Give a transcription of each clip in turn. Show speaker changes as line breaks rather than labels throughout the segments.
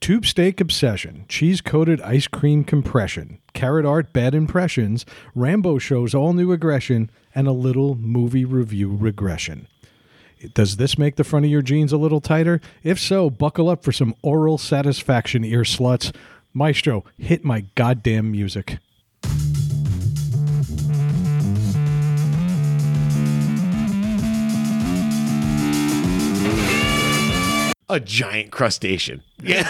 Tube steak obsession, cheese coated ice cream compression, carrot art bad impressions, Rambo shows all new aggression, and a little movie review regression. Does this make the front of your jeans a little tighter? If so, buckle up for some oral satisfaction, ear sluts. Maestro, hit my goddamn music.
A giant crustacean. Yeah.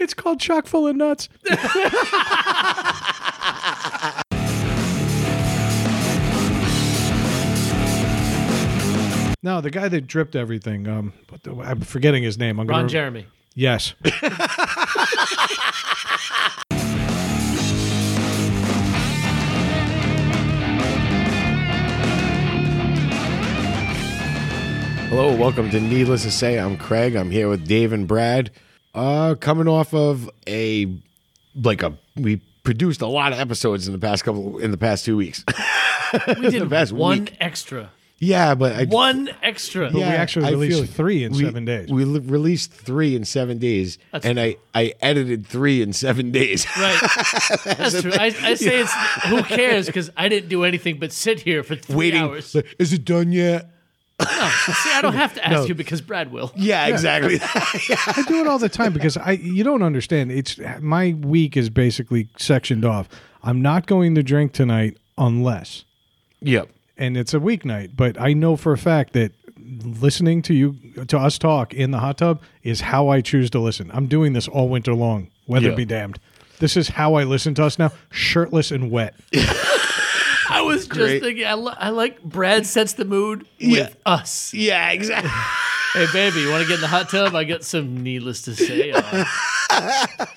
It's called Chock Full of Nuts. no, the guy that dripped everything. Um, what the, I'm forgetting his name. I'm
Ron
uh,
gonna,
Jeremy.
Yes.
Hello, welcome to Needless to Say. I'm Craig. I'm here with Dave and Brad. Uh, coming off of a like a we produced a lot of episodes in the past couple in the past two weeks.
We did
past
one
week.
extra.
yeah, but I
One extra.
we actually
I
released
feel-
three in
we-
seven days.
We li- released three in seven days, and I I edited three in seven days.
Right. That's true. I, I say it's who cares because I didn't do anything but sit here for three
Waiting.
hours.
like, Is it done yet?
See, I don't have to ask you because Brad will.
Yeah, exactly.
I do it all the time because I you don't understand. It's my week is basically sectioned off. I'm not going to drink tonight unless.
yep.
and it's a weeknight, but I know for a fact that listening to you to us talk in the hot tub is how I choose to listen. I'm doing this all winter long, weather
Yeah.
be damned. This is how I listen to us now, shirtless and wet.
I was just
Great.
thinking, I, li- I like Brad sets the mood
Yeah.
with us.
Yeah, exactly.
Hey, baby, you want to get in the hot tub? I got some needless to say. on.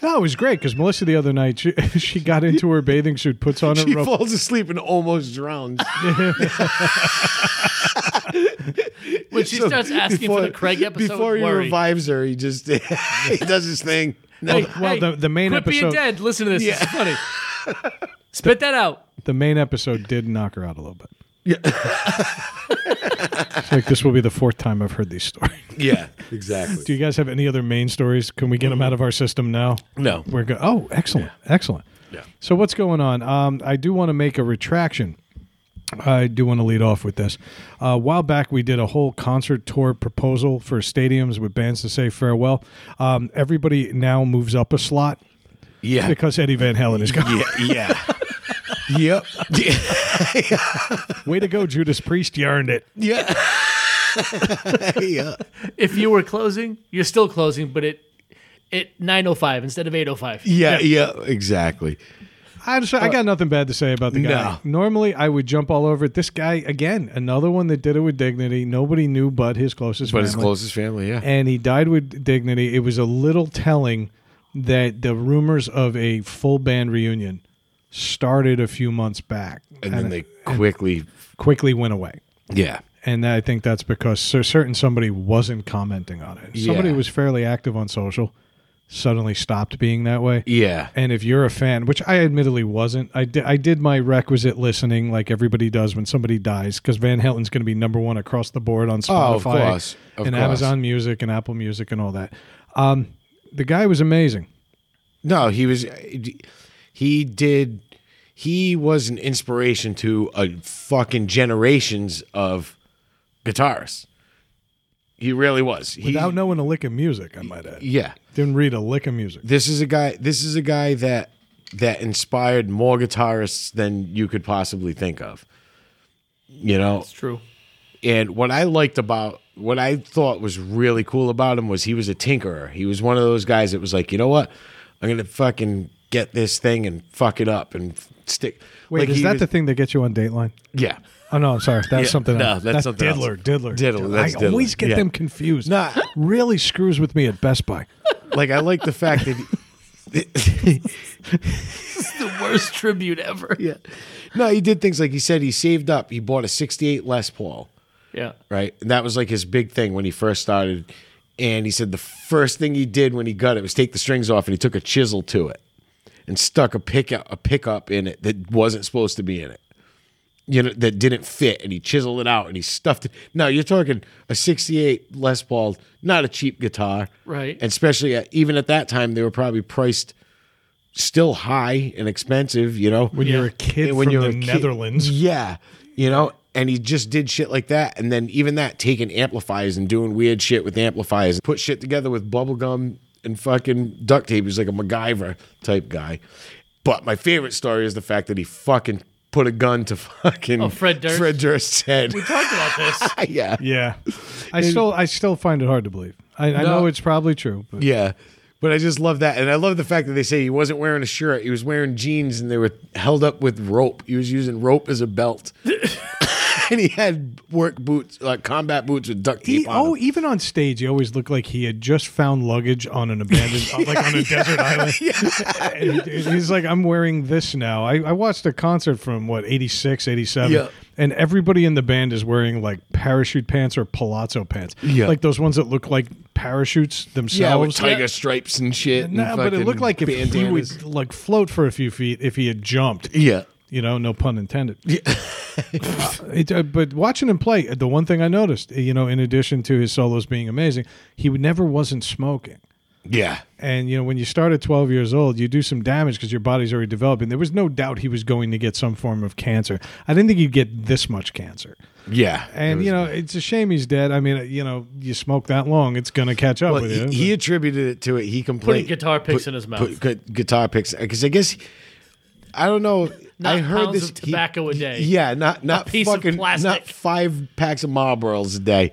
No, it was great because Melissa the other night she, she got into her bathing suit, puts on her
She
robe.
falls asleep and almost drowns.
When she
So
starts asking for the Craig episode,
Before he
worry.
revives her, he just he does his thing.
Hey,
well,
hey,
the- the main
quit
episode-
being dead. Listen to this. It's funny. Spit that out.
The main episode did knock her out a little bit. Yeah. like this will be the fourth time I've heard these stories.
Yeah,
Do
exactly.
you guys have any other main stories? Can we get them out of our system now?
No.
We're go- oh, excellent, excellent.
Yeah.
So what's going on? Um, I do want to make a retraction. I do want to lead off with this. Uh, a while back, we did a whole concert tour proposal for stadiums with bands to say farewell. Um, everybody now moves up a slot
Yeah.
because Eddie Van Halen is gone.
Yeah. Yeah. yep.
Way to go, Judas Priest! You earned it.
Yeah. yeah.
If you were closing, you're still closing, but it it 905 instead of 805.
Yeah. Yeah. Exactly.
I, just, I got nothing bad to say about the guy. Normally, I would jump all over it. This guy again, another one that did it with dignity. Nobody knew but his closest.
But his
family.
closest family, yeah.
and he died with dignity. It was a little telling that the rumors of a full band reunion started a few months back
And then they quickly,
quickly went away.
yeah.
And I think that's because cer- certain somebody wasn't commenting on it. Somebody
Yeah.
was fairly active on social, suddenly stopped being that way.
Yeah.
And if you're a fan, which I admittedly wasn't, I did, I did my requisite listening like everybody does when somebody dies, because Van Halen's going to be number one across the board on Spotify
Oh, of course. Of
and
course.
Amazon Music and Apple Music and all that. Um, the guy was amazing.
No, he was. He did. He was an inspiration to a fucking generations of guitarists. He really was. He,
Without knowing a lick of music, I might add.
yeah,
Didn't read a lick of music.
this is a guy. This is a guy that that inspired more guitarists than you could possibly think of. You know,
It's true.
And what I liked about what I thought was really cool about him was he was a tinkerer. He was one of those guys that was like, you know what? I'm gonna fucking get this thing and fuck it up and f- stick.
Wait,
like
is
he
that
was-
the thing that gets you on Dateline?
yeah?
Oh no, I'm sorry. That's
Yeah,
something.
no,
else.
that's something else.
Diddler, Diddler,
Diddler, that's
I
Diddler,
always get
yeah.
them confused.
Nah.
really screws with me at Best Buy.
Like I like the fact that.
It's the worst tribute ever.
yeah. No, he did things like he said he saved up. He bought a '68 Les Paul.
Yeah.
right? And that was like his big thing when he first started. And he said the first thing he did when he got it was take the strings off and he took a chisel to it and stuck a pick a pickup in it that wasn't supposed to be in it. you know that didn't fit, and he chiseled it out and he stuffed it. No, you're talking a '68 Les Paul, not a cheap guitar,
Right.
And especially at, even at that time, they were probably priced still high and expensive. You know,
when you're a kid
and when
from
you're
the
a kid-
Netherlands.
Yeah, you know, and he just did shit like that, and then even that taking amplifiers and doing weird shit with amplifiers, put shit together with bubble gum and fucking duct tape. He's like a MacGyver type guy. But my favorite story is the fact that he fucking put a gun to fucking
Oh, Fred Durst?
Fred Durst's head.
We talked about this.
yeah,
Yeah, I still I still find it hard to believe. I, I know it's probably true, but
yeah. But I just love that, and I love the fact that they say he wasn't wearing a shirt; he was wearing jeans, and they were held up with rope. He was using rope as a belt. and he had work boots, like combat boots with duct tape
he,
on.
oh,
them.
even on stage, he always looked like he had just found luggage on an abandoned, uh, like on a desert island. And he- he's like, I'm wearing this now. I, I watched a concert from what 86, 87,
Yeah.
and everybody in the band is wearing like parachute pants or palazzo pants,
Yeah.
like those ones that look like parachutes
yeah, with
themselves.
tiger stripes and shit. and
Nah, but it
fucking
looked like if he
bandanas.
would like float for a few feet if he had jumped.
Yeah,
You know, no pun intended. it, uh, but watching him play, the one thing I noticed, you know, in addition to his solos being amazing, he would- never wasn't smoking.
yeah,
And you know, when you start at 12 years old, you do some damage because your body's already developing. There was no doubt he was going to get some form of cancer. I didn't think he'd get this much cancer.
yeah.
And you know, it's a shame he's dead. I mean, uh, you know, you smoke that long, it's going to catch up
Well,
with
he,
you.
he attributed it to it. He complained.
guitar picks in his mouth.
Put, gu- guitar picks because I guess I don't know.
Not
I heard
pounds
this
of tobacco a day.
Yeah, not not
piece of
fucking not
plastic.
five packs of Marlboros a day.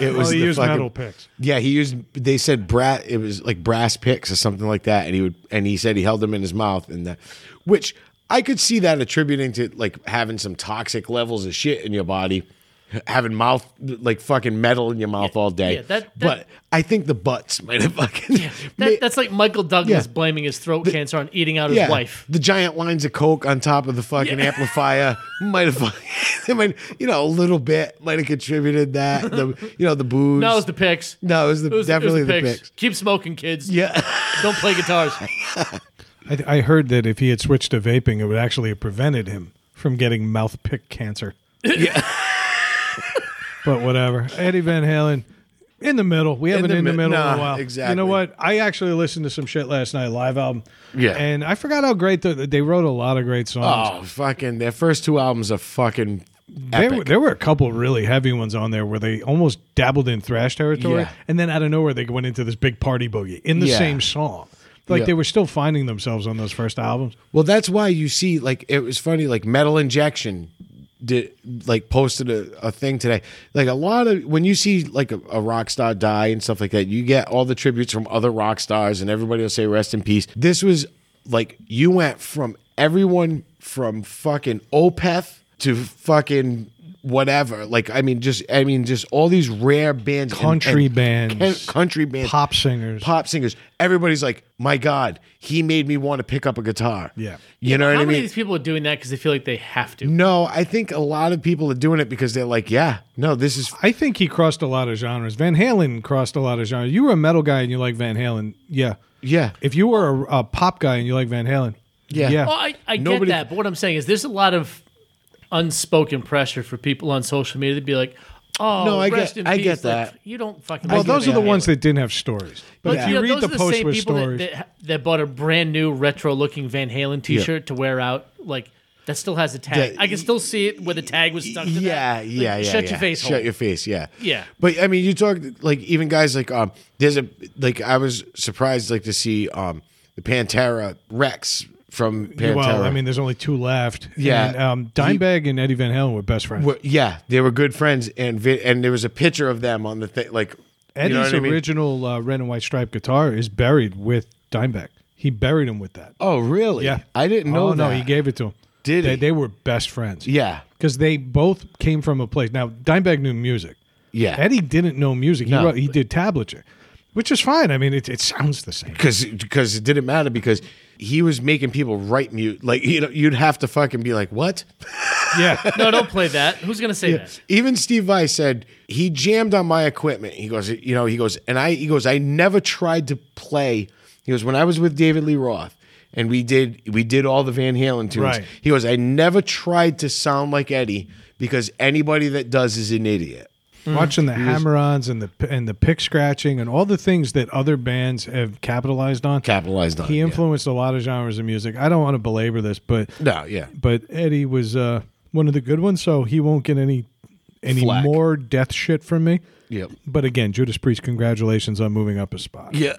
It
well,
was
he
the
used
fucking-
metal picks.
Yeah, he used. They said brass. It was like brass picks or something like that. And he would. And he said he held them in his mouth, and that, which I could see that attributing to like having some toxic levels of shit in your body, having mouth like fucking metal in your mouth all day.
yeah, that- that-
but I think the butts might have fucking. may-
That, that's like Michael Douglas
Yeah.
blaming his throat cancer on eating out his
yeah,
wife.
the giant lines of coke on top of the fucking
Yeah.
amplifier might have, fucking- it might, you know, a little bit might have contributed that. The, you know, the booze.
No, it was the picks.
No, it was the,
It was, it was
definitely
the,
the
picks.
picks.
Keep smoking, kids.
Yeah.
Don't play guitars.
I, I heard that if he had switched to vaping, it would actually have prevented him from getting mouth pick cancer. but whatever. Eddie Van Halen, in the middle. We haven't
the
in, the
mi-
middle in
nah,
a while. You
exactly.
know what? I actually listened to some shit last night, live album.
Yeah.
And I forgot how great the, they wrote a lot of great songs.
Oh, fucking! Their first two albums are fucking e-
there, were-
epic.
there were a couple really heavy ones on there where they almost dabbled in thrash territory.
Yeah.
And then out of nowhere, they went into this big party boogie in the
Yeah.
same song. Like
Yeah.
they were still finding themselves on those first albums.
well, that's why you see, like, it was funny. Like, Metal Injection did like posted a, a thing today. Like, a lot of when you see like a, a rock star die and stuff like that, you get all the tributes from other rock stars, and everybody will say rest in peace. This was like you went from everyone from fucking Opeth to fucking whatever. Like, I mean, just I mean, just all these rare bands, and-
Country
and-
bands.
country bands,
Pop singers.
pop singers. Everybody's like, my God, he made me want to pick up a guitar.
Yeah.
You know
How
what I
many of
mean?
these people are doing that because they feel like they have to?
No, I think a lot of people are doing it because they're like, yeah, no, this is.
I think he crossed a lot of genres. Van Halen crossed a lot of genres. You were a metal guy and you like Van Halen. Yeah.
Yeah.
If you were a, a pop guy and you like Van Halen.
Yeah.
Yeah.
Well, Oh, I, I get
Nobody-
that, but what I'm saying is there's a lot of unspoken pressure for people on social media to be like, "Oh,
No, I
rest
get-
in
I
peace.
get
Like,
that.
you don't fucking.
well,
like
those
Van
are the
Halen.
ones that didn't have stories. But
But,
if you
know,
read
those
the
are
post
same
with
people
stories,
that, that, that bought a brand new retro-looking Van Halen T-shirt to wear out, like that still has a tag.
That-
I can still see it where the tag was stuck. To that.
Yeah,
Like,
yeah, yeah.
Shut
yeah.
your face.
Shut
hole.
your face. Yeah,
Yeah.
But I mean, you talk like even guys like um, there's a like I was surprised like to see um the Pantera Rex from Pantera.
well, I mean, there's only two left.
Yeah.
And, um, Dimebag and Eddie Van Halen were best friends.
Well, yeah, they were good friends, and vi- and there was a picture of them on the thing, like you know
Eddie's
what I mean?
original uh, Red and White Striped guitar is buried with Dimebag. He buried him with that.
Oh, really?
Yeah.
I didn't know.
Oh, no,
that.
he gave it to him.
Did
they,
he?
they were best friends.
Yeah,
because they both came from a place. Now Dimebag knew music.
Yeah.
Eddie didn't know music. He
No.
wrote, he did tablature, which is fine. I mean, it, it sounds the same.
because because it didn't matter because he was making people write mute like you know you'd have to fucking be like what
Yeah,
No, don't play that. Who's gonna say that?
even Steve Vai said he jammed on my equipment he goes you know he goes and I he goes I never tried to play he goes when I was with David Lee Roth and we did we did all the Van Halen tunes.
Right.
He goes, I never tried to sound like Eddie because anybody that does is an idiot.
Watching the hammer-ons and the and the pick scratching and all the things that other bands have capitalized on.
Capitalized on
he
it, yeah.
influenced a lot of genres of music. I don't want to belabor this, but
No, yeah.
but Eddie was uh, one of the good ones, so he won't get any any
Flack.
more death shit from me.
Yep.
But again, Judas Priest, congratulations on moving up a spot.
Yeah.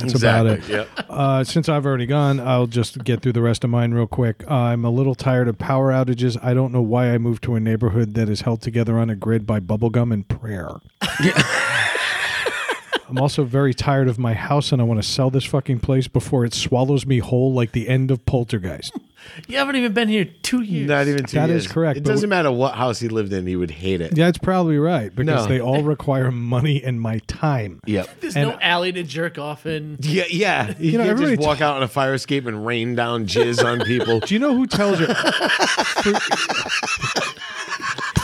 That's
exactly.
about it.
Yep.
Uh, since I've already gone, I'll just get through the rest of mine real quick. I'm a little tired of power outages. I don't know why I moved to a neighborhood that is held together on a grid by bubblegum and prayer. I'm also very tired of my house and I want to sell this fucking place before it swallows me whole like the end of Poltergeist.
You haven't even been here two years.
Not even two
That
years.
is correct,
It
but
doesn't matter what house he lived in, he would hate it.
Yeah, it's probably right because
No.
they all require money and my time.
Yep.
There's
And-
no alley to jerk off in.
Yeah, yeah. You,
know,
can't
everybody
just walk out on a fire escape and rain down jizz on people.
Do you know who tells you?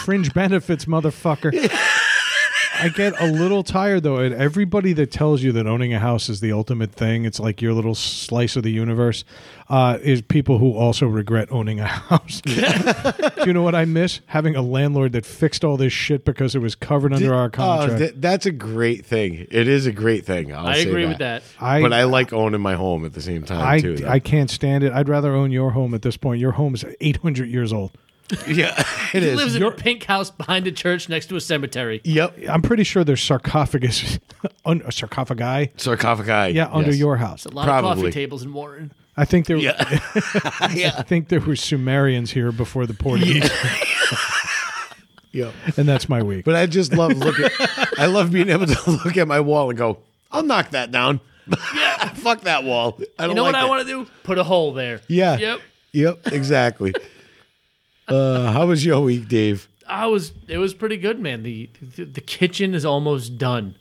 Fringe benefits, motherfucker. I get a little tired though, and everybody that tells you that owning a house is the ultimate thing, it's like your little slice of the universe, uh, is people who also regret owning a house. Do you know what I miss? Having a landlord that fixed all this shit because it was covered under our contract.
Oh, th- that's a great thing. It is a great thing. I'll
I
say
agree with that.
I-
but I like owning my home at the same time
I,
too. though.
I can't stand it. I'd rather own your home at this point. Your home's 800 years old.
yeah, it
He
is.
lives in a pink house behind a church next to a cemetery.
yep.
I'm pretty sure there's sarcophagus, un, a sarcophagi.
Sarcophagi.
Yeah, under
yes.
your house.
A lot of
Probably.
coffee tables in Warren.
I think there.
Yeah. yeah.
I think there were Sumerians here before the Portuguese,
Yep.
and that's my week.
But I just love looking. I love being able to look at my wall and go, "I'll knock that down."
Yeah.
Fuck that wall. I don't
You know
like
what I
it.
want to do? Put a hole there.
Yeah.
Yep.
Yep. Exactly. uh, how was your week, Dave?
I was. It was pretty good, man. The the, the kitchen is almost done.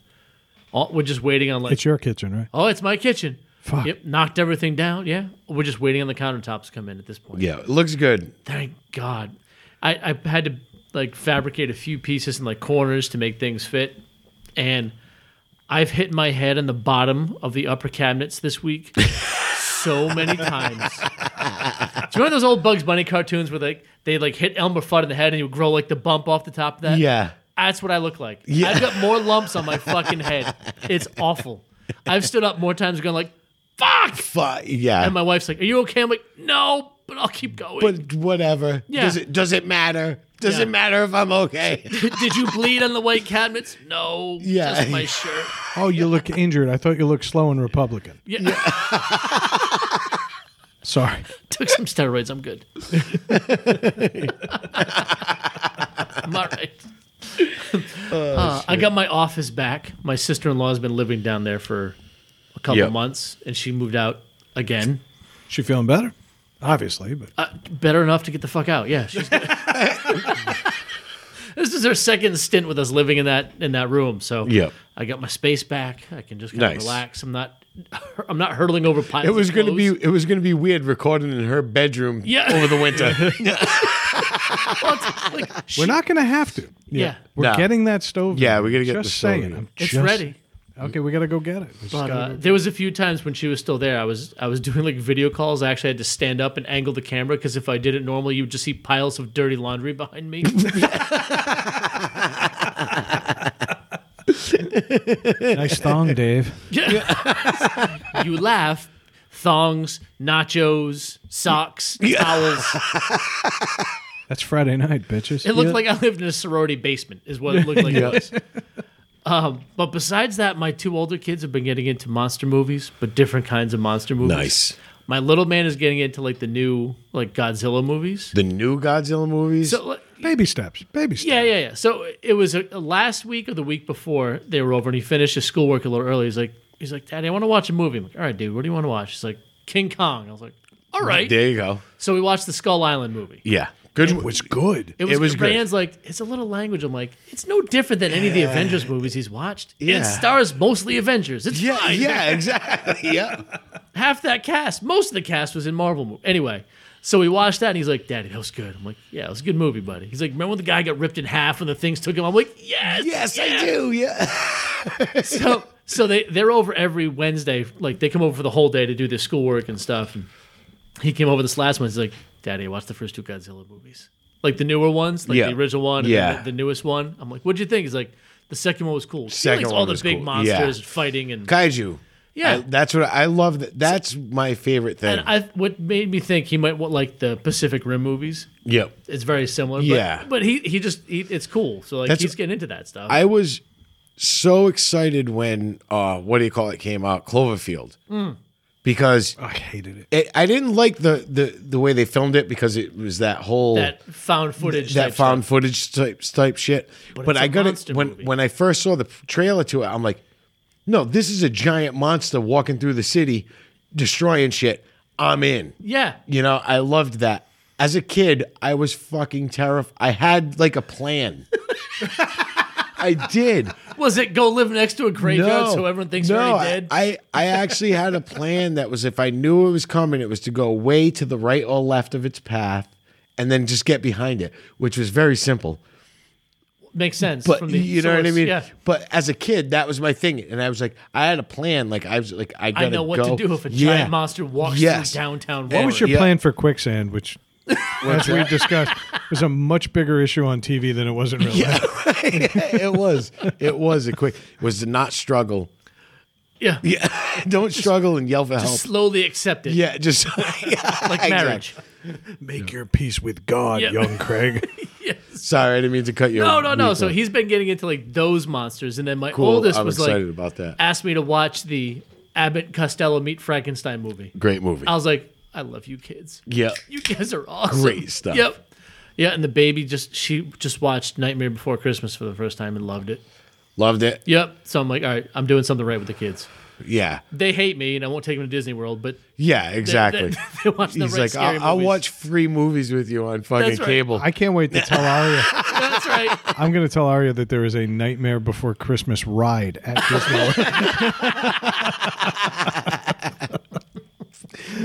All, we're just waiting on like.
it's your kitchen, right?
oh, it's my kitchen.
Fuck.
Yep. Knocked everything down. Yeah. We're just waiting on the countertops to come in at this point.
Yeah, it looks good.
Thank God. I I had to like fabricate a few pieces and like corners to make things fit, and I've hit my head on the bottom of the upper cabinets this week. So many times. Do you remember those old Bugs Bunny cartoons where like they like hit Elmer Fudd in the head and he would grow like the bump off the top of that?
Yeah.
That's what I look like. I've got more lumps on my fucking head. It's awful. I've stood up more times going like, fuck.
But yeah.
And my wife's like, Are you okay? I'm like, no, but I'll keep going.
but whatever.
Yeah.
Does it does it matter? Does
Yeah.
it matter if I'm okay?
Did you bleed on the white cabinets? No.
Yeah.
Just my shirt.
Oh, you look injured. I thought you looked slow and Republican.
Yeah.
Sorry.
Took some steroids. I'm good. I'm all right.
Oh,
Uh, I got my office back. My sister in law has been living down there for a couple
Yep.
months, and she moved out again.
She feeling better? Obviously, but
Uh, better enough to get the fuck out. Yeah, she's good. this is her second stint with us living in that in that room. So
Yep.
I got my space back. I can just kind of
Nice.
relax. I'm not I'm not hurtling over piles.
It was
going
gonna be it was gonna be weird recording in her bedroom
Yeah.
over the winter.
like, she-
we're not going to have to.
Yeah.
We're
No.
getting that stove.
Yeah,
in.
we gotta get
just
the stove
saying.
in.
I'm
It's
just-
ready.
Okay, we got to go get it. We just
But,
gotta
uh,
go-
there was a few times when she was still there. I was I was doing like video calls. I actually had to stand up and angle the camera because if I did it normally, you would just see piles of dirty laundry behind me.
nice thong, Dave.
you laugh. Thongs, nachos, socks, towels.
That's Friday night, bitches.
It looked like I lived in a sorority basement, is what it looked like. it was. Um, but besides that, my two older kids have been getting into monster movies, but different kinds of monster movies.
Nice.
My little man is getting into like the new like Godzilla movies.
The new Godzilla movies.
So like,
baby steps. Baby steps.
yeah, yeah, yeah. So it was uh last week or the week before they were over, and he finished his schoolwork a little early. He's like, he's like, Daddy, I want to watch a movie. I'm like, All right, dude, what do you want to watch? He's like, King Kong. I was like, All right.
there you go.
So we watched the Skull Island movie.
Yeah. Good
It was good.
It was,
It was great.
Rand's like, it's a little language. I'm like, it's no different than any of the Avengers movies he's watched.
Yeah.
It stars mostly Avengers. It's
Yeah,
fine.
yeah, exactly. Yeah.
Half that cast, most of the cast was in Marvel movies. Anyway, so we watched that and he's like, Daddy, that was good. I'm like, yeah, it was a good movie, buddy. He's like, remember when the guy got ripped in half when the things took him? I'm like, yes.
Yes, I do. Yeah.
So, so they they're over every Wednesday. Like they come over for the whole day to do their schoolwork and stuff. And he came over this last one. He's like, "Daddy, I watched the first two Godzilla movies, like the newer ones, like
Yeah.
the original one, and
Yeah.
then the, the newest one." I'm like, "What'd you think?" He's like, "The second one was cool. He
Second
likes
one
all the
was
big
cool.
monsters
Yeah.
fighting and
Kaiju.
Yeah.
I- that's what I love. That that's my favorite thing.
and I what made me think he might want like the Pacific Rim movies.
yep.
It's very similar.
Yeah.
but, but he he just he, it's cool. So like
That's-
he's getting into that stuff.
I was so excited when uh, what do you call it came out, Cloverfield, because
I hated it.
it, I didn't like the, the the way they filmed it because it was that whole
that found footage.
that
type
found
stuff.
footage type type shit. But,
it's a
I got it
monster
when
movie.
when I first saw the trailer to it, I'm like, no, this is a giant monster walking through the city, destroying shit. I'm in.
Yeah,
You know, I loved that. As a kid, I was fucking terrified. I had like a plan. I did.
was it go live next to a graveyard
No,
so everyone thinks
no,
you're
I-
already dead?
I, I actually had a plan that was if I knew it was coming, it was to go way to the right or left of its path and then just get behind it, which was very simple.
Makes sense.
But
from the
you know what I
source,
mean?
Yeah.
But as a kid, that was my thing. And I was like, I had a plan. Like I was like, I gotta
I know what
go.
to do if a
Yeah.
giant monster walks
Yes.
through downtown.
What was your
Yeah.
plan for quicksand, which, as we discussed, was a much bigger issue on TV than it was in real life?
it was. It was a quick was to not struggle.
yeah.
Yeah. Don't struggle and yell for help.
Slowly accept it,
Yeah, just
like marriage.
Make your peace with God,
Yeah.
young Craig.
Sorry, I didn't mean to cut you.
No, no, no. So he's been getting into like those monsters, and then my
cool.
oldest
I'm
was
excited
like
about that.
asked me to watch the Abbott Costello Meet Frankenstein movie.
Great movie.
I was like, I love you kids.
yeah,
You guys are awesome.
Great stuff.
Yep. Yeah, and the baby just she just watched Nightmare Before Christmas for the first time and loved it.
loved it.
Yep. So I'm like, all right, I'm doing something right with the kids.
Yeah,
They hate me, and I won't take them to Disney World, but
yeah, exactly.
They, they watch the
He's
right
like,
scary
I'll, I'll
movies.
watch free movies with you on fucking
That's right.
cable.
I can't wait to tell Aria.
That's right.
I'm going to tell Aria that there is a Nightmare Before Christmas ride at Disney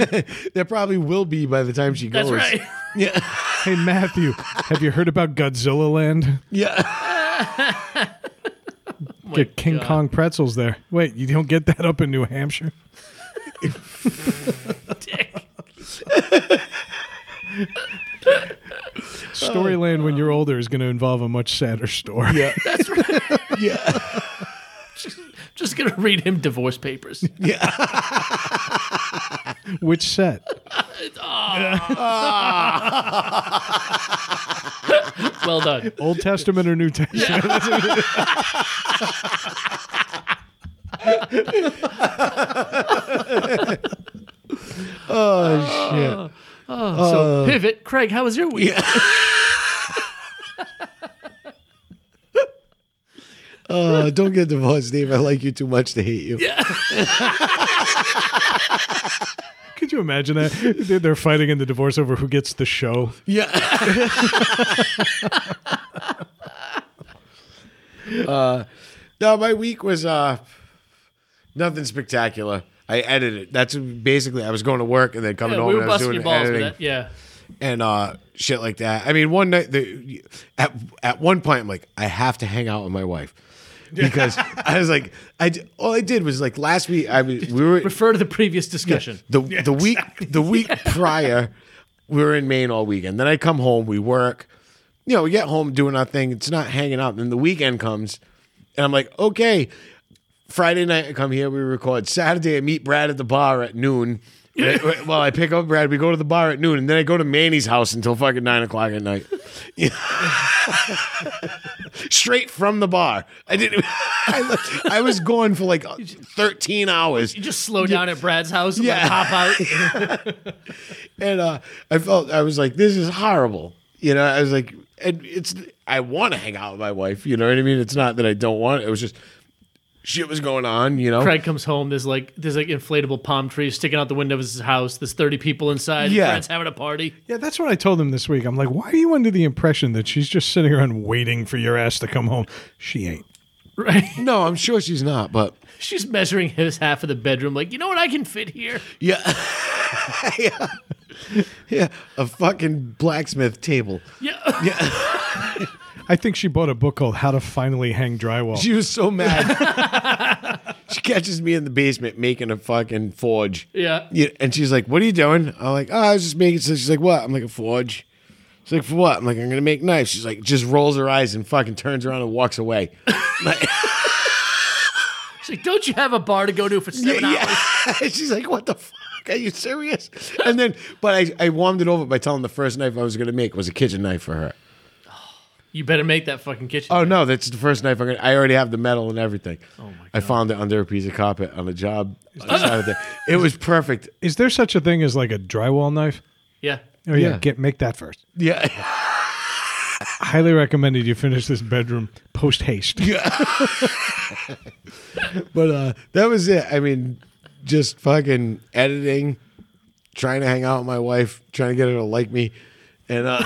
World.
There probably will be by the time she goes.
That's right. Oh
hey, Matthew, have you heard about Godzilla Land?
Yeah,
Get King Kong pretzels there. Wait, you don't get that up in New Hampshire? Storyland when you're older is going to involve a much sadder story.
yeah, yeah.
Just gonna read him divorce papers.
Which set?
Uh,
Well done.
Old Testament or New Testament?
So pivot, Craig. How was your week?
Uh, don't get divorced, Dave. I like you too much to hate you.
Could you imagine that? They're- They're fighting in the divorce over who gets the show.
Yeah. uh, no, my week was uh, nothing spectacular. I edited. That's basically I was going to work and then coming
Yeah,
home
we were
and I was
busting
doing
your balls
editing
with that. Yeah.
and uh, shit like that. I mean, one night the, at at one point I'm like, I have to hang out with my wife. Because I was like, I d- all I did was like last week. I was, we were
Refer to the previous discussion.
the the week the week prior, we were in Maine all weekend. Then I come home, we work. You know, we get home doing our thing. It's not hanging out. Then the weekend comes, and I'm like, okay. Friday night, I come here, we record. Saturday, I meet Brad at the bar at noon. Right- well, I pick up Brad. We go to the bar at noon, and then I go to Manny's house until fucking nine o'clock at night. Straight from the bar. I didn't. I, left- I was gone for like 13 hours.
You just slow down at Brad's house and let
Yeah.
him hop out.
and uh, I felt I was like, this is horrible. You know, I was like, and it's I want to hang out with my wife. You know what I mean? It's not that I don't want it. It was just shit was going on. You know,
Craig comes home. There's like there's like inflatable palm trees sticking out the window of his house. There's 30 people inside.
Yeah.
Brad's having a party.
Yeah, that's what I told him this week. I'm like, why are you under the impression that she's just sitting around waiting for your ass to come home? She ain't.
Right.
no, I'm sure she's not, but
She's measuring his half of the bedroom. Like you know what I can fit here.
yeah, yeah, yeah, a fucking blacksmith table.
Yeah.
I think she bought a book called How to Finally Hang Drywall.
She was so mad. she catches me in the basement making a fucking forge.
Yeah.
Yeah, and she's like, "What are you doing?" I'm like, "Oh, I was just making." So she's like, "What?" I'm like, "A forge." She's like, "For what?" I'm like, "I'm gonna make knives." She's like, just rolls her eyes and fucking turns around and walks away. Like,
It's like, don't you have a bar to go to for seven hours?
yeah. she's like, "What the fuck? Are you serious?" And then, but I, I warmed it over by telling the first knife I was gonna make was a kitchen knife for her.
You better make that fucking kitchen.
Oh no, that's the first knife I'm gonna. I already have the metal and everything. Oh my god! I found it under a piece of carpet on a job. outside of there. It was perfect.
Is there such a thing as like a drywall knife?
yeah.
Oh yeah,
Yeah.
get make that first.
Yeah.
Highly recommended you finish this bedroom post haste.
But uh, that was it. I mean, just fucking editing, trying to hang out with my wife, trying to get her to like me, and uh,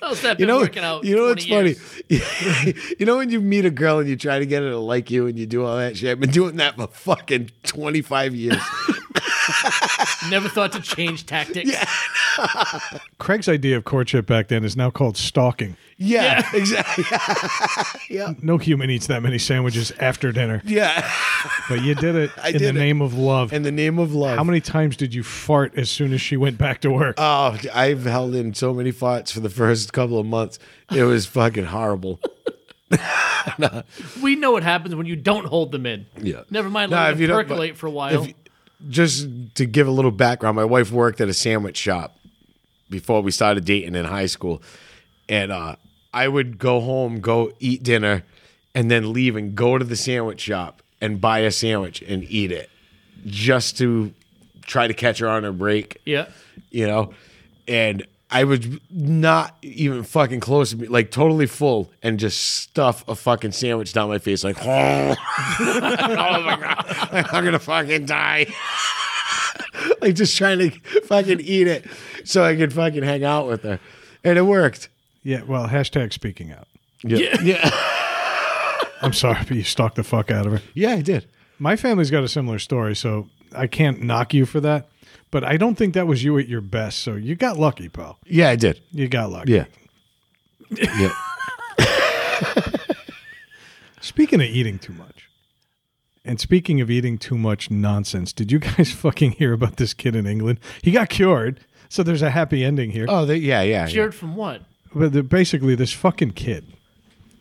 How's that been
you know,
working out?
you know what's
20 years?
funny? you know when you meet a girl and you try to get her to like you and you do all that shit. I've been doing that for fucking twenty five years.
Never thought to change tactics.
Craig's idea of courtship back then is now called stalking.
yeah, exactly.
No human eats that many sandwiches after dinner,
Yeah,
but you did it in the
did it.
name of love.
in the name of love.
How many times did you fart as soon as she went back to work?
Oh, I've held in so many farts for the first couple of months. It was fucking horrible.
We know what happens when you don't hold them in.
Yeah.
Never mind
Nah,
let
if
them
you don't-
percolate
but
for a while.
if- just to give a little background, my wife worked at a sandwich shop before we started dating in high school, and uh, I would go home, go eat dinner, and then leave and go to the sandwich shop and buy a sandwich and eat it, just to try to catch her on her break,
yeah.
you know. And I was not even fucking close to me, like totally full, and just stuff a fucking sandwich down my face, like, oh, my god, I'm gonna fucking die like just trying to fucking eat it so I could fucking hang out with her. And it worked.
yeah, well, hashtag speaking out.
Yeah. Yeah.
I'm sorry, but you stalked the fuck out of her.
Yeah, I did.
My family's got a similar story, so I can't knock you for that. But I don't think that was you at your best, so you got lucky, pal.
Yeah, I did.
You got lucky.
Yeah. Yeah.
Speaking of eating too much, and speaking of eating too much nonsense, did you guys fucking hear about this kid in England? He got cured, so there's a happy ending here.
Oh, they, yeah, yeah. yeah.
Cured from what?
But the, basically, this fucking kid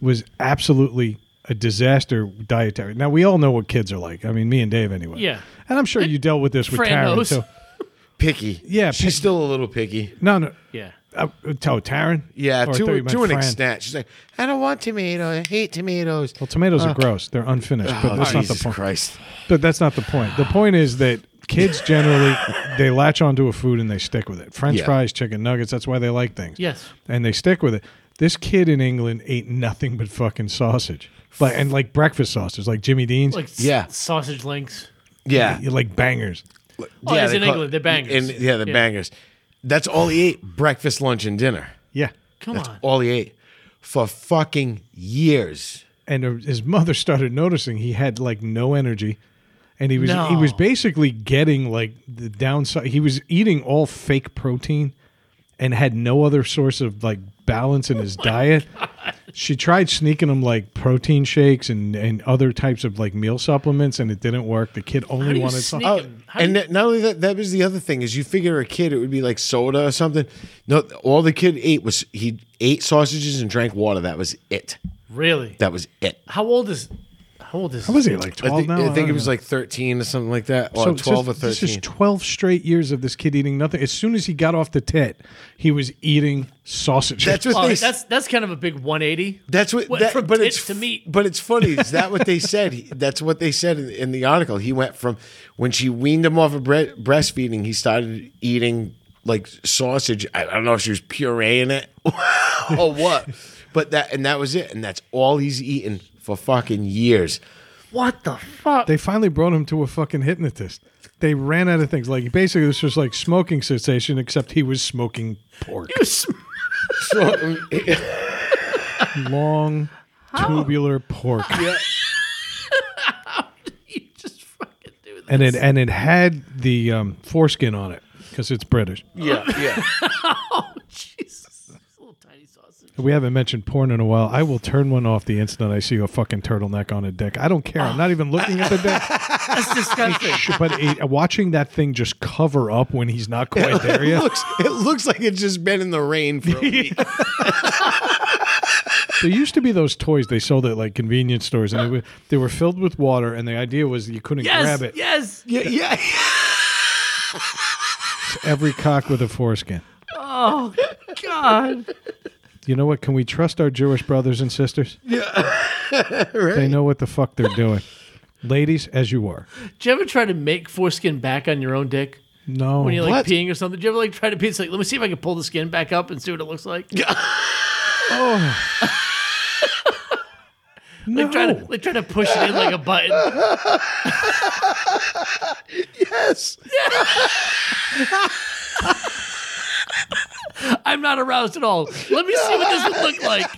was absolutely a disaster dietary. Now we all know what kids are like. I mean, me and Dave anyway.
Yeah.
and I'm sure you dealt with this with Taryn.
Fran
So
Picky.
Yeah,
She's
picky.
still a little picky.
no, no,
Yeah.
uh, tell Taryn.
Yeah,
Or I thought
to,
you meant
to an
Fran.
extent. She's like, I don't want tomatoes. I hate tomatoes.
Well, tomatoes are gross. They're unfinished, but
Uh, oh,
that's not the
Jesus
point.
Christ.
But that's not the point. The point is that kids generally they latch onto a food and they stick with it. French
Yeah.
fries, chicken nuggets, that's why they like things.
Yes.
And they stick with it. This kid in England ate nothing but fucking sausage. But and like breakfast sausage, like Jimmy Dean's.
Like s-
Yeah.
sausage links.
Yeah.
you like bangers.
Oh,
yeah,
it's
they
in
call-
England. They're bangers.
in- yeah, the
Yeah.
bangers. That's all he ate breakfast, lunch, and dinner.
Yeah.
Come
That's
on.
all he ate for fucking years.
And her- his mother started noticing he had like no energy. And he was he was
No.
basically getting like the downside he was eating all fake protein and had no other source of like balance in
Oh
his diet. She tried sneaking him like protein shakes and, and other types of like meal supplements, and it didn't work. The kid
How do
only
you
wanted something.
sneak them? How do
Oh, and
you-
that- not only that, that was the other thing is you figure a kid it would be like soda or something. No, all the kid ate was he ate sausages and drank water. That was it.
really?
That was it.
How old is? How old is?
How was he like twelve
I think,
now?
I think
don't
it was
know.
like thirteen or something like that, or
So it's
twelve
just-
or
This is
thirteen.
twelve straight years of this kid eating nothing. As soon as he got off the tet, he was eating sausages.
That's what
Oh,
they.
that's that's kind of a big 180.
that's what.
Went
that-
from
but
tits
it's f-
to meat.
But it's funny. Is that what they said? He- that's what they said in, in the article. He went from when she weaned him off of bre- breastfeeding. He started eating like sausage. I, I don't know if she was pureeing it or what. But that and that was it. And that's all he's eaten for fucking years.
What the fuck?
They finally brought him to a fucking hypnotist. They ran out of things. Like basically, this was like smoking cessation, except he was smoking pork.
So,
Long, tubular pork.
you just fucking do that.
and it and it had the um, foreskin on it because it's British.
yeah, yeah.
Jesus. tiny sausage.
We haven't mentioned porn in a while. I will turn one off the instant I see a fucking turtleneck on a dick. I don't care. I'm not even looking at the dick.
That's disgusting.
But it, watching that thing just cover up when he's not quite there
It
yet,
looks, it looks like it's just been in the rain for a week.
There used to be those toys they sold at like convenience stores, and they were, they were filled with water. And the idea was that you couldn't
yes,
grab it.
yes.
yeah, yeah.
Every cock with a foreskin.
Oh God.
You know what? Can we trust our Jewish brothers and sisters? Yeah, they know what the fuck they're doing. Ladies, as you are.
Did you ever try to make foreskin back on your own dick
No,
when you're like
What?
peeing or something? Did you ever like try to pee? It's like, let me see if I can pull the skin back up and see what it looks like.
Oh.
no.
Like trying to like trying to push it in like a button.
Yes.
I'm not aroused at all. Let me see what this would look like.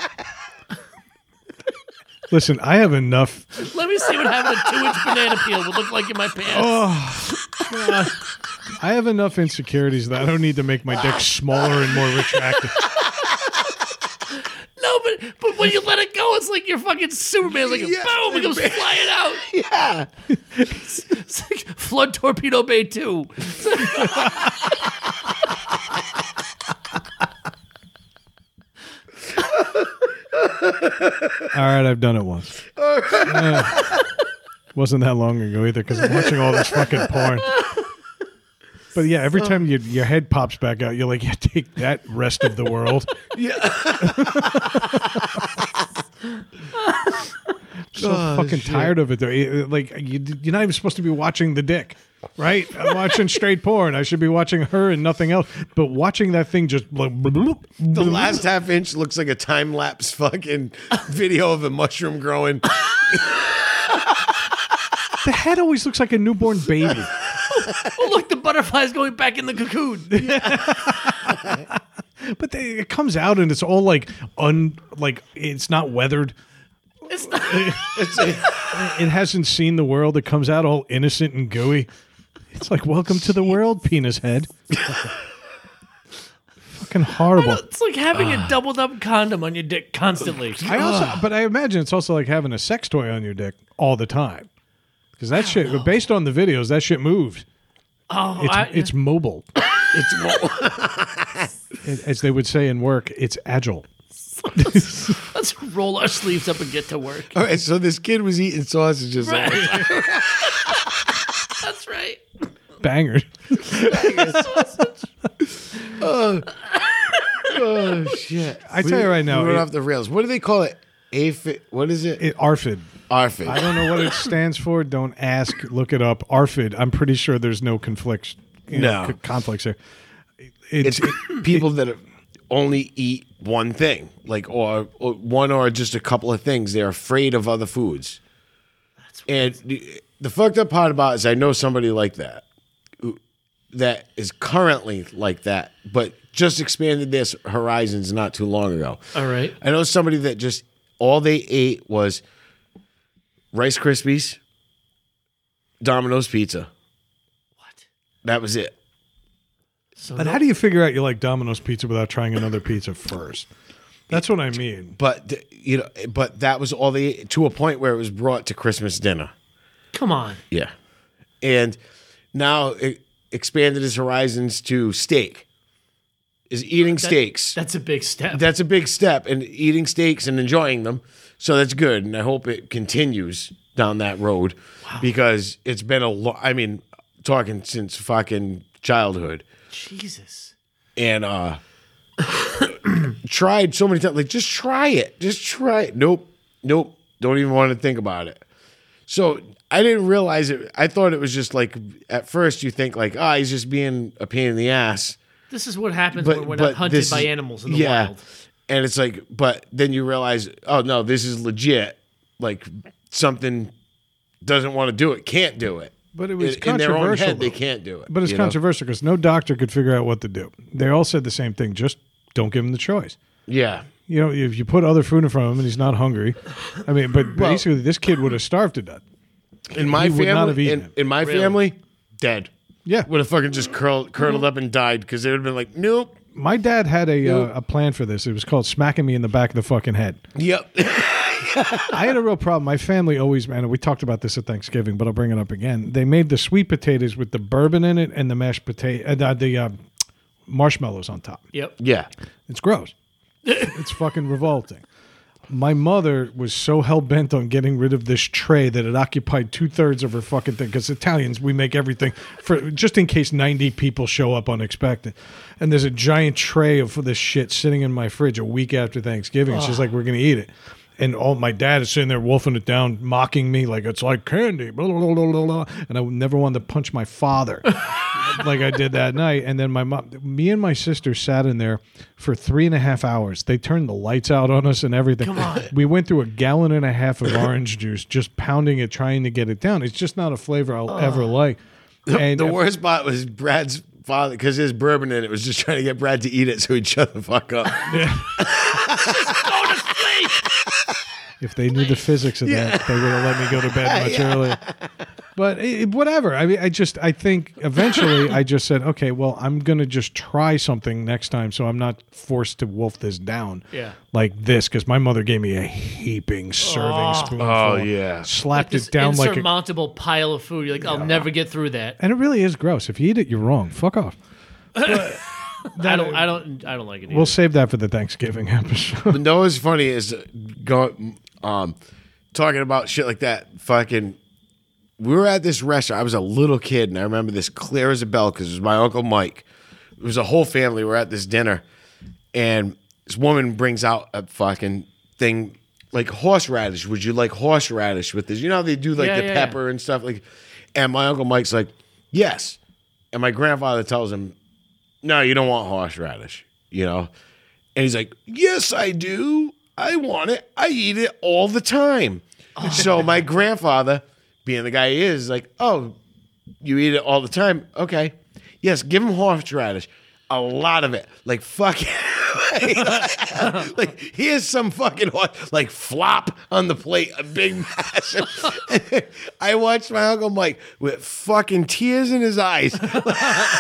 Listen, I have enough.
Let me see what having a two inch banana peel would look like in my pants.
Oh.
I have enough insecurities that I don't need to make my dick smaller and more retracted.
No, but but when you let it go, it's like you're fucking Superman. It's like
Yeah.
boom, it goes flying out.
Yeah.
It's like flood torpedo bay two.
All right, I've done it once. Uh, wasn't that long ago either because I'm watching all this fucking porn. But yeah, every time you, your head pops back out, you're like, yeah, take that rest of the world. so fucking tired of it though. It- it- Like you, you're not even supposed to be watching the dick, right? I'm watching straight porn. I should be watching her and nothing else. But watching that thing just like, bloop,
The last half inch looks like a time lapse fucking video of a mushroom growing.
the head always looks like a newborn baby.
Oh look, the butterfly's going back in the cocoon.
But they, it comes out and it's all like un like it's not weathered.
It's not,
It's like,
It hasn't seen the world. It comes out all innocent and gooey. It's like welcome to the world, penis head. Fucking horrible.
it's like having a doubled up condom on your dick constantly.
I also, but I imagine it's also like having a sex toy on your dick all the time. Because that shit, based on the videos, that shit moves.
Oh,
It's,
I,
it's mobile,
it's mo-
as they would say in work. It's agile.
let's roll our sleeves up and get to work.
All right, so this kid was eating sausages.
That's right.
Banger.
Oh shit!
I tell you right now,
we went
it-
off the rails. What do they call it? Aphi What is it?
It, ARFID.
Arfid.
I don't know what it stands for. Don't ask. Look it up. ARFID. I'm pretty sure there's no conflicts. You know,
No.
c- conflicts there. It's,
It's people that only eat one thing, like or, or one or just a couple of things. They're afraid of other foods. and the- the fucked up part about it is I know somebody like that who- that is currently like that, but just expanded their s- horizons not too long ago.
All right.
I know somebody that just all they ate was Rice Krispies, Domino's pizza.
What?
That was it.
So
but
no-
how do you figure out you like Domino's pizza without trying another pizza first? That's what I mean.
But th- you know, but that was all they ate, to a point where it was brought to Christmas dinner.
come on.
Yeah, and now it expanded his horizons to steak. Is eating steaks.
That's a big step.
that's a big step in eating steaks and enjoying them. So that's good, and I hope it continues down that road because it's been a lo- I mean, talking since fucking childhood,
Jesus.
and uh tried so many times. Like, just try it, just try it. Nope, nope. Don't even want to think about it. So I didn't realize it. I thought it was just like at first you think like, ah, he's just being a pain in the ass
This is what happens
but,
when we're
but
not hunted
this
by
is-
animals in the
yeah.
wild.
And it's like, but then you realize, oh no, this is legit. Like something doesn't want to do it, can't do it.
But it was
in, in their own
controversial,
head, they
though.
can't do it.
But it's
you know?
controversial because no doctor could figure out what to do. They all said the same thing: just don't give him the choice.
Yeah,
You know, if you put other food in front of him and he's not hungry, I mean, but basically this kid would have starved to death.
in my
would not have
family,
eaten
in,
it.
in my
Really?
family, dead.
Yeah.
Mm-hmm. would have fucking just curled curled up and died because they would have been like, nope,
My dad had a uh, a plan for this. It was called smacking me in the back of the fucking head.
Yep.
I had a real problem. My family always, man, we talked about this at Thanksgiving, but I'll bring it up again. They made the sweet potatoes with the bourbon in it and the mashed potato, uh, the- the uh, marshmallows on top.
Yep.
yeah.
It's gross. it's fucking revolting. My mother was so hell bent on getting rid of this tray that it occupied two thirds of her fucking thing. Because Italians, we make everything for just in case ninety people show up unexpected. And there's a giant tray of this shit sitting in my fridge a week after Thanksgiving. She's like, "We're gonna eat it," and all my dad is sitting there wolfing it down, mocking me like it's like candy, blah, blah, blah, blah, blah, blah. and I never wanted to punch my father like I did that night. And then my mom, me and my sister sat in there for three and a half hours. They turned the lights out on us and everything. Come on. We went through a gallon and a half of orange juice, just pounding it, trying to get it down. It's just not a flavor I'll ever like. And
the worst part was Brad's father because his bourbon in it was just trying to get Brad to eat it so he'd shut the fuck up.
if they knew the physics of that, they would have let me go to bed much earlier. But it, it- whatever. I mean, I just, I think eventually I just said, okay, well, I'm going to just try something next time so I'm not forced to wolf this down
Yeah.
like this because my mother gave me a heaping serving spoonful.
Oh, yeah.
Slapped
This
it down like a.
insurmountable pile of food. You're like, I'll never get through that.
And it really is gross. If you eat it, you're wrong. Fuck off.
I don't. I don't. I don't like it. Either.
We'll save that for the Thanksgiving episode.
But no, what's funny is uh, go um, talking about shit like that. Fucking, we were at this restaurant. I was a little kid, and I remember this clear as a bell because it was my uncle Mike. It was a whole family. We're at this dinner, and this woman brings out a fucking thing like horseradish. Would you like horseradish with this? You know how they do like
Yeah,
the
yeah, yeah.
pepper and stuff. Like, and my uncle Mike's like, yes. And my grandfather tells him, no, you don't want horseradish, you know? And he's like, yes, I do. I want it. I eat it all the time. So my grandfather, being the guy he is, is like, oh, you eat it all the time. Okay. Yes, give him horseradish. A lot of it. Like, fuck like, here's some fucking hor- like flop on the plate, a big massive. I watched my uncle Mike with fucking tears in his eyes,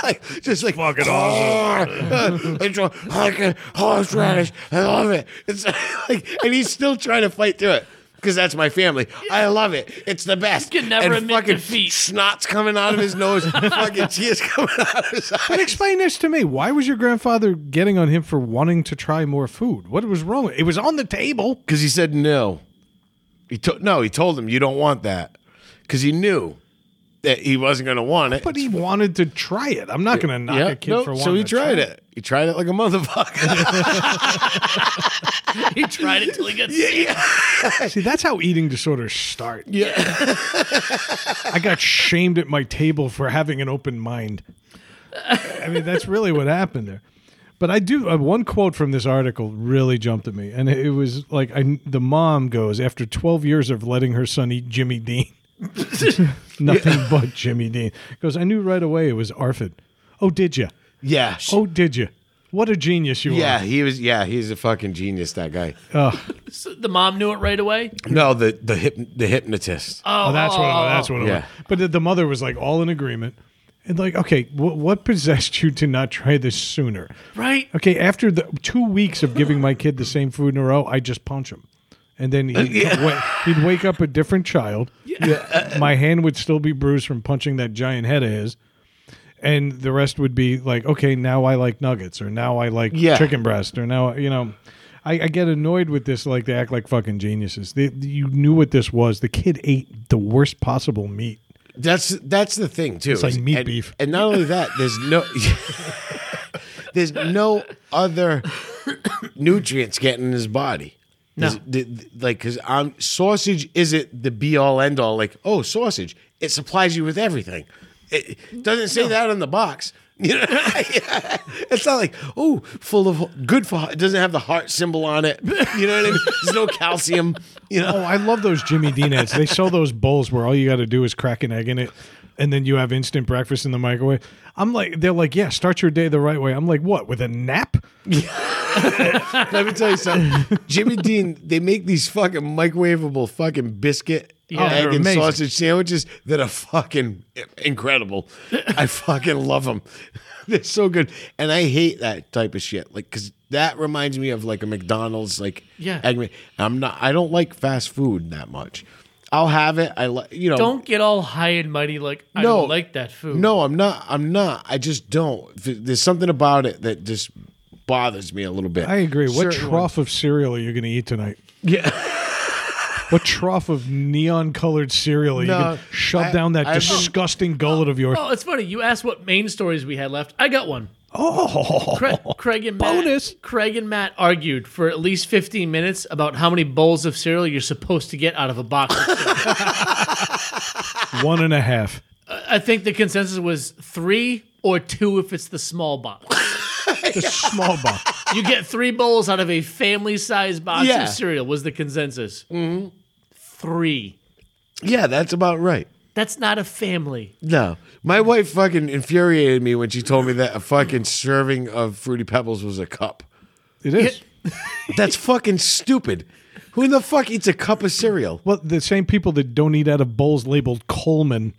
like, just like fucking awesome. it's all fucking horseradish. I love it. It's like, and he's still trying to fight through it. Because that's my family. I love it. It's the best.
You can never
and
admit
fucking
defeat.
Snot's coming out of his nose. fucking tears coming out of his eyes.
but explain this to me. Why was your grandfather getting on him for wanting to try more food? What was wrong? with- It was on the table.
Because he said no. He to- no, he told him you don't want that. Because he knew that he wasn't going to want it.
But he wanted to try it. I'm not going to knock
Yeah,
a kid
no,
for wanting
so he
to
tried
try
it. He tried it like a motherfucker.
he tried it till he got sick.
See, that's how eating disorders start.
yeah.
I got shamed at my table for having an open mind. I mean, that's really what happened there. But I do uh, one quote from this article really jumped at me, and it, it was like I, the mom goes after 12 years of letting her son eat Jimmy Dean, nothing but Jimmy Dean. Goes, I knew right away it was Arfid. Oh, did you?
Yeah.
Oh, did you? What a genius you
Yeah,
are!
he was. Yeah, he's a fucking genius. That guy.
So the mom knew it right away.
No, the the hyp, the hypnotist.
Oh, that's what
oh,
that's what it
Yeah.
was. But the, the mother was like all in agreement, and like, okay, wh- what possessed you to not try this sooner?
Right.
Okay, after the two weeks of giving my kid the same food in a row, I just punch him. And then he'd, wa- he'd wake up a different child. Uh, My hand would still be bruised from punching that giant head of his. And the rest would be like, okay, now I like nuggets, or now I like
Yeah.
chicken breast, or now, you know. I, I get annoyed with this, like they act like fucking geniuses. They, you knew what this was. The kid ate the worst possible meat.
That's that's the thing too. It's
like meat
and,
beef.
And not only that, there's no there's no other nutrients getting in his body.
No.
There's- the- the- like because I'm sausage isn't the be all end all. Like oh sausage, it supplies you with everything. It it doesn't say that on the box. You know, it's not like oh, full of good for. It doesn't have the heart symbol on it. You know what I mean? There's no calcium. You know,
Oh, I love those Jimmy Dean ads. They sell those bowls where all you got to do is crack an egg in it, and then you have instant breakfast in the microwave. I'm like, they're like, yeah, start your day the right way. I'm like, what with a nap?
Let me tell you something. Jimmy Dean, they make these fucking microwavable fucking biscuit,
Yeah.
egg,
They're
and
amazing.
sausage sandwiches that are fucking incredible. I fucking love them. They're so good, and I hate that type of shit. Like, cause that reminds me of like a McDonald's, like
Yeah.
egg Mc- I'm not. I don't like fast food that much. I'll have it. I like you know.
Don't get all high and mighty like I
No.
don't like that food.
No, I'm not. I'm not. I just don't. Th- There's something about it that just bothers me a little bit.
I agree. What
Certain
trough of cereal are you going to eat tonight?
Yeah.
What trough of neon colored cereal are you
No,
going to shove
I-
down that
I-
disgusting gullet of yours?
Oh, it's funny. You asked what main stories we had left. I got one.
Oh,
Craig, Craig and Matt,
Bonus.
Craig and Matt argued for at least 15 minutes about how many bowls of cereal you're supposed to get out of a box. of cereal.
one and a half.
I think the consensus was three or two if it's the small box.
The small box.
You get three bowls out of a family-sized box
Yeah.
of cereal was the consensus. Mm-hmm. Three.
Yeah, that's about right.
That's not a family.
No, my wife fucking infuriated me when she told me that a fucking serving of fruity pebbles was a cup.
It is.
That's fucking stupid. Who in the fuck eats a cup of cereal?
Well, the same people that don't eat out of bowls labeled Coleman.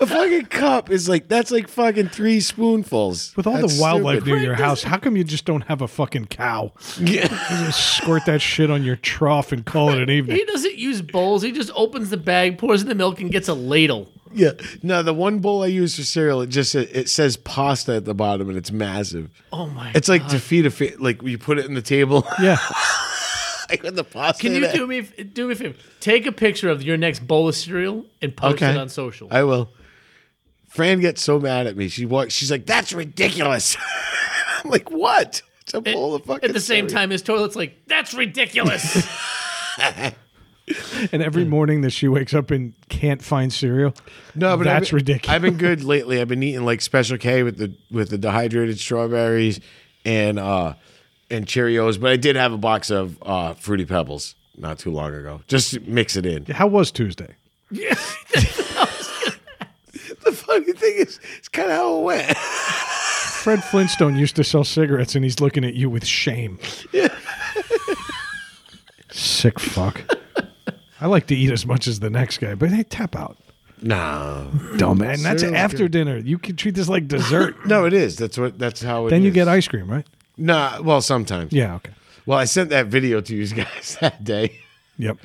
A fucking cup is like that's like fucking three spoonfuls.
With all
That's
the wildlife
stupid.
near your house, how come you just don't have a fucking cow?
Yeah.
You just squirt that shit on your trough and call it an evening.
He doesn't use bowls. He just opens the bag, pours in the milk, and gets a ladle.
yeah. No, the one bowl I use for cereal, it just it says pasta at the bottom and it's massive.
Oh my!
It's like to feed a fi- like you put it in the table.
Yeah.
like with the pasta.
Can
in
you
it.
do me do me a favor? Take a picture of your next bowl of cereal and post
Okay.
it on social.
I will. Fran gets so mad at me. She walks. She's like, "That's ridiculous." I'm like, "What?" It's a bowl of fucking.
At the same
cereal."
time, his toilet's like, "That's ridiculous."
And every morning that she wakes up and can't find cereal.
no, but I've
that's
been-
ridiculous.
I've been good lately. I've been eating like Special K with the with the dehydrated strawberries and uh and Cheerios. But I did have a box of uh fruity pebbles not too long ago. Just to mix it in.
How was Tuesday?
The funny thing is, it's kind of how it went.
Fred Flintstone used to sell cigarettes and he's looking at you with shame. Sick fuck. I like to eat as much as the next guy, but hey, tap out.
no,
Dumb And that's
Cereal's
after dinner. You can treat this like dessert.
no, it is. That's what. That's how it
then you
is.
get ice cream, right?
Nah, well, sometimes.
Yeah, okay.
Well, I sent that video to you guys that day.
Yep.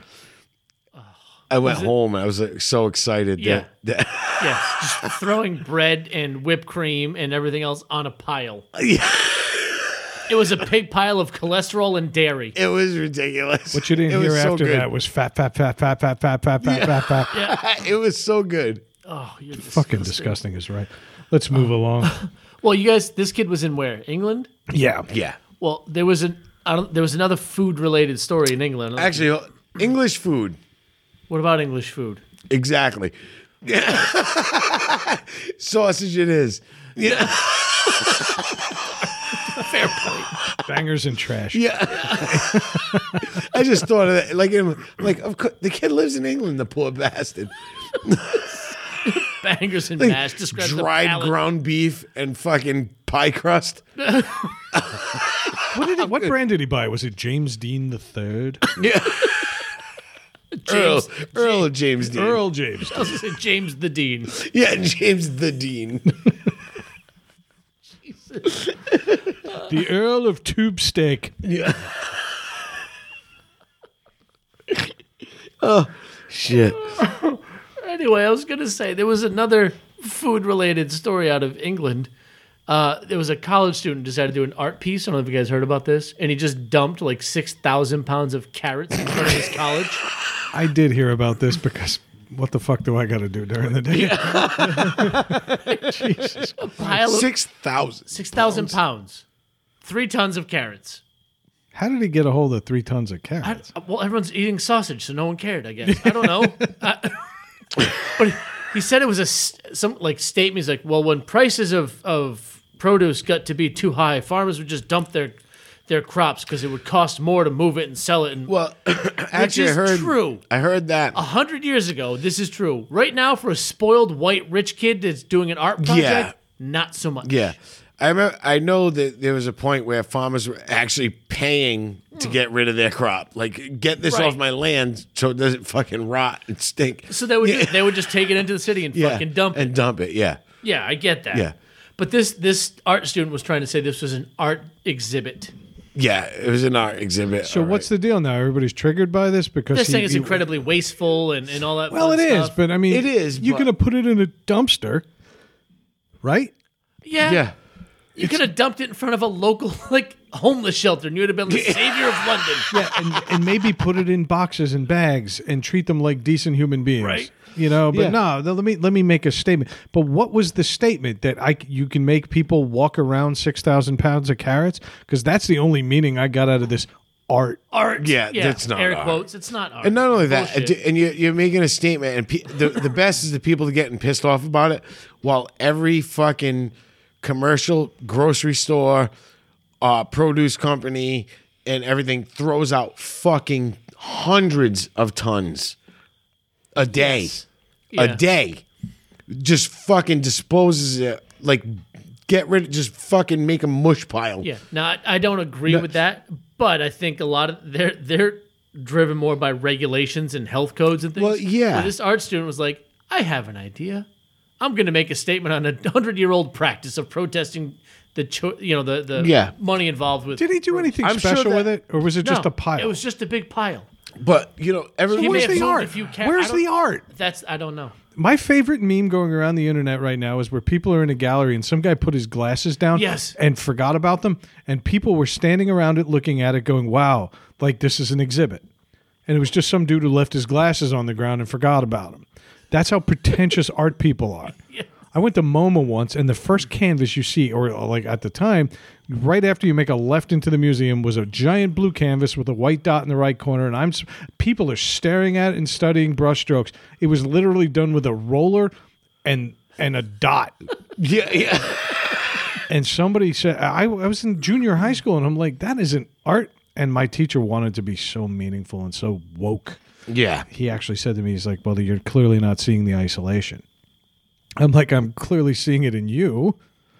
I went home and I was like so excited
Yeah.
that,
yes, just throwing bread and whipped cream and everything else on a pile.
Yeah.
It was a big pile of cholesterol and dairy.
it was ridiculous.
What you
it
didn't hear
was so
after
good.
that was fat, fat, fat, fat, fat, fat, fat, fat, fat, fat.
it was so good.
Oh, you're just
Fucking disgusting is right. Let's move along.
Well, you guys, this kid was in where? England?
Yeah.
Yeah.
Well, there was an I don't, there was another food related story in England.
Actually, English food.
what about English food?
Exactly. Sausage it is.
Fair point.
Bangers and trash.
I just thought of that. Like, in, like of course, the kid lives in England, the poor bastard.
Bangers and mash. Describe the
Dried
palate.
ground beef and fucking pie crust.
What, did he, what brand did he buy? Was it James Dean the Third?
Yeah. Earl,
James-
Earl of James Dean.
Earl James.
I was gonna say James the Dean.
Yeah, James the Dean.
The Earl of Tube Steak.
Yeah. oh shit.
Anyway, I was gonna say there was another food-related story out of England. Uh, there was a college student decided to do an art piece. I don't know if you guys heard about this, and he just dumped like six thousand pounds of carrots in front of his college.
I did hear about this because what the fuck do I got to do during the day?
Pile of
Six thousand.
six thousand pounds, three tons of carrots.
How did he get a hold of three tons of carrots?
Uh, Well, everyone's eating sausage, so no one cared. I guess I don't know. I- but he- he said it was a s- some like statement. He's like, well, when prices of of produce got to be too high, farmers would just dump their their crops because it would cost more to move it and sell it. And
Well, actually, I
is
heard.
true. Ah.
I heard that.
a hundred years ago, this is true. Right now, for a spoiled white rich kid that's doing an art project,
Yeah.
not so much.
Yeah, I remember, I know that there was a point where farmers were actually paying to get rid of their crop. Like, get this
Mm. Right.
off my land so it doesn't fucking rot and stink.
So they would do- they would just take it into the city and fucking dump it.
and dump it. Yeah,
Yeah, I get that.
Yeah.
But this this art student was trying to say this was an art exhibit.
yeah. It was an art exhibit.
So what's the deal now? Everybody's triggered by this because
This
he-
thing is
he-
incredibly wasteful and, and all that.
Well,
fun
it is,
stuff.
but I mean,
It is,
You
but-
could have put it in a dumpster, right?
yeah,
yeah.
you could have dumped it in front of a local like homeless shelter, and you would have been the savior of London.
Yeah, and, and maybe put it in boxes and bags and treat them like decent human beings.
Right.
You know, but
Yeah.
no, th- let me let me make a statement. But what was the statement that I c- you can make people walk around six thousand pounds of carrots? Because that's the only meaning I got out of this art.
Art.
Yeah, that's not
air
art.
quotes. It's not art.
And not only that,
Bullshit.
and you, you're making a statement, and pe- the, the best is the people that getting pissed off about it, while every fucking commercial grocery store, uh, produce company, and everything throws out fucking hundreds of tons a day.
Yeah.
A day. Just fucking disposes it. Like, get rid of, just fucking make a mush pile.
Yeah. Now I, I don't agree with that, but I think a lot of they're they're driven more by regulations and health codes and things.
Well, yeah.
Where this art student was like, I have an idea. I'm going to make a statement on a hundred year old practice of protesting the cho- you know the the
Yeah.
money involved with.
Did he do anything
I'm sure
special
that-
with it, or was it just
No,
a pile?
It was just a big pile.
But, you know, everyone.
He may
Where's
have
the
sold
art?
a few ca-
Where's
I don't-
the art?
That's I don't know.
My favorite meme going around the internet right now is where people are in a gallery and some guy put his glasses down
Yes.
and forgot about them, and people were standing around it looking at it, going, "Wow, like this is an exhibit," and it was just some dude who left his glasses on the ground and forgot about them. That's how pretentious art people are. I went to MoMA once, and the first canvas you see, or uh, like at the time, right after you make a left into the museum, was a giant blue canvas with a white dot in the right corner. And I'm s- people are staring at it and studying brushstrokes. It was literally done with a roller and and a dot.
Yeah, yeah.
And somebody said, I, I was in junior high school, and I'm like, that isn't art. And my teacher wanted to be so meaningful and so woke
Yeah.
he actually said to me, he's like, well, you're clearly not seeing the isolation. I'm like, I'm clearly seeing it in you.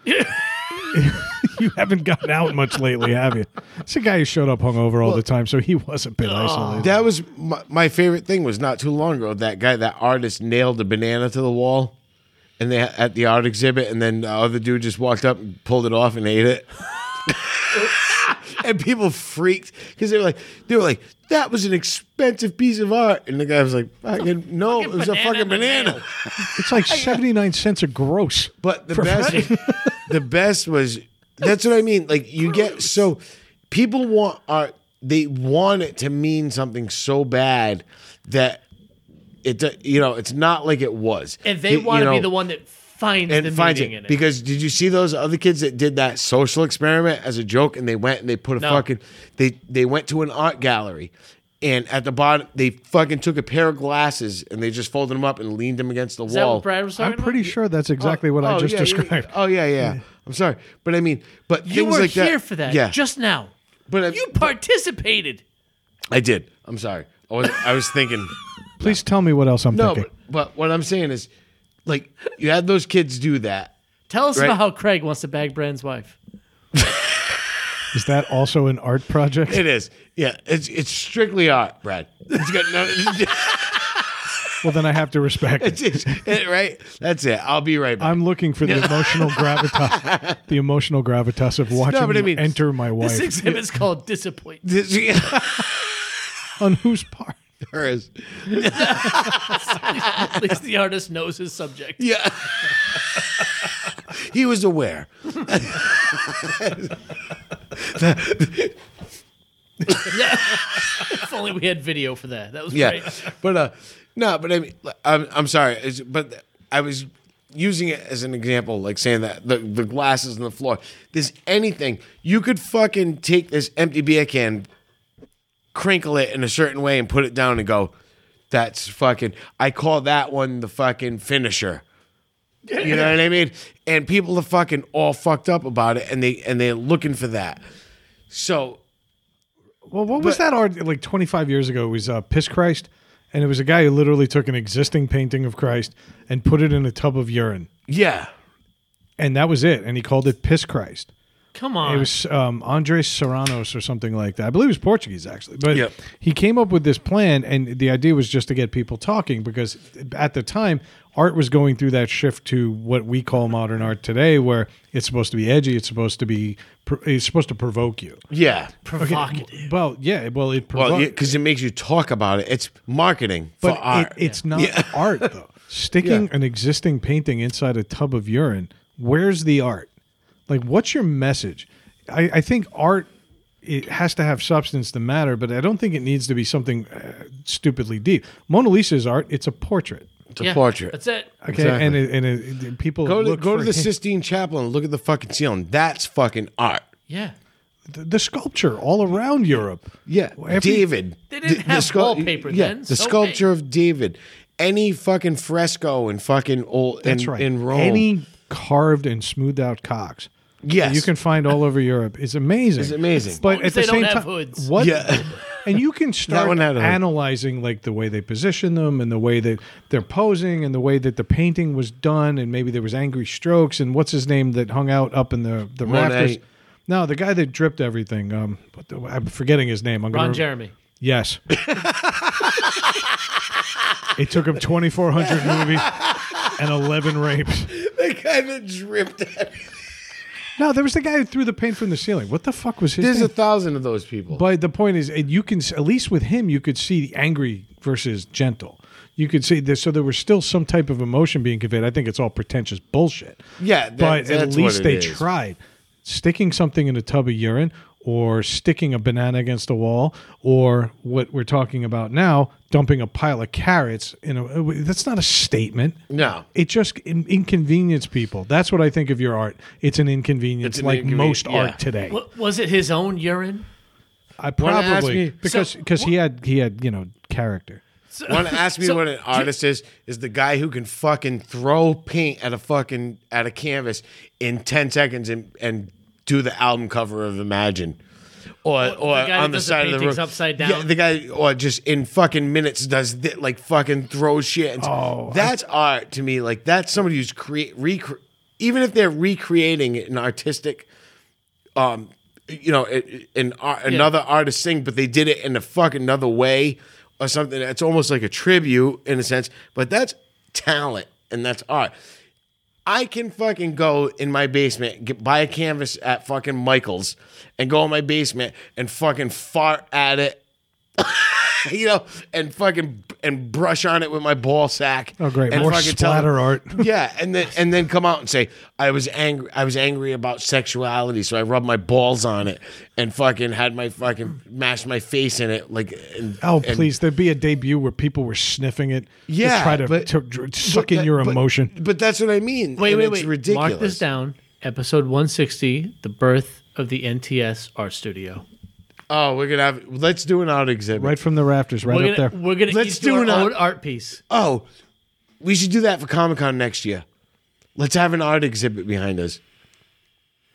you haven't gotten out much lately, have you? It's a guy who showed up hungover all the time, so he was a bit isolated.
That was my, my favorite thing. Was not too long ago that guy, that artist, nailed a banana to the wall, and they at the art exhibit, and then the other dude just walked up and pulled it off and ate it. and people freaked because they were like, they were like, that was an expensive piece of art, and the guy was like, fucking, no, it was a
banana
fucking
in the
banana.
mail.
It's like 79 cents a gross.
But the best, the best was that's what I mean. Like you get so people want art. They want it to mean something so bad that it do- you know it's not like it was.
And they
You- you
want to be
know,
the one that finds the
and finds it,
meaning in it.
because did you see those other kids that did that social experiment as a joke and they went and they put a
No.
fucking they they went to an art gallery. And at the bottom, they fucking took a pair of glasses and they just folded them up and leaned them against the
Is that
wall.
what Brad was talking
I'm pretty
about?
sure that's exactly what I
Oh,
just
yeah, yeah,
described.
oh yeah, yeah. I'm sorry, but I mean, but
You
things
were
like
here
that,
for that.
Yeah,
Just now.
but I,
You participated.
I did. I'm sorry. I was I was thinking.
Please tell me what else I'm
no, but,
thinking.
but what I'm saying is, like, you had those kids do that.
Tell us
Right.
about how Craig wants to bag Brand's wife.
Is that also an art project?
It is, yeah. It's it's strictly art, Brad. It's got no,
Well, then I have to respect it.
it's, it's, it- right. That's it. I'll be right back.
I'm looking for the emotional gravitas, the emotional gravitas of watching
but I
you
mean,
enter my
This
wife.
exhibit's called Disappoint.
This-
On whose part?
Hers.
At least the artist knows his subject.
Yeah. he was aware.
if only we had video for that. That was
Yeah,
great.
but uh, no, but I mean, like, I'm, I'm sorry, it's, but I was using it as an example, like saying that the, the glasses on the floor. There's anything you could fucking take this empty beer can, crinkle it in a certain way, and put it down and go, that's fucking. I call that one the fucking finisher. You know what I mean? And people are fucking all fucked up about it, and they and they're looking for that. So
Well, what was that art like 25 years ago? It was uh, Piss Christ, and it was a guy who literally took an existing painting of Christ and put it in a tub of urine.
yeah,
and that was it. And he called it Piss Christ.
Come
It
on.
was um, Andres Serranos or something like that. I believe he was Portuguese actually, but
Yep.
he came up with this plan, and the idea was just to get people talking because at the time art was going through that shift to what we call modern art today, where it's supposed to be edgy, it's supposed to be, it's supposed to provoke you.
Yeah.
Provocative.
Well, yeah, well it provokes.
Well, because it makes you talk about it. It's marketing for
But
art.
It, it's not art though. Sticking an existing painting inside a tub of urine, where's the art? Like, what's your message? I, I think art it has to have substance to matter, but I don't think it needs to be something uh, stupidly deep. Mona Lisa's art; it's a portrait.
it's a
Yeah,
portrait.
That's it.
Okay, and it, and it, it- people
Go to,
look
go
for
to the
hint-
Sistine Chapel and look at the fucking ceiling. That's fucking art.
Yeah.
the, the sculpture all around Europe.
Yeah,
Every-
David.
They didn't have
sculp-
wallpaper
yeah,
then,
the
so
sculpture of David. Any fucking fresco in fucking old in,
That's right.
in Rome.
Any carved and smoothed out cocks.
Yes.
You can find all over Europe. It's amazing.
It's amazing.
But
long
at
as
the
they don't
same
have
time,
hoods.
what?
Yeah.
and you can start
one had a hood.
analyzing like the way they position them and the way that they're posing and the way that the painting was done and maybe there was angry strokes and what's his name that hung out up in the the
Monet.
rafters. No, the guy that dripped everything. Um, what the, I'm forgetting his name. I'm
Ron
gonna,
Jeremy.
Yes. it took him 2,400 movies and 11 rapes.
the guy that dripped. Out.
No, there was the guy who threw the paint from the ceiling. What the fuck was his
There's
name?
a thousand of those people.
But the point is, and you can at least with him, you could see the angry versus gentle. You could see this, so there was still some type of emotion being conveyed. I think it's all pretentious bullshit.
Yeah, that-
but at
that's what
least
it
they
is.
tried sticking something in a tub of urine, or sticking a banana against a wall, or what we're talking about now, dumping a pile of carrots. In a, uh, that's not a statement.
no,
It just in- inconvenienced people. That's what I think of your art. It's an inconvenience,
It's an
like
inconven-
most
yeah.
art today.
Wa- was it his own urine?
I
Wanna ask
probably
me-
because
So-
because he had he had you know character.
So-
Want to ask me
so-
what an artist is? Is the guy who can fucking throw paint at a fucking at a canvas in ten seconds and and do the album cover of Imagine, or or
guy that
on the
does the
side of the
paintings
room
upside
Yeah,
down?
the guy or just in fucking minutes does th- like fucking throw shit. And oh, that's art to me. Like that's somebody who's create recre- even if they're recreating an artistic um, you know, it- it- an ar- another artist thing, but they did it in a fucking another way or something. It's almost like a tribute in a sense, but that's talent and that's art. I can fucking go in my basement, get, buy a canvas at fucking Michael's, and go in my basement and fucking fart at it, you know, and fucking and brush on it with my ball sack.
Oh great,
and
more
fucking tell-
splatter art.
yeah, and then and then come out and say I was angry. I was angry about sexuality, so I rubbed my balls on it and fucking had my fucking mashed my face in it. Like, and,
Oh
and-
please, there'd be a debut where people were sniffing it.
Yeah,
to try to,
but-
to dr- suck
but
in
that-
your
but-
emotion.
But, that's what I mean.
Wait,
and
wait,
it's
wait.
Ridiculous.
Mark this down. Episode 160, The Birth of the NTS Art Studio.
Oh, we're gonna have. Let's do an art exhibit.
Right from the rafters, right
We're
up
gonna,
there.
we're gonna
Let's
each do,
do
our
an
own art piece.
Oh, we should do that for Comic Con next year. Let's have an art exhibit behind us.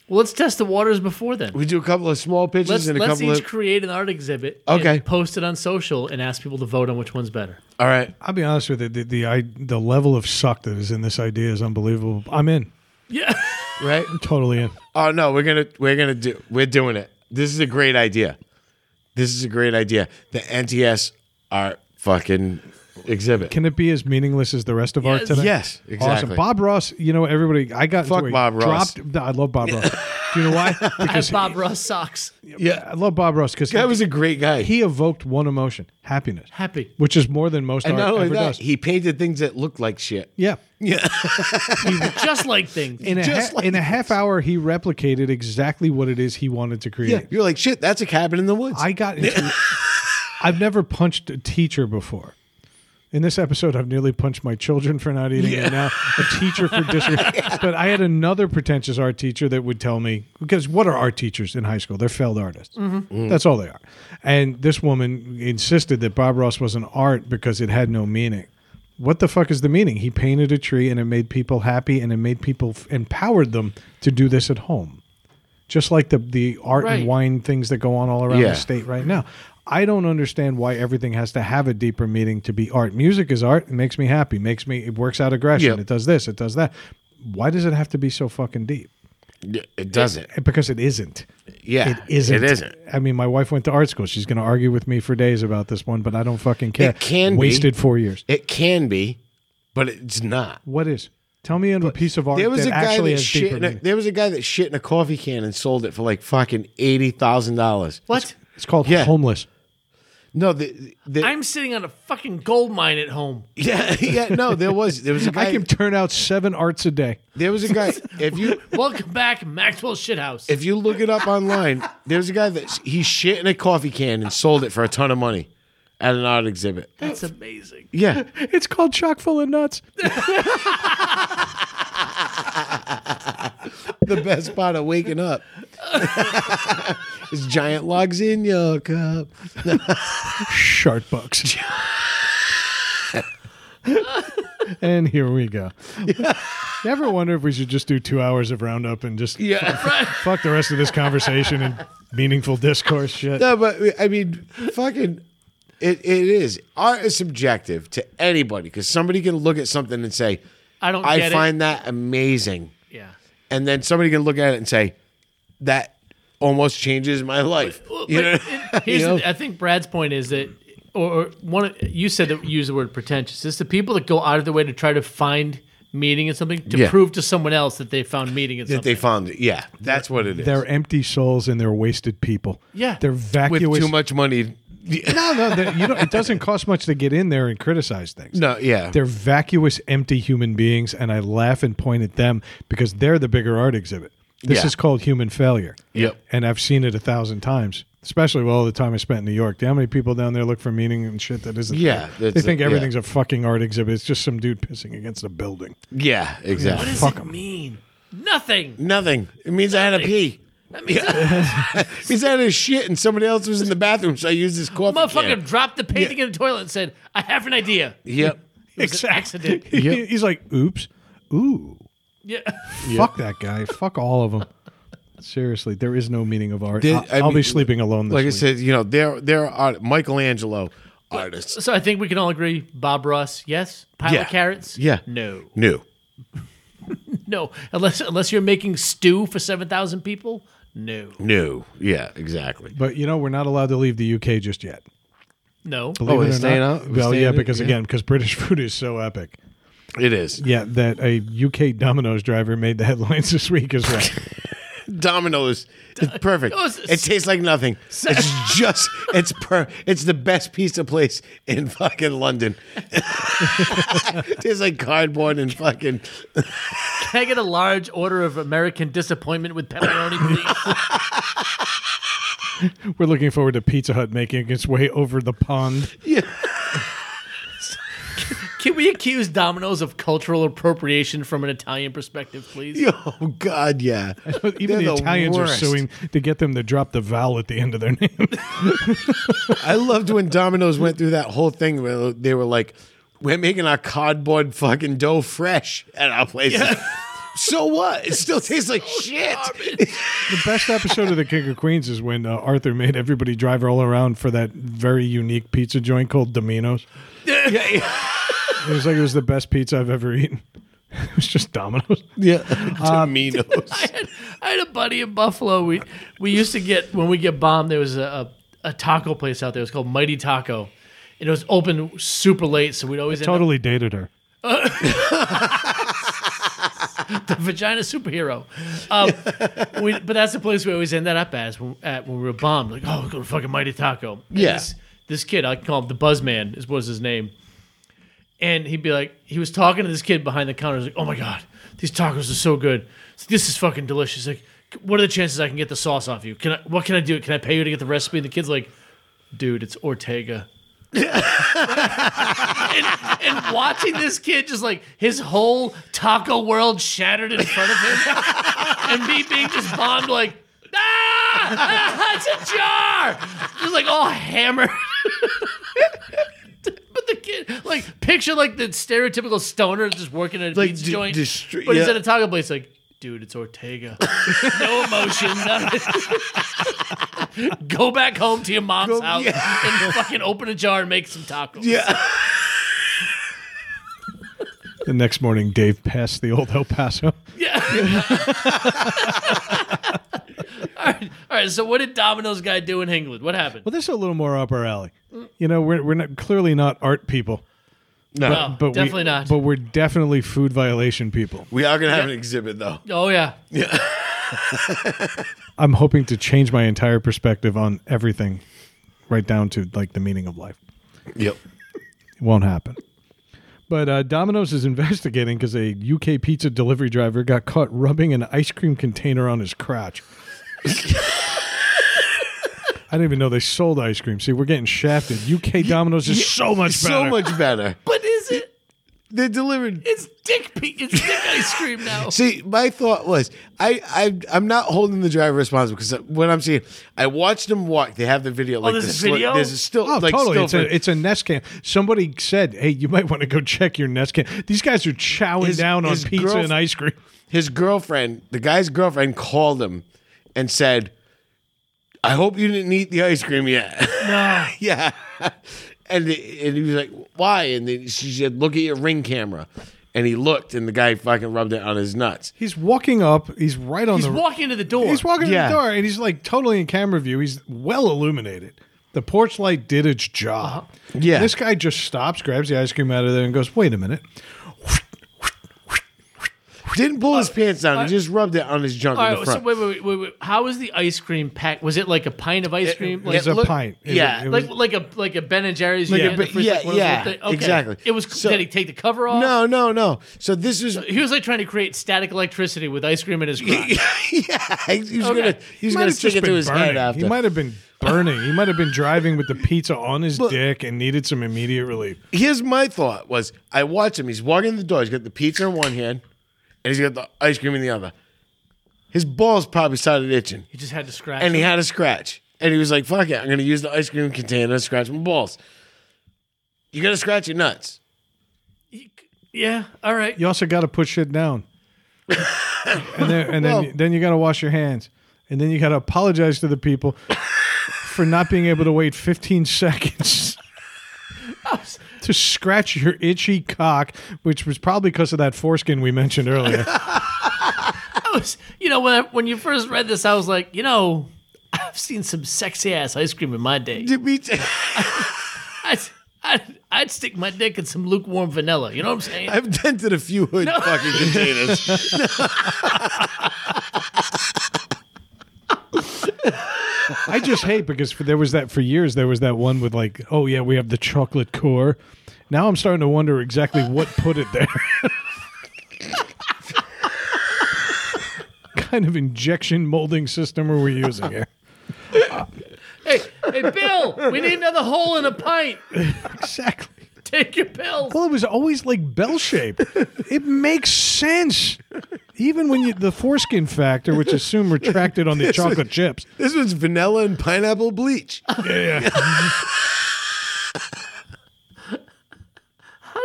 Well, let's test the waters before then.
We do a couple of small pictures
Let's,
and a
let's
couple
each
of.
create an art exhibit. and
Okay.
post it on social and ask people to vote on which one's better.
All right.
I'll be honest with you, the the, I, the level of suck that is in this idea is unbelievable. I'm in,
Yeah.
Right.
totally in.
Oh no, we're gonna we're gonna do we're doing it. This is a great idea. This is a great idea. The NTS art fucking exhibit.
Can it be as meaningless as the rest of art
Yes.
today?
yes, exactly.
Awesome. Bob Ross, you know everybody. I got
Fuck
into a
Bob Ross.
Dropped, no, I love Bob Ross. Do you know why?
I
Because
have Bob Ross socks.
I love Bob Ross because
That was a great guy.
he evoked one emotion, happiness.
Happy.
which is more than most
and
art
not only
ever
that,
does.
he painted things that looked like shit.
Yeah.
Just like things.
In a,
Just
ha-
like
in a half hour, he replicated exactly what it is he wanted to create.
Yeah, you're like shit. That's a cabin in the woods.
I got into. I've never punched a teacher before. In this episode, I've nearly punched my children for not eating, and now a teacher for disrespect. But I had another pretentious art teacher that would tell me because what are art teachers in high school? They're failed artists. That's all they are. And this woman insisted that Bob Ross was an art because it had no meaning. What the fuck is the meaning? He painted a tree, and it made people happy, and it made people f- empowered them to do this at home just like the the art
Right.
and wine things that go on all around
Yeah.
the state right now. I don't understand why everything has to have a deeper meaning to be art. Music is art. It makes me happy. Makes me. It works out aggression.
Yep.
It does this. It does that. why does it have to be so fucking deep?
It doesn't.
Because it isn't.
Yeah.
It isn't.
It isn't.
I mean, my wife went to art school. She's going to argue with me for days about this one, but I don't fucking care.
It can be.
wasted four years.
It can be, but it's not.
What is? Tell me a piece of art
There was
that
a guy
actually
that
has
shit.
deeper
In a,
meaning.
there was a guy that shit in a coffee can and sold it for like fucking eighty thousand dollars.
What?
It's called
Yeah.
homeless.
No, the, the
I'm sitting on a fucking gold mine at home.
yeah yeah no. There was there was a
I
guy.
can turn out seven arts a day.
there was a guy. If you
Welcome back, Maxwell Shithouse.
if you look it up online, there's a guy that s- he shit in a coffee can and sold it for a ton of money at an art exhibit.
That's amazing.
Yeah,
It's called chock full of nuts.
the best part of waking up is giant logs in your cup.
Shark bucks. and here we go. You ever wonder if we should just do two hours of roundup and just
Yeah.
fuck the rest of this conversation and meaningful discourse shit?
No, but I mean, fucking, it, it is. Art is subjective to anybody because somebody can look at something and say,
I don't
I
get
find that amazing.
it. Yeah.
And then somebody can look at it and say, that almost changes my life. You know?
But here's
You know?
the, I think Brad's point is that, or, or one, of- you said that use the word pretentious. It's the people that go out of their way to try to find meaning in something to
Yeah.
prove to someone else that they found meaning in
That
something.
they found it. Yeah, that's what it is.
They're empty souls and they're wasted people.
Yeah.
They're
With
vacuous.
too much money.
No, no, they- you don't, it doesn't cost much to get in there and criticize things.
No, yeah.
They're vacuous, empty human beings, and I laugh and point at them because they're the bigger art exhibit. This
Yeah.
is called human failure.
Yep.
And I've seen it a thousand times, especially with all the time I spent in New York. Do you know How many people down there look for meaning and shit that isn't?
Yeah,
There?
that's
They think
it, yeah.
everything's a fucking art exhibit. It's just some dude pissing against a building.
yeah, exactly.
what does
Fuck
it
'em.
mean? Nothing.
Nothing. It means I had a pee.
That means
It means I had a shit and somebody else was in the bathroom, so I used this coffee
motherfucker
can.
dropped the painting in the toilet and said, "I have an idea." It
Yep.
was an accident.
Yep.
He's like, oops. Ooh.
Yeah.
Fuck that guy. Fuck all of them. Seriously, there is no meaning of art.
Did-
I'll,
I
I'll be
mean,
sleeping alone this
Like I
week.
said, you know, there there are Michelangelo artists.
So I think we can all agree. Bob Ross, yes. Pile
Yeah.
of carrots,
Yeah.
No,
New.
no. Unless unless you're making stew for seven thousand people, no,
New. Yeah, exactly.
But you know, we're not allowed to leave the UK just yet.
no.
Believe
we're
it or
Oh, staying
not.
out? We're
Well,
staying
yeah,
in?
because
Yeah.
again, because British food is so epic.
It is.
Yeah, that a UK Domino's driver made the headlines this week as well.
Domino's. It's perfect.
Oh, it's-
It tastes like nothing. It's just it's per it's the best pizza place in fucking London. it tastes like cardboard and fucking
Can I get a large order of American disappointment with pepperoni, please?
We're looking forward to Pizza Hut making its way over the pond.
Can we accuse Domino's of cultural appropriation from an Italian perspective, please?
Oh god, yeah.
Even
They're
the, Italians
worst.
are suing to get them to drop the vowel at the end of their name.
I loved when Domino's went through that whole thing where they were like, "We're making our cardboard fucking dough fresh at our place." So what? It still tastes like shit.
the best episode of The King of Queens is when uh, Arthur made everybody drive all around for that very unique pizza joint called Domino's.
Yeah, yeah.
It was like it was the best pizza I've ever eaten. It was just Domino's.
Um, Domino's.
I had, I had a buddy in Buffalo. We we used to get when we get bombed. There was a, a, a taco place out there. It was called Mighty Taco, and it was open super late. So we'd always end
Totally dated her.
up vagina superhero. Um, we, but that's the place we always ended up as when, at when we were bombed. Like, oh, we're going to fucking Mighty Taco. And
Yeah.
This, this kid, I call him the Buzzman, is was his name. And he'd be like, he was talking to this kid behind the counter. He's like, oh my God, these tacos are so good. It's like, this is fucking delicious. Like, what are the chances I can get the sauce off you? Can I, what can I do? Can I pay you to get the recipe? And the kid's like, dude, it's Ortega. and, and watching this kid just like his whole taco world shattered in front of him and me being just bombed like ah, ah, it's a jar just like all hammered but the kid like picture like the stereotypical stoner just working at a
Like,
pizza
d-
joint
distre-
but he's
yeah.
at a taco place like dude it's Ortega no emotion nothing. go back home to your mom's
Go-
house and fucking open a jar and make some tacos
Yeah.
The next morning, Dave passed the old El Paso.
All right, so what did Domino's guy do in England? What happened?
Well, this is a little more up our alley. You know, we're, we're not, clearly not art people.
No,
No.
but we,
Oh, definitely not.
But we're definitely food violation people.
we are gonna have an exhibit though.
oh yeah,
I'm hoping to change my entire perspective on everything, right down to like the meaning of life.
Yep.
It won't happen. But uh, Domino's is investigating because a UK pizza delivery driver got caught rubbing an ice cream container on his crotch. I didn't even know they sold ice cream. See, we're getting shafted. UK Domino's is so much better.
So much better.
but is it?
They delivered
It's dick. Pe- it's dick ice cream now.
See, my thought was, I, I, I'm not holding the driver responsible because what I'm seeing, I watched him walk. They have the video. Like
there's
the
a
sli-
video?
There's a still,
Oh,
like,
totally.
still
It's a,
footage.
it's a Nest can. Somebody said, hey, you might want to go check your Nest can. These guys are chowing
His-
down on
his
pizza
girlf-
and ice cream.
His girlfriend, the guy's girlfriend, called him and said, "I hope you didn't eat the ice cream yet."
No.
yeah, and the- and he was like, "Why?" And then she said, "Look at your ring camera." And he looked, and the guy fucking rubbed it on his nuts.
He's walking up. He's right on
He's
the
walking to the door.
He's walking
Yeah.
to the door and he's like totally in camera view. He's well illuminated. The porch light did its job.
Yeah.
This guy just stops, grabs the ice cream out of there, and goes, wait a minute.
Didn't pull
Uh,
his pants down; he just rubbed it on his junk
All
in the
right, so
front.
wait, wait, wait, wait, wait. How was the ice cream pack? Was it like a pint of ice cream?
It
Like,
was a
look-
pint. It-
yeah,
it was-
like like a like a Ben and Jerry's.
Like
you
a
get in the
Ben-
fridge, like
yeah,
one of those
yeah,
things.
exactly.
It was.
So-
did he take the cover off?
no, no, no. So this was
He was like trying to create static electricity with ice cream in his crotch.
yeah, he's
Okay.
gonna he's
might
gonna
have
stick
just
it
been
to his
burning.
head after.
He might have been burning. he might have been driving with the pizza on his dick and needed some immediate relief.
Here's my thought: was I watch him? He's walking in the door. He's got the pizza in one hand, and he's got the ice cream in the other. His balls probably started itching,
He just had to scratch.
and he
it.
had a scratch. And he was like, "Fuck it, I'm gonna use the ice cream container to scratch my balls." You gotta scratch your nuts.
yeah. All right.
You also got to put shit down. and then, and then, then you got to wash your hands. And then you got to apologize to the people for not being able to wait 15 seconds to scratch your itchy cock, which was probably because of that foreskin we mentioned earlier.
I was, you know, when I, when you first read this, I was like, you know, I've seen some sexy ass ice cream in my day.
Did we t-
I'd, I'd, I'd stick my dick in some lukewarm vanilla. You know what I'm saying?
I've dented a few hood fucking containers.
I just hate because for, there was that for years there was that one with like, oh yeah, we have the chocolate core. Now I'm starting to wonder exactly what put it there. kind of injection molding system are we using here?
hey, hey, Bill, we need another hole in a pint.
Exactly.
Take your pills.
Well, it was always like bell shape. It makes sense, even when you the foreskin factor, which is soon retracted on the chocolate chips.
this one's vanilla and pineapple bleach.
How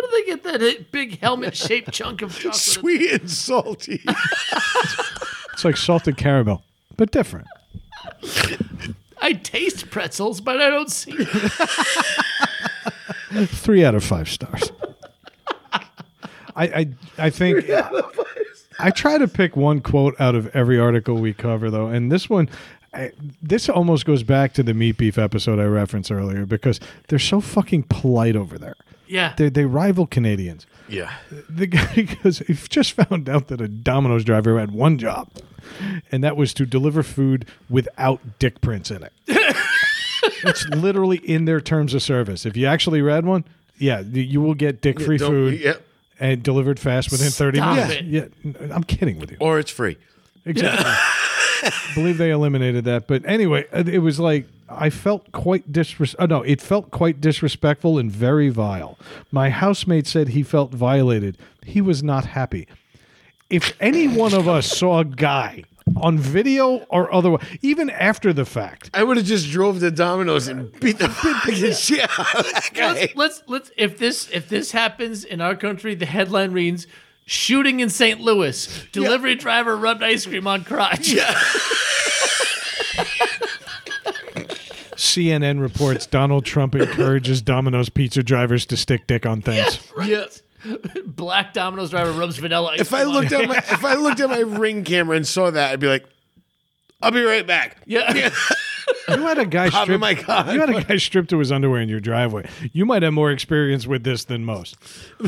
did they get that big helmet shaped chunk of chocolate?
Sweet and salty.
It's like salted caramel, but different.
I taste pretzels, but I don't see. them.
Three out of five stars. I, I I think I try to pick one quote out of every article we cover though, and this one, I, this almost goes back to the meat beef episode I referenced earlier because they're so fucking polite over there.
Yeah.
They they rival Canadians.
Yeah.
The guy goes, "I've just found out that a Domino's driver had one job, and that was to deliver food without dick prints in it." That's literally in their terms of service. If you actually read one, yeah, th- you will get dick-free
don't-
food
yep.
and delivered fast within thirty
Stop
minutes.
it.
Yeah, n- I'm kidding with you.
Or it's free.
Exactly. I believe they eliminated that, but anyway, uh, it it was like I felt quite disres- oh, no, it felt quite disrespectful and very vile. My housemate said he felt violated. He was not happy. If any one of us saw a guy on video or otherwise, even after the fact,
I would have just drove the Domino's and beat the fucking shit out of that guy.
let's, let's let's if this if this happens in our country, the headline reads Shooting in St. Louis. Delivery driver rubbed ice cream on crotch.
CNN reports Donald Trump encourages Domino's pizza drivers to stick dick on things.
Right.
Yeah.
Black Domino's driver rubs vanilla ice
If I
cream on
looked
it.
at my if I looked at my ring camera and saw that, I'd be like, I'll be right back.
yeah,
You had a guy
Pop in
strip.
my
You
car.
had a guy stripped to his underwear in your driveway. You might have more experience with this than most.
A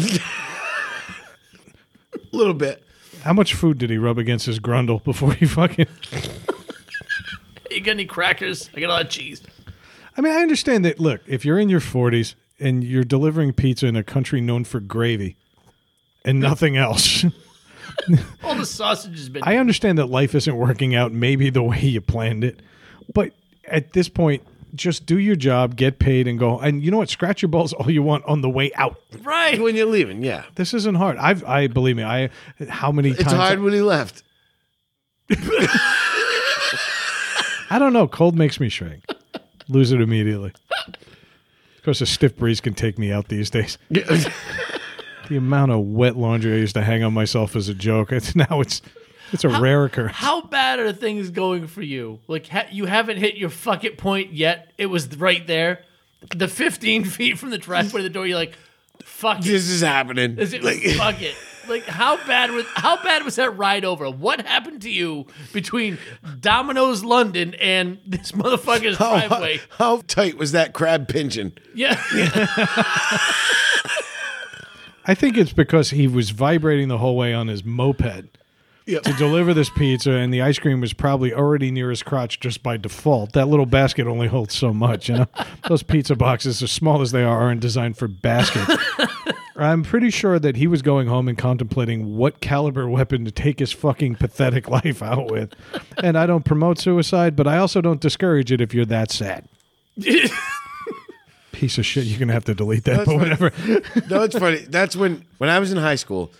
little bit.
How much food did he rub against his grundle before he fucking?
you got any crackers? I got a lot of cheese.
I mean, I understand that. Look, if you're in your 40s and you're delivering pizza in a country known for gravy and nothing else,
All the sausage has been.
I understand that life isn't working out maybe the way you planned it. But at this point, just do your job, get paid, and go. And you know what? Scratch your balls all you want on the way out.
right.
When you're leaving, yeah.
This isn't hard. I've, I believe me. I how many
It's
times?
hard when he left.
I don't know. Cold makes me shrink. Lose it immediately. Of course, a stiff breeze can take me out these days. The amount of wet laundry I used to hang on myself as a joke. It's now it's it's a rare occurrence.
How bad are things going for you? Like ha- you haven't hit your fuck it point yet. It was right there, the 15 feet from the driveway to the door. You're like, fuck it.
this is happening.
Is it
Like-
fuck it? Like how bad was how bad was that ride over? What happened to you between Domino's London and this motherfucker's
how,
driveway?
how tight was that crab pinching?
Yeah,
I think it's because he was vibrating the whole way on his moped to deliver this pizza, and the ice cream was probably already near his crotch just by default. That little basket only holds so much, you know. Those pizza boxes, as small as they are, aren't designed for baskets. I'm pretty sure that he was going home and contemplating what caliber weapon to take his fucking pathetic life out with. And I don't promote suicide, but I also don't discourage it if you're that sad. Piece of shit, you're gonna have to delete that, but whatever.
No, it's funny. That's when when I was in high school.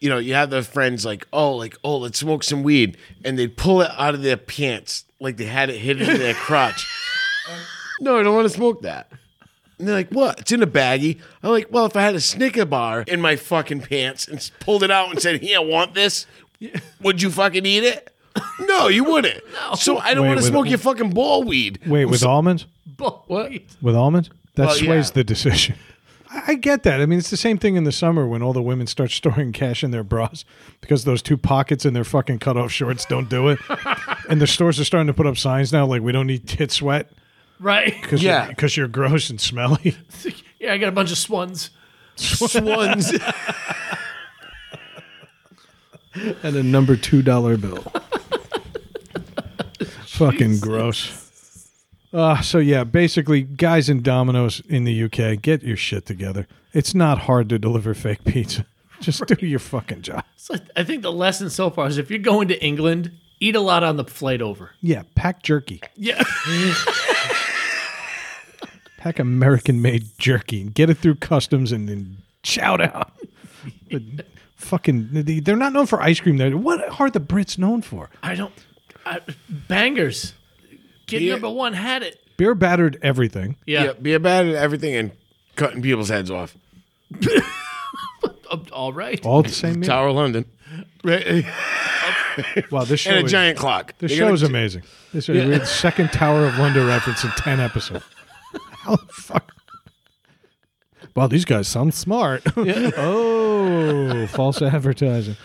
You know, you have the friends like, oh, like, oh, let's smoke some weed, and they'd pull it out of their pants like they had it hidden in their crotch. no, I don't want to smoke that. And they're like, what? It's in a baggie. I'm like, well, if I had a Snicker bar in my fucking pants and s- pulled it out and said, here, I want this, would you fucking eat it? No, you wouldn't. So I don't
Wait,
want to
with-
smoke your fucking ball weed.
Wait, with almonds?
Bull-
With almonds? That
Well,
sways
yeah.
the decision. I I get that. I mean, it's the same thing in the summer when all the women start storing cash in their bras because those two pockets in their fucking cutoff shorts don't do it. and the stores are starting to put up signs now like, we don't need tit sweat
right?
because
Yeah.
you're, 'cause you're gross and smelly.
Yeah, I got a bunch of swans.
Swans.
and a number $2 bill. fucking gross. Uh, so yeah, basically, guys in Domino's in the UK, get your shit together. It's not hard to deliver fake pizza. Just do your fucking job.
So I- I think the lesson so far is if you're going to England, eat a lot on the flight over.
Yeah, pack jerky.
Yeah,
Pack American made jerky and get it through customs and then shout out. But fucking, they- they're not known for ice cream. There, what are the Brits known for?
I don't. I, bangers. Kid
Yeah.
number one had it.
Beer battered everything.
Yeah,
Yeah, be bad at everything and cutting people's heads off.
Uh, all right.
All the same. meal.
Tower of London. Right.
Wow, this show
and a
is,
giant clock.
This
They're
show is
gonna-
amazing. This is the second Tower of London reference in ten episodes. How the fuck? Wow, these guys sound smart. oh, false advertising.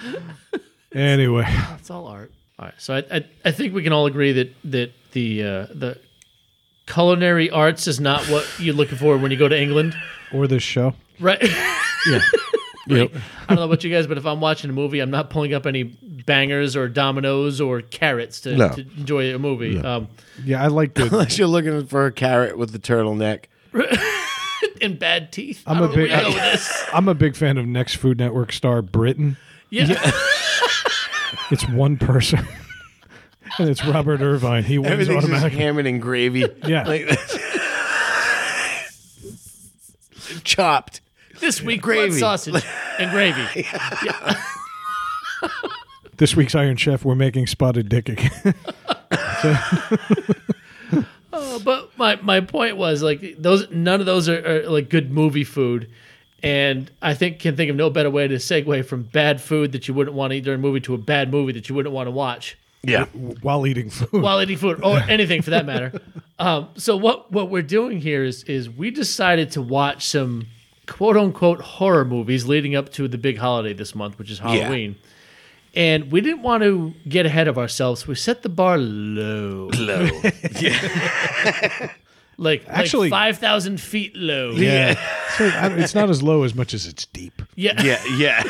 Anyway,
It's all art. All right. So I, I, I think we can all agree that that the uh, the culinary arts is not what you're looking for when you go to England,
or this show.
right? I don't know about you guys, but if I'm watching a movie, I'm not pulling up any bangers or dominoes or carrots to,
No.
to enjoy a movie. Um,
Yeah, I like the
Unless you're looking for a carrot with a turtleneck.
and bad teeth.
I'm a
I don't know where
big-
you go with this.
I'm a big fan of next Food Network star Britain.
Yeah.
It's one person, and it's Robert Irvine. He wins
Everything's just
automatically.
ham and gravy.
Yeah.
Like chopped.
This week,
Gravy.
gravy. sausage and gravy.
This week's Iron Chef, we're making spotted dick again.
Uh, But my, my point was like those none of those are, are like good movie food, and I think can think of no better way to segue from bad food that you wouldn't want to eat during a movie to a bad movie that you wouldn't want to watch
Yeah.
while eating food.
while eating food or anything for that matter. Um, so what what we're doing here is is we decided to watch some quote unquote horror movies leading up to the big holiday this month, which is Halloween. And we didn't want to get ahead of ourselves. We set the bar low. Low. yeah. like,
Actually-
Actually, 5,000 feet low.
Yeah. so I don't- it's not as low as much as it's deep.
Yeah.
Yeah, yeah.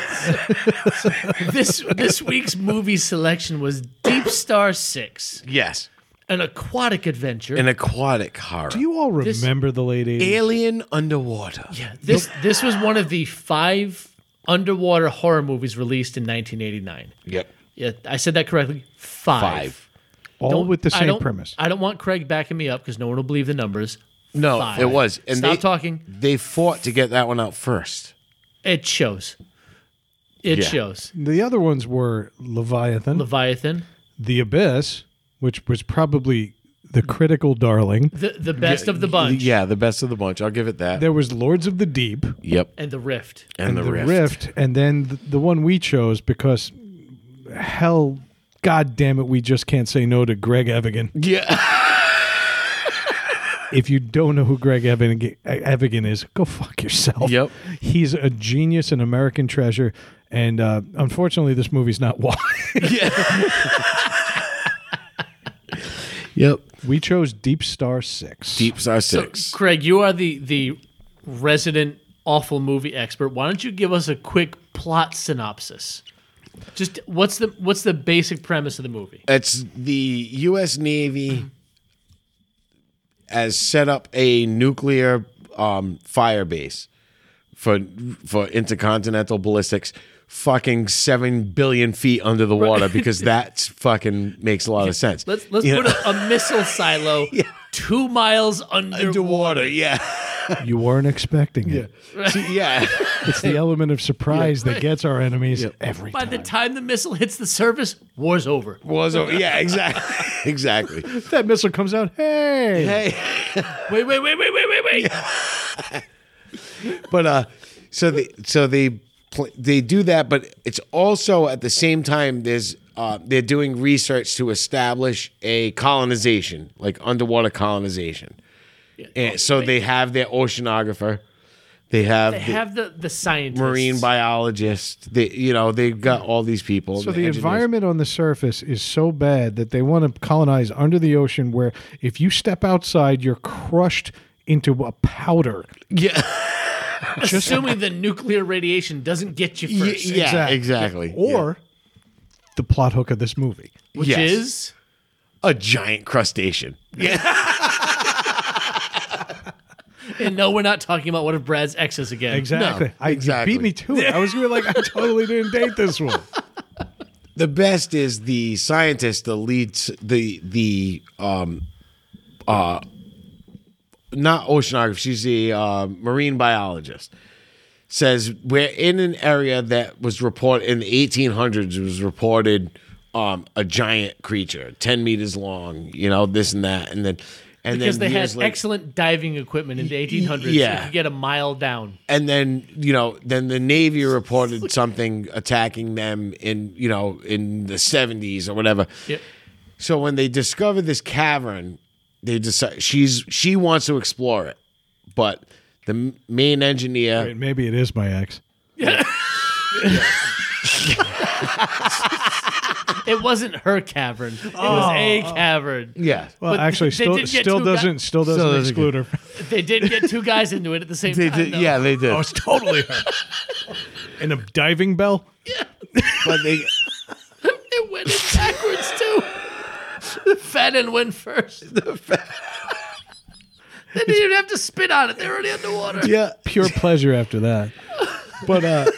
this this week's movie selection was Deep Star Six,
yes.
an aquatic adventure.
An aquatic horror.
Do you all remember the late 80s?
Alien underwater.
yeah, this this was one of the five underwater horror movies released in 1989.
Yep.
Yeah, I said that correctly. Five.
Five.
all
Don't-
with the
I
same
don't-
premise.
I don't want Craig backing me up because no one will believe the numbers.
No,
Five.
it was. And
Stop
they,
talking.
They fought to get that one out first.
It shows. It
Yeah.
shows.
the other ones were Leviathan,
Leviathan,
The Abyss, which was probably the critical darling.
the the best of the bunch,
Yeah, the best of the bunch. I'll give it that.
There was Lords of the Deep
yep.
and the Rift.
And, the, rift.
and then the, the one we chose because hell, god damn it, we just can't say no to Greg Evigan.
Yeah.
If you don't know who Greg Evigan, Evigan is, go fuck yourself.
Yep.
he's a genius, an American treasure, and uh, unfortunately, this movie's not why
Yep.
we chose Deep Star Six.
Deep Star 6.
Craig, you are the the resident awful movie expert. Why don't you give us a quick plot synopsis? Just what's the what's the basic premise of the movie?
it's the U.S. Navy has set up a nuclear um, fire base for for intercontinental ballistics, fucking seven billion feet under the water because that's fucking makes a lot of sense.
Let's let's put a, a missile silo two miles under.
Underwater, yeah,
You weren't expecting it.
yeah,
It's the element of surprise that gets our enemies every
By
time.
the time the missile hits the surface, war's over.
was over. yeah, exactly, exactly.
that missile comes out, hey,
Hey.
Wait, wait, wait, wait, wait, wait, wait.
but uh so they so they pl- they do that but it's also at the same time there's uh they're doing research to establish a colonization like underwater colonization and so they have their oceanographer they have,
They
the
have the the scientists.
marine biologist they you know they've got
Mm.
all these people
So the
engineers.
environment on the surface is so bad that they want to colonize under the ocean, where if you step outside, you're crushed into a powder.
yeah
assuming the nuclear radiation doesn't get you
yeah
first,
exactly, exactly.
Or the plot hook of this movie.
which
yes.
is
Yeah. a giant crustacean
and no, we're not talking about one of Brad's exes again.
Exactly. I, you
exactly.
beat me to it. I was gonna be like, I totally didn't date this one.
the best is the scientist, the leads, the the um, uh, not oceanographer. She's the uh, marine biologist. Says we're in an area that was reported in the 1800s. It was reported um, a giant creature, 10 meters long. You know this and that, and then and
Because
then
they
years
had
later-
excellent diving equipment in the 1800s.
yeah.
You could get a mile down.
and then you know then the navy reported something attacking them in you know in the 70s or whatever
Yep.
so when they discover this cavern they decide she's she wants to explore it but the m- main engineer
And maybe it is my ex.
It wasn't her cavern. It was a
Oh.
cavern.
yeah
Well,
But
actually,
they
still
did get
still
two guys-
doesn't still doesn't
doesn't
exclude her.
They did get two guys into it at the same
they
time.
did,
though.
yeah they did
Oh, it's totally her. and a diving bell.
but they
It went in backwards too. The Fennon went first. they didn't even have to spit on it. They were already underwater.
yeah
Pure pleasure after that.
but uh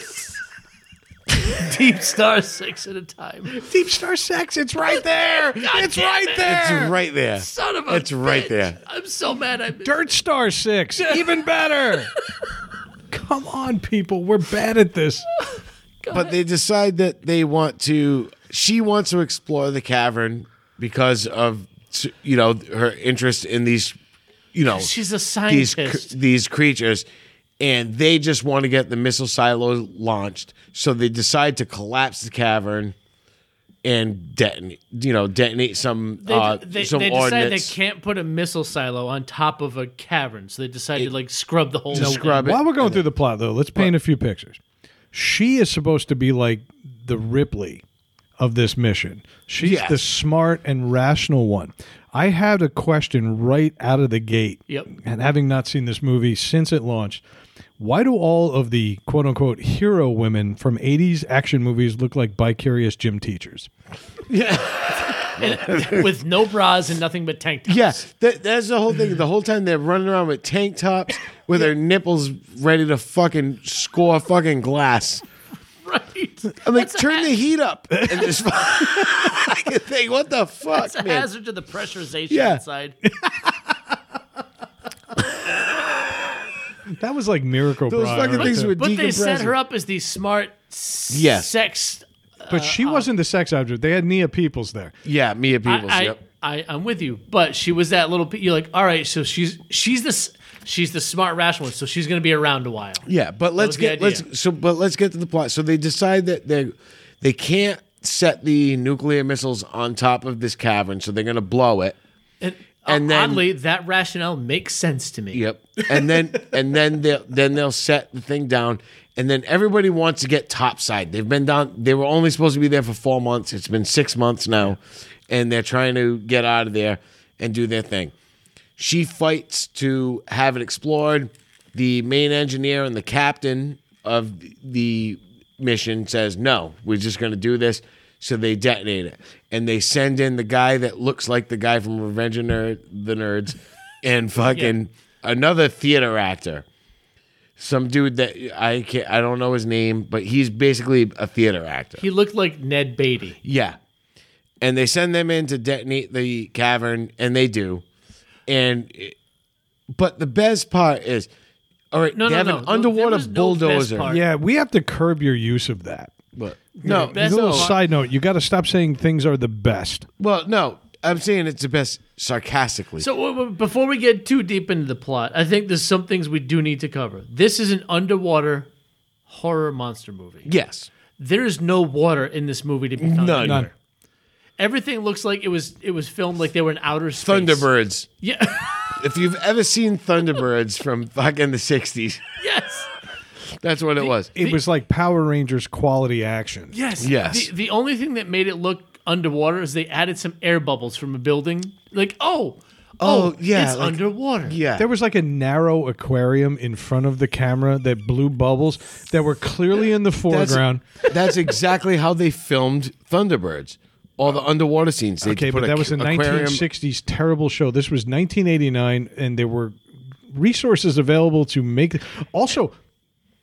Deep Star six at a time.
Deep Star Sex, it's right there. it's
damn
right
it.
there.
it's right there
Son of a
It's right
bitch.
there.
I'm so mad I missed
Dirt Star Six, even better. Come on, people, we're bad at this.
but they decide that they want to she wants to explore the cavern because of you know her interest in these you know
She's a
these
scientist.
these creatures and they just want to get the missile silo launched so they decide to collapse the cavern and detonate, you know, detonate some
They,
uh,
they,
some
they decided they
ordnance.
can't put a missile silo on top of a cavern, so they decided to like scrub the whole
Just
thing.
scrub it.
While we're going through the plot, though, let's paint a few pictures. She is supposed to be like the Ripley of this mission. She's
Yes.
the smart and rational one. I had a question right out of the gate.
Yep.
And having not seen this movie since it launched, why do all of the quote unquote hero women from 80s action movies look like bicurious gym teachers?
with no bras and nothing but tank tops.
Yeah, that, that's the whole thing. The whole time they're running around with tank tops with their nipples ready to fucking score fucking glass.
right.
I'm like, turn the heat up. And this fucking thing, what the fuck,
It's a
man?
hazard to the pressurization
Yeah.
inside.
That was like Miracle
Those
Bride,
fucking
right
things
there.
were
But they set
decompressing.
her up as the smart, s-
Yes.
sex.
Uh,
But she
um,
wasn't the sex object. They had Nia Peoples there.
Yeah, Mia Peoples.
I,
yep.
I, I, am with you, but she was that little. pe- You're like, all right, so she's she's the s- she's the smart, rational one, so she's gonna be around a while.
Yeah, but let's
was the
get
idea.
let's so but let's get to the plot. So they decide that they they can't set the nuclear missiles on top of this cavern, so they're gonna blow it.
And, uh,
And then-
oddly, that rationale makes sense to me.
Yep. And then and then they will then they'll set the thing down, and then everybody wants to get topside. They've been down. They were only supposed to be there for four months. It's been six months now, and they're trying to get out of there and do their thing. She fights to have it explored. The main engineer and the captain of the mission says, "No, we're just going to do this." So they detonate it, and they send in the guy that looks like the guy from Revenge of Nerd, the Nerds, and fucking another theater actor, some dude that I can't, I don't know his name, but he's basically a theater actor.
He looked like Ned Beatty.
Yeah. And they send them in to detonate the cavern, and they do. And it- but the best part is, all right,
No,
they
no,
have
no.
an
There
underwater
was no best
bulldozer.
part.
Yeah, we have to curb your use of that.
But- no,
The best
little
part-
side note, you got to stop saying things are the best.
well, no, I'm saying it's the best sarcastically.
So w- w- before we get too deep into the plot, I think there's some things we do need to cover. This is an underwater horror monster movie.
yes,
There is no water in this movie to be found.
None.
None.
Everything looks like it was it was filmed like they were in outer space.
Thunderbirds.
Yeah.
If you've ever seen Thunderbirds from fucking the '60s,
yes.
that's what it was.
It
The-
was like Power Rangers quality action.
Yes.
Yes.
The, the only thing that made it look underwater is they added some air bubbles from a building. Like, oh, oh,
Oh, yeah,
it's
like-
underwater.
Yeah,
There was like a narrow aquarium in front of the camera that blew bubbles that were clearly in the foreground.
That's exactly how they filmed Thunderbirds. All the underwater scenes. They
okay,
put
but that
a
was a
aquarium.
1960s terrible show. This was 1989, and there were resources available to make. Also,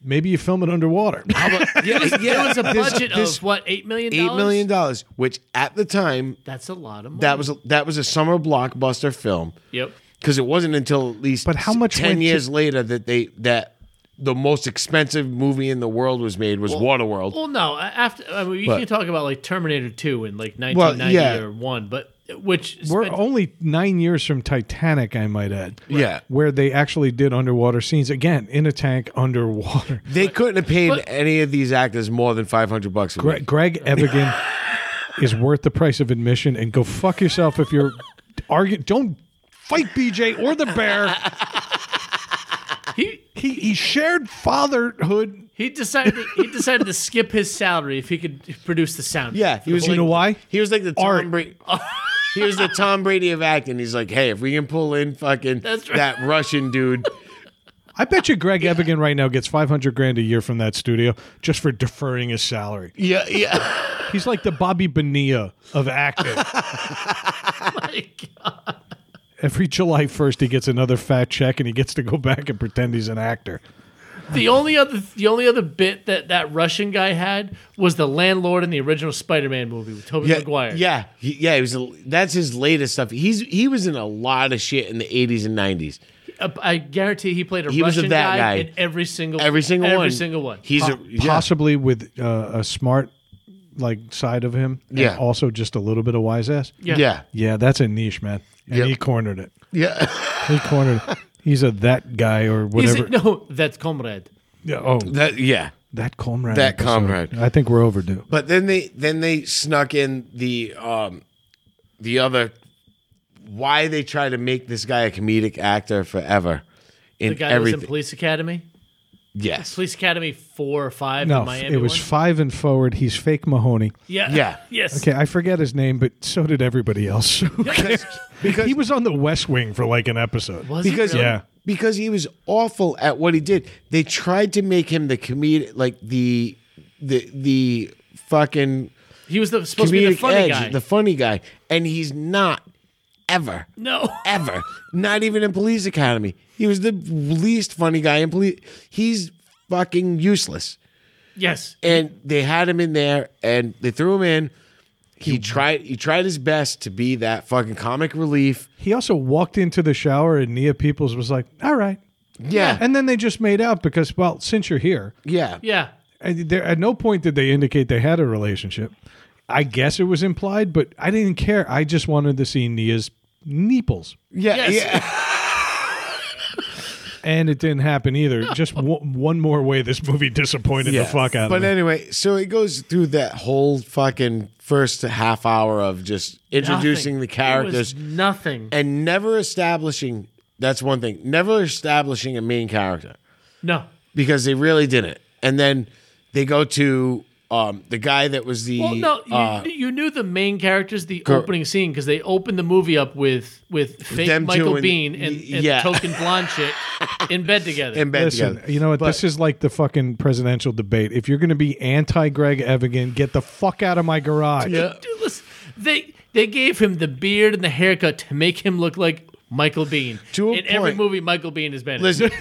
maybe you film it underwater.
yeah, yeah,
It was a budget
this-
of what eight million
eight million dollars, which at the time
That's a lot of money.
that was a, that was a summer blockbuster film
yep.
because it wasn't until at least
But how much
ten
went to-
years later that they that the most expensive movie in the world was made was Waterworld.
Well, no. a- After I mean, you
But-
can talk about like Terminator Two in like
yeah.
1990 or one, but which
We're
spent-
only nine years from Titanic, I might add.
Yeah.
Where they actually did underwater scenes again in a tank underwater.
They couldn't have paid
but-
any of these actors more than five hundred bucks. A
Gre-
week.
Greg Evigan is worth the price of admission, and go fuck yourself if you're arguing. Don't fight BJ or the bear.
he
He, he shared fatherhood.
he decided he decided to skip his salary if he could produce the sound.
Yeah, he was.
You
like-
know why?
He was like the Tom
Art.
Brady. He was the Tom Brady of acting. He's like, hey, if we can pull in fucking
That's right.
that Russian dude,
I bet you Greg Evigan right now gets 500 grand a year from that studio just for deferring his salary.
yeah, yeah,
He's like the Bobby Bonilla of acting.
Like,
Every July 1st, he gets another fat check and he gets to go back and pretend he's an actor.
the only other the only other bit that that Russian guy had was the landlord in the original Spider-Man movie with Tobey
yeah,
Maguire.
yeah, he, yeah. He was. a- That's his latest stuff. He's he was in a lot of shit in the '80s and '90s.
Uh, I guarantee he played a
He was
Russian
a that
guy,
guy.
in every single
Every single
every
one.
single one.
He's a
Po-
yeah.
possibly with uh, a smart like side of him. and
Yeah.
also just a little bit of wise ass.
yeah.
yeah,
Yeah, that's a niche, man. And
Yep.
he cornered it.
yeah.
He cornered. it. He's a that guy or
He's
whatever.
no, that's comrade.
Yeah, oh,
That yeah.
That comrade.
That
episode.
comrade.
I think we're overdue.
But then they then they snuck in the um the other why they try to make this guy a comedic actor forever in
The guy that was in
everything.
Police Academy.
yes.
Police Academy four or five
No,
in Miami.
it was
one?
five and forward. He's fake Mahoney.
yeah.
Yeah.
Yes.
Okay, I forget his name, but so did everybody else.
Because, because,
he was on the West Wing for like an episode.
Was
because
it really?
Yeah.
because he was awful at what he did. They tried to make him the comedic like the the the fucking
he was the, supposed to be the
comedic
funny
edge,
guy.
the funny guy, and he's not ever.
no.
ever. Not even in Police Academy. He was the least funny guy in police. He's fucking useless.
Yes.
And they had him in there, and they threw him in. He tried. He tried his best to be that fucking comic relief.
He also walked into the shower and Nia Peoples was like, "All right."
Yeah, yeah.
And then they just made out because, well, since you're here,
Yeah.
and there, at no point did they indicate they had a relationship. I guess it was implied, but I didn't care. I just wanted to see Nia's nipples,
Yeah,
Yes.
yeah.
and it didn't happen either. Just one, one more way this movie disappointed
Yeah.
the fuck out
But
of me.
anyway, so it goes through that whole fucking first half hour of just introducing
Nothing.
the
It was
characters
nothing.
and never establishing. That's one thing. Never establishing a main character.
No.
because they really didn't. And then they go to um, the guy that was the
Well, no, you,
uh,
you knew the main characters the opening scene because they opened the movie up with with fake
them
Michael
doing-
Bean and, and
yeah.
token blonde chick in bed together.
in bed
Listen,
together.
you know what? This is like the fucking presidential debate. If you're going to be anti Greg Evigan, get the fuck out of my garage.
Dude, listen, they they gave him the beard and the haircut to make him look like Michael Bean.
To a
in every
point.
movie, Michael Bean has been. in.
Listen,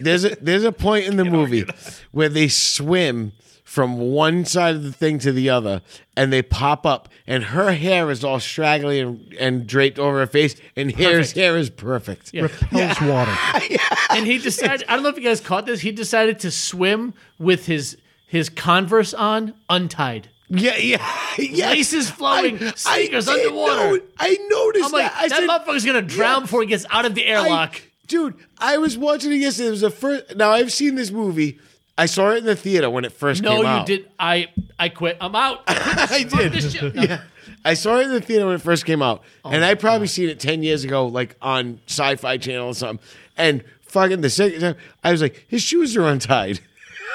there's a, there's a point in the movie where they swim from one side of the thing to the other, and they pop up, and her hair is all straggly and, and draped over her face, and his
Perfect.
hair is perfect.
Yeah.
Repels water.
and he decided I don't know if you guys caught this, he decided to swim with his his Converse on untied.
yeah, yeah, yeah.
Laces flowing, sneakers
did
underwater.
know- I noticed
I'm like,
that. I
that
said,
motherfucker's gonna drown
Yeah.
before he gets out of the
I-
airlock.
dude, I was watching it yesterday. It was the first. Now I've seen this movie. I saw it in the theater when it first
no,
came
you
out.
did. I I quit. I'm out. I
did. Yeah. I saw it in the theater when it first came out,
Oh
and I probably seen it ten years ago, like on Sci-Fi Channel or something. And fucking the second time, I was like, his shoes are untied.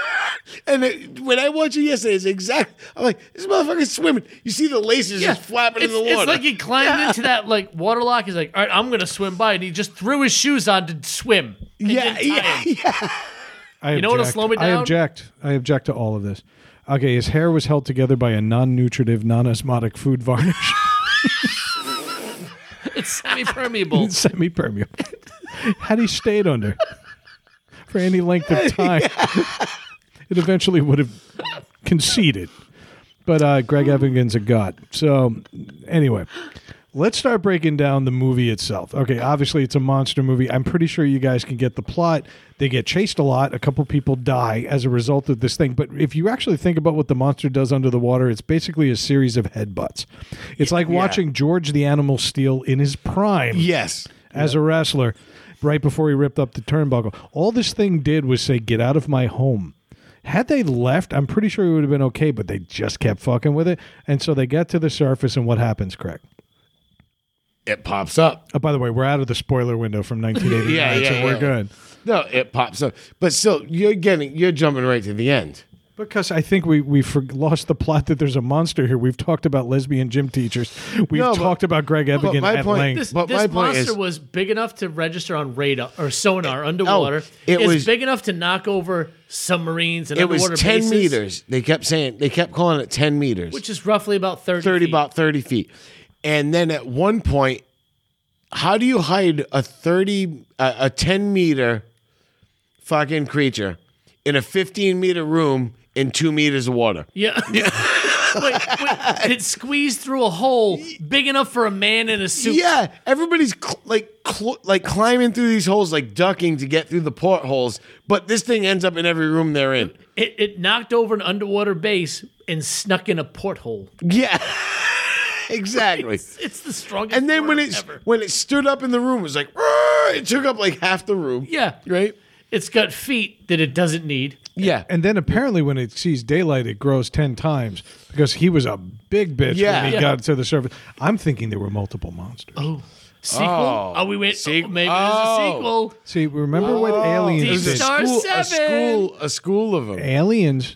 and it, when I watched it yesterday, it's exact. I'm like, this motherfucker's swimming. You see the laces just flapping
it's,
in the water.
It's like he climbed into that like water lock. He's like, all right, I'm gonna swim by, and he just threw his shoes on to swim. He
yeah,
didn't tie
yeah,
him.
yeah.
I
You know what'll
object.
slow me
I
down?
object. I object to all of this. Okay, his hair was held together by a non-nutritive, non-osmotic food varnish,
It's semi-permeable.
semi-permeable. Had he stayed under for any length of time, it eventually would have conceded. But uh, Greg Evigan's a god. So anyway, let's start breaking down the movie itself. Okay, obviously it's a monster movie. I'm pretty sure you guys can get the plot. They get chased a lot. A couple people die as a result of this thing. But if you actually think about what the monster does under the water, it's basically a series of headbutts. It's like watching George the Animal Steel in his prime
yes.
as a wrestler right before he ripped up the turnbuckle. All this thing did was say, get out of my home. Had they left, I'm pretty sure it would have been okay, but they just kept fucking with it. And so they get to the surface, and what happens, Craig?
It pops up.
Oh, by the way, we're out of the spoiler window from 1989,
Yeah, yeah,
so we're
yeah.
good.
No, it pops up. But still, you're getting, you're jumping right to the end.
Because I think we we for- lost the plot that there's a monster here. We've talked about lesbian gym teachers. We've
No, but-
talked about Greg Evigan
my
at
point-
length.
This,
But
this
my point
monster
is-
was big enough to register on radar or sonar underwater.
it
it's
was-
big enough to knock over submarines and
It was
underwater
10
bases,
meters. They kept saying, they kept calling it 10 meters,
which is roughly about thirty.
30,
feet.
about 30 feet. And then at one point, how do you hide a 30, a, a 10 meter fucking creature in a 15 meter room in two meters of water?
Yeah. wait, wait, it squeezed through a hole big enough for a man in a suit.
Yeah, everybody's cl- like cl- like climbing through these holes, like ducking to get through the portholes. But this thing ends up in every room they're in.
It, it knocked over an underwater base and snuck in a porthole.
Yeah, exactly.
It's the strongest.
And then when
word
it
ever.
when it stood up in the room, it was like "Roar!" it took up like half the room.
yeah,
right.
it's got feet that it doesn't need.
Yeah.
And then apparently, when it sees daylight, it grows ten times because he was a big bitch
Yeah.
when he
Yeah.
got to the surface. I'm thinking there were multiple monsters.
Oh, sequel?
Oh.
Oh, we went.
Sequ-
oh, maybe
Oh.
there's a sequel.
See, remember what
It
aliens
was
did?
a
Star
school, a
Seven.
school, a school of them.
aliens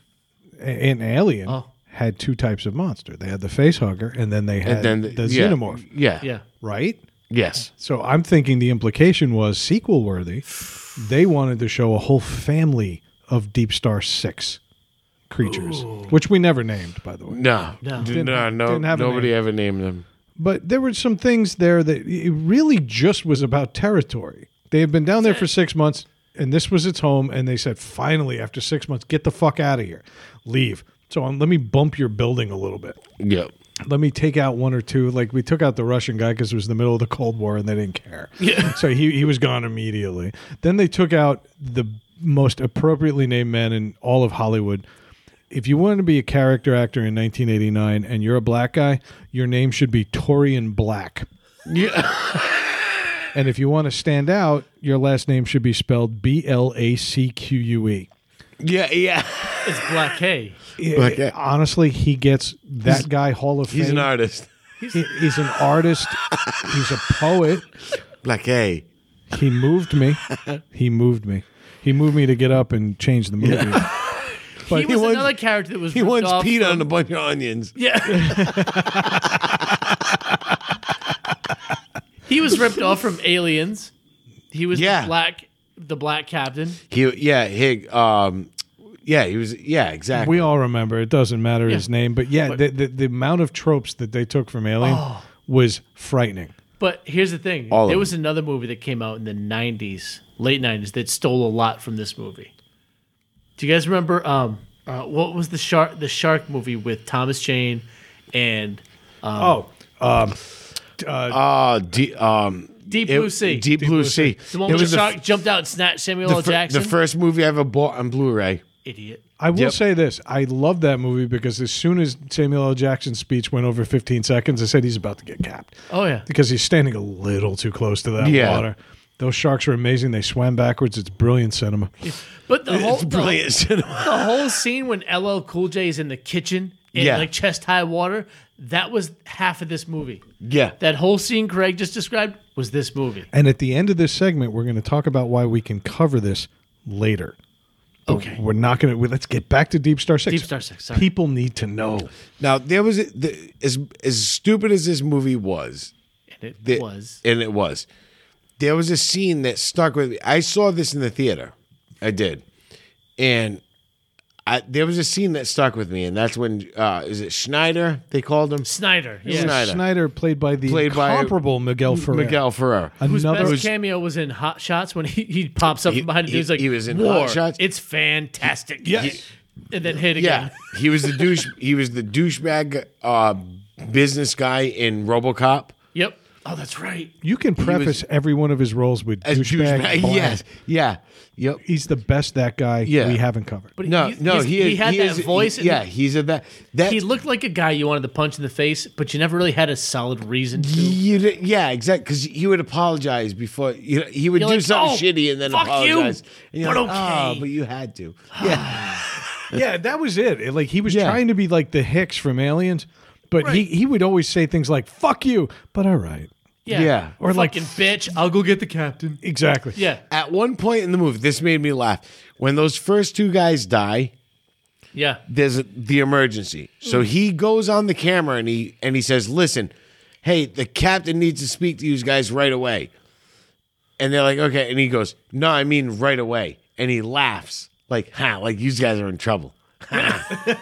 an alien
Oh.
had two types of monster. They had the face hugger and then they had
And then
the,
yeah.
xenomorph,
Yeah.
Yeah.
right?
Yes.
So I'm thinking the implication was sequel worthy. They wanted to show a whole family of Deep Star 6 creatures, which we never named by the way.
No.
No.
D-
Didn't-
no, no
didn't have a
nobody
name.
ever named them.
But there were some things there that it really just was about territory. They had been down there for six months, and this was its home. And they said, finally, after six months, get the fuck out of here, leave. So um, let me bump your building a little bit.
Yep.
Let me take out one or two. Like we took out the Russian guy because it was the middle of the Cold War and they didn't care. Yeah. So he, he was gone immediately. Then they took out the most appropriately named man in all of Hollywood. If you wanted to be a character actor in 1989 and you're a black guy, your name should be Torian Black.
Yeah.
And if you want to stand out, your last name should be spelled B L A C Q U E.
Yeah. Yeah.
It's Black K.
Black, yeah.
Honestly, he gets that guy Hall of Fame.
He's an artist.
He- he's an artist. he's a poet.
Black A.
He moved me. He moved me. He moved me to get up and change the movie. But
He was
wants-
another character that was
He wants
off
Pete
from-
on a bunch of onions.
Yeah. he was ripped off from Aliens. He was
Yeah.
the black, the black captain.
He yeah, Hig um yeah, he was yeah, exactly.
we all remember. It doesn't matter his
Yeah.
name. But yeah, the, the, the amount of tropes that they took from Alien was frightening.
But here's the thing:
All of
there
them.
was another movie that came out in the '90s, late '90s, that stole a lot from this movie. Do you guys remember um, uh, what was the shark the shark movie with Thomas Jane and
oh, um,
uh D, um
Deep
it-
Blue Sea?
Deep Blue Sea.
the one
It
where the
was the
shark
f-
jumped out and snatched Samuel
the
L.
fir-
Jackson.
the first movie I ever bought on Blu-ray.
Idiot.
I will
Yep.
say this: I love that movie because as soon as Samuel L. Jackson's speech went over 15 seconds, I said he's about to get capped
Oh yeah.
because he's standing a little too close to that
Yeah.
water. Those sharks are amazing. They swam backwards. It's brilliant cinema.
But the whole
It's
the-
brilliant cinema.
the whole scene when LL Cool J is in the kitchen in
Yeah.
like chest high water, that was half of this movie.
Yeah.
That whole scene Craig just described was this movie.
And at the end of this segment, we're going to talk about why we can cover this later.
Okay.
We're not going to. Let's get back to Deep Star Six.
Deep Star Six, sorry.
People need to know.
Now, there was a- the, as as stupid as this movie was,
And it
the-
was.
and it was. There was a scene that stuck with me. I saw this in the theater. I did, and I, there was a scene that stuck with me, and that's when uh, is it Schneider? They called him
Snyder. Yeah.
Snyder.
Snyder, played by the
Played by-
comparable Miguel Ferrer.
Miguel Ferrer.
Whose
another
best cameo was in Hot Shots when he, he pops up
He-
from behind and
he-
he's like,
he was in
War.
Hot Shots.
It's fantastic.
Yes.
And then hit
Yeah,
again.
he was the douche. He was the douchebag uh, business guy in RoboCop.
Yep. Oh, that's right.
You can preface every one of his roles with
As
douchebag. bland.
Yes. Yeah. Yep.
he's the best that guy
Yeah.
we haven't covered.
But
No.
he,
no.
he's-
He, is-
he had that
is-
voice. and
yeah. He's a that. That.
He looked like a guy you wanted to punch in the face, but you never really had a solid reason to.
you did, yeah, exactly. Because he would apologize before you know, he would
You're
do
like,
something
"Oh,
shitty and then
fuck you,
apologize. and you're
but
like, "Oh,
okay."
but you had to. Yeah.
yeah, that was it. It- Like he was
Yeah.
trying to be like the Hicks from Aliens, but he
Right.
he would always say things like "fuck you," but all right,
Yeah.
Yeah.
Or
Or
like-
Fucking bitch, I'll go get the captain.
exactly.
Yeah.
At one point in the movie, this made me laugh. When those first two guys die,
Yeah.
there's a, the emergency. So
Mm.
he goes on the camera and he and he says, "Listen, hey, the captain needs to speak to you guys right away." And they're like, "Okay," and he goes, "No, I mean right away." And he laughs like, "Ha!" Like you guys are in trouble.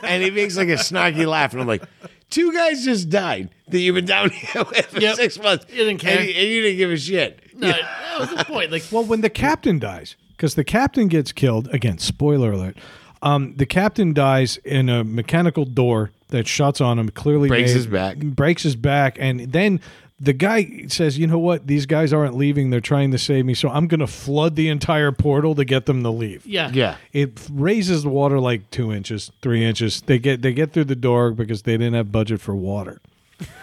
and he makes like a snarky laugh, and I'm like, two guys just died that you've been down here with for
Yep.
six months.
You didn't care.
and, you- and you didn't give a shit.
No, that was the point. Like,
Well, when the captain dies, because the captain gets killed again. Spoiler alert. Um, the captain dies in a mechanical door that shuts on him. Clearly
Breaks
made-
his back.
Breaks his back, and then the guy says, "You know what? These guys aren't leaving. They're trying to save me, so I'm going to flood the entire portal to get them to leave."
yeah.
Yeah,
It f- raises the water like two inches, three inches. They get they get through the door because they didn't have budget for water.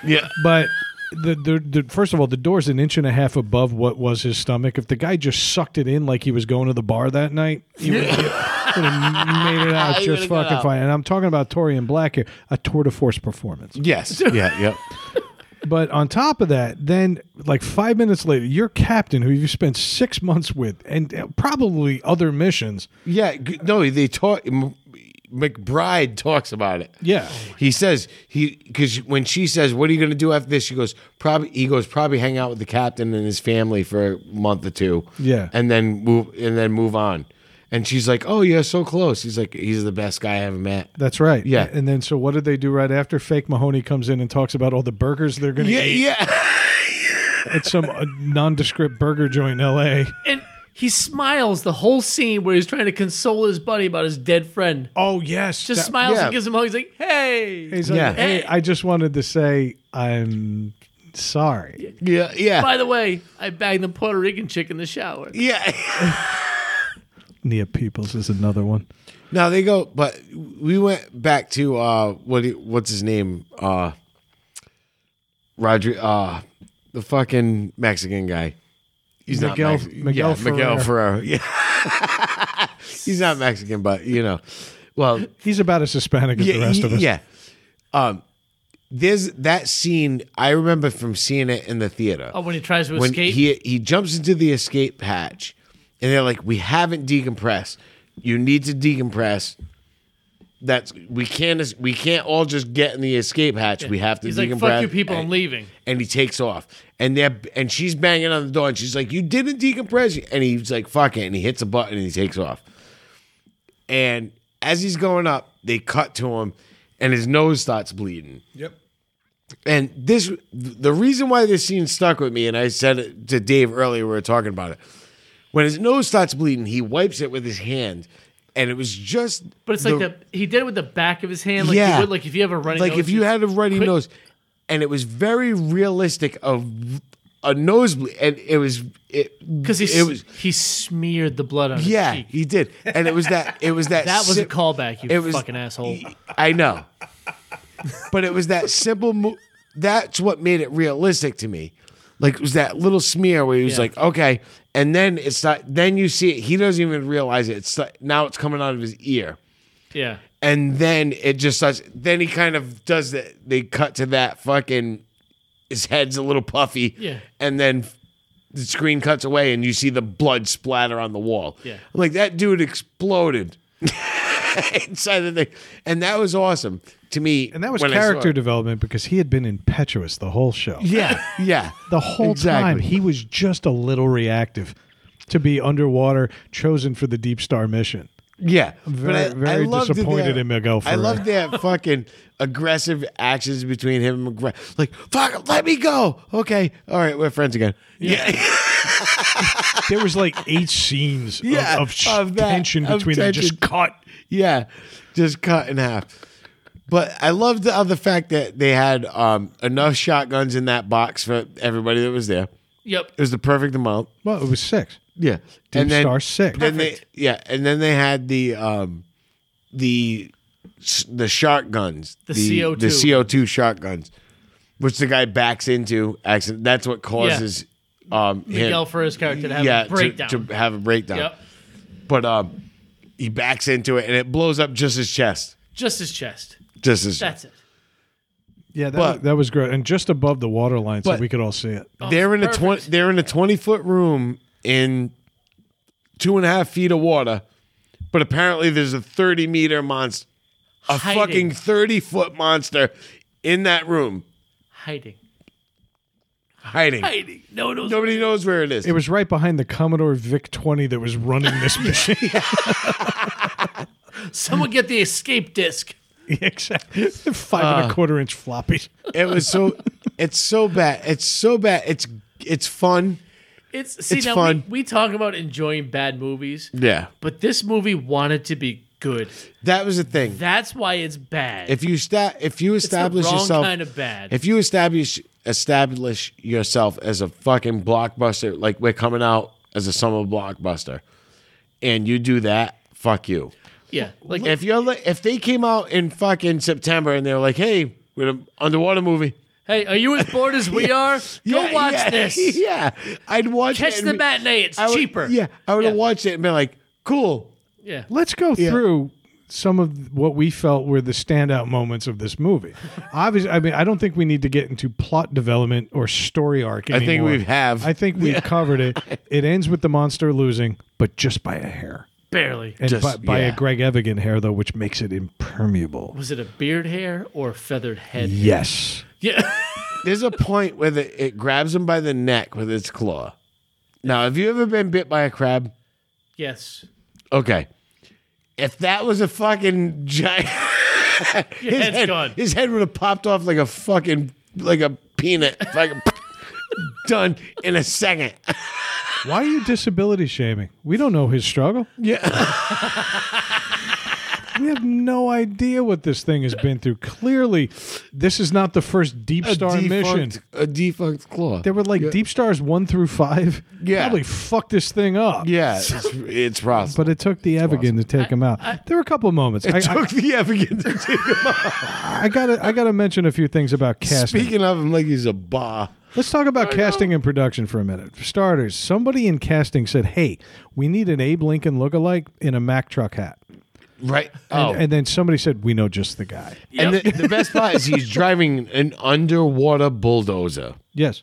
yeah.
But the, the, the first of all, the door's an inch and a half above what was his stomach. If the guy just sucked it in like he was going to the bar that night, he would have made it out
He
just
would've got
fucking
out.
fine. And I'm talking about Tori and Black here, a tour de force performance.
Yes. Yeah. Yep.
But on top of that, then like five minutes later, your captain, who you spent six months with, and uh, probably other missions,
Yeah. g- No, they talk. M- McBride talks about it.
Yeah.
He says he because when she says, "What are you going to do after this?" She goes, "Probably." He goes, "Probably hang out with the captain and his family for a month or two.
Yeah.
and then move and then move on." And she's like, "Oh, you're so close." He's like, "He's the best guy I ever met."
That's right.
Yeah.
And then so what did they do right after? Fake Mahoney comes in and talks about all the burgers they're going to
Yeah,
eat
yeah.
at some uh, nondescript burger joint in L.A.
And he smiles the whole scene where he's trying to console his buddy about his dead friend.
Oh yes,
Just
That-
smiles
yeah.
and gives him a hug. He's like, hey.
He's like,
Yeah.
hey, I just wanted to say I'm sorry.
Yeah, yeah,
By the way, I bagged the Puerto Rican chick in the shower.
yeah.
Nia Peoples is another one.
now they go, but we went back to uh, what? What's his name? Uh, Roger, uh, the fucking Mexican guy. He's
Miguel-
not Mexican.
Miguel
yeah, Miguel
Ferrer.
Ferrer. Yeah, he's not Mexican, but you know, well,
He's about as Hispanic as the
yeah,
rest of us.
yeah. Um, there's that scene I remember from seeing it in the theater.
Oh, when he tries to escape?
he he jumps into the escape hatch, and they're like, "We haven't decompressed. You need to decompress. That's we can't we can't all just get in the escape hatch. We have to
He's like,
decompress."
fuck you people, I'm
And-
leaving.
and he takes off. And they're and she's banging on the door and she's like, You didn't decompress. And he's like, fuck it. And he hits a button and he takes off. And as he's going up, they cut to him and his nose starts bleeding.
Yep.
And this the reason why this scene stuck with me, and I said it to Dave earlier, we were talking about it. When his nose starts bleeding, he wipes it with his hand. And it was just
But it's like the, he did it with the back of his hand, like
Yeah.
you would, like if you have a running
like
nose,
if you had a runny
quick-
nose and it was very realistic of a nosebleed and it was it
because he
it was
he smeared the blood on his
yeah
cheek.
he did and it was that it was that
That was a
sim-
callback, you
it was-
fucking asshole.
I know but it was that simple mo- that's what made it realistic to me like it was that little smear where he was
Yeah.
like okay and then it's not then you see it he doesn't even realize it it's like, now it's coming out of his ear
Yeah.
and then it just starts. Then he kind of does that. They cut to that fucking. His head's a little puffy.
Yeah.
And then the screen cuts away, and you see the blood splatter on the wall.
Yeah.
I'm like that dude exploded inside the thing, and that was awesome to me.
And that was
when I saw
character
it.
development because he had been impetuous the whole show.
Yeah, yeah.
The whole time
Exactly.
he was just a little reactive to be underwater, chosen for the Deep Star mission.
Yeah,
very- very
loved that
disappointed
they-
in Miguel
I
Ferrer.
love that fucking aggressive actions between him and McGregor. Like, fuck, let me go. Okay, all right, we're friends again. Yeah,
There was like eight scenes of-
Yeah,
of, sh-
of that-
tension
of
between them, just
tension.
cut.
yeah, just cut in half. But I love the other fact that they had um, enough shotguns in that box for everybody that was there.
Yep.
It was the perfect amount.
Well, it was six.
Yeah,
Deep Star six.
Then they, yeah, and then they had the um, the s- the shotguns,
The
the
CO2.
CO two shotguns, which the guy backs into accident. That's what causes um, him-
Miguel for his character to have
yeah
a breakdown.
To, to have a breakdown.
yep.
But um, he backs into it and it blows up just his chest,
Just his chest.
just his.
That's it.
Yeah, that,
But-
was, that was great. And just above the water line so
But-
we could all see it.
they're in a twenty.
Oh, perfect.
They're in a twenty foot room in two and a half feet of water, but apparently there's a thirty meter monster, a
Hiding.
fucking thirty foot monster in that room
Hiding.
hiding.
Hiding. No one knows.
Nobody knows where it is.
It was right behind the Commodore VIC 20 that was running this mission.
Someone get the escape disc.
exactly. Five and
Uh.
a quarter inch floppies.
It was so. It's so bad. It's so bad. It's it's fun.
It's see
It's
now
fun.
We, we talk about enjoying bad movies,
Yeah,
but this movie wanted to be good.
that was the thing.
That's why it's bad.
If you sta- if you
it's the
establish
wrong
yourself
kind of bad.
If you establish establish yourself as a fucking blockbuster, like we're coming out as a summer blockbuster, and you do that, fuck you.
yeah, like
If you're li- if they came out in fucking September and they're like, hey, we're an underwater movie,
Hey, are you as bored as we are? Go
Yeah,
watch
yeah,
this.
Yeah, I'd watch.
Catch
it and
the
be-
matinee. It's
I would-
cheaper.
Yeah, I would have
Yeah.
watched it and been like, "Cool."
Yeah.
Let's go through some of what we felt were the standout moments of this movie. Obviously, I mean, I don't think we need to get into plot development or story arc.
I think
anymore.
we have.
I think we've covered it. It ends with the monster losing, but just by a hair,
Barely.
and
Just-
by, by
yeah.
a Greg Evigan hair though, which makes it impermeable.
Was it a beard hair or a feathered head?
Yes,
Yeah.
There's a point where the, it grabs him by the neck with its claw. Now, have you ever been bit by a crab?
yes.
Okay. If that was a fucking giant, his
head's
head,
gone.
His head would have popped off like a fucking like a peanut. Fucking done in a second.
Why are you disability shaming? We don't know his struggle.
Yeah.
We have no idea what this thing has been through. Clearly, this is not the first Deep Star mission.
defunct, a defunct claw.
There were like Deep Stars one through five.
Yeah.
Probably fucked this thing up.
Yeah, it's, it's possible.
But it took the Evigan to take him out. there were a couple moments. I,
It took the Evigan to take him out.
I, I gotta, I gotta mention a few things about casting.
Speaking of him, like he's a bar.
Let's talk about casting and production for a minute. For starters, somebody in casting said, "Hey, we need an Abe Lincoln lookalike in a Mack truck hat,"
Right. Oh.
and then somebody said, "We know just the guy."
And the, the best part is he's driving an underwater bulldozer.
Yes.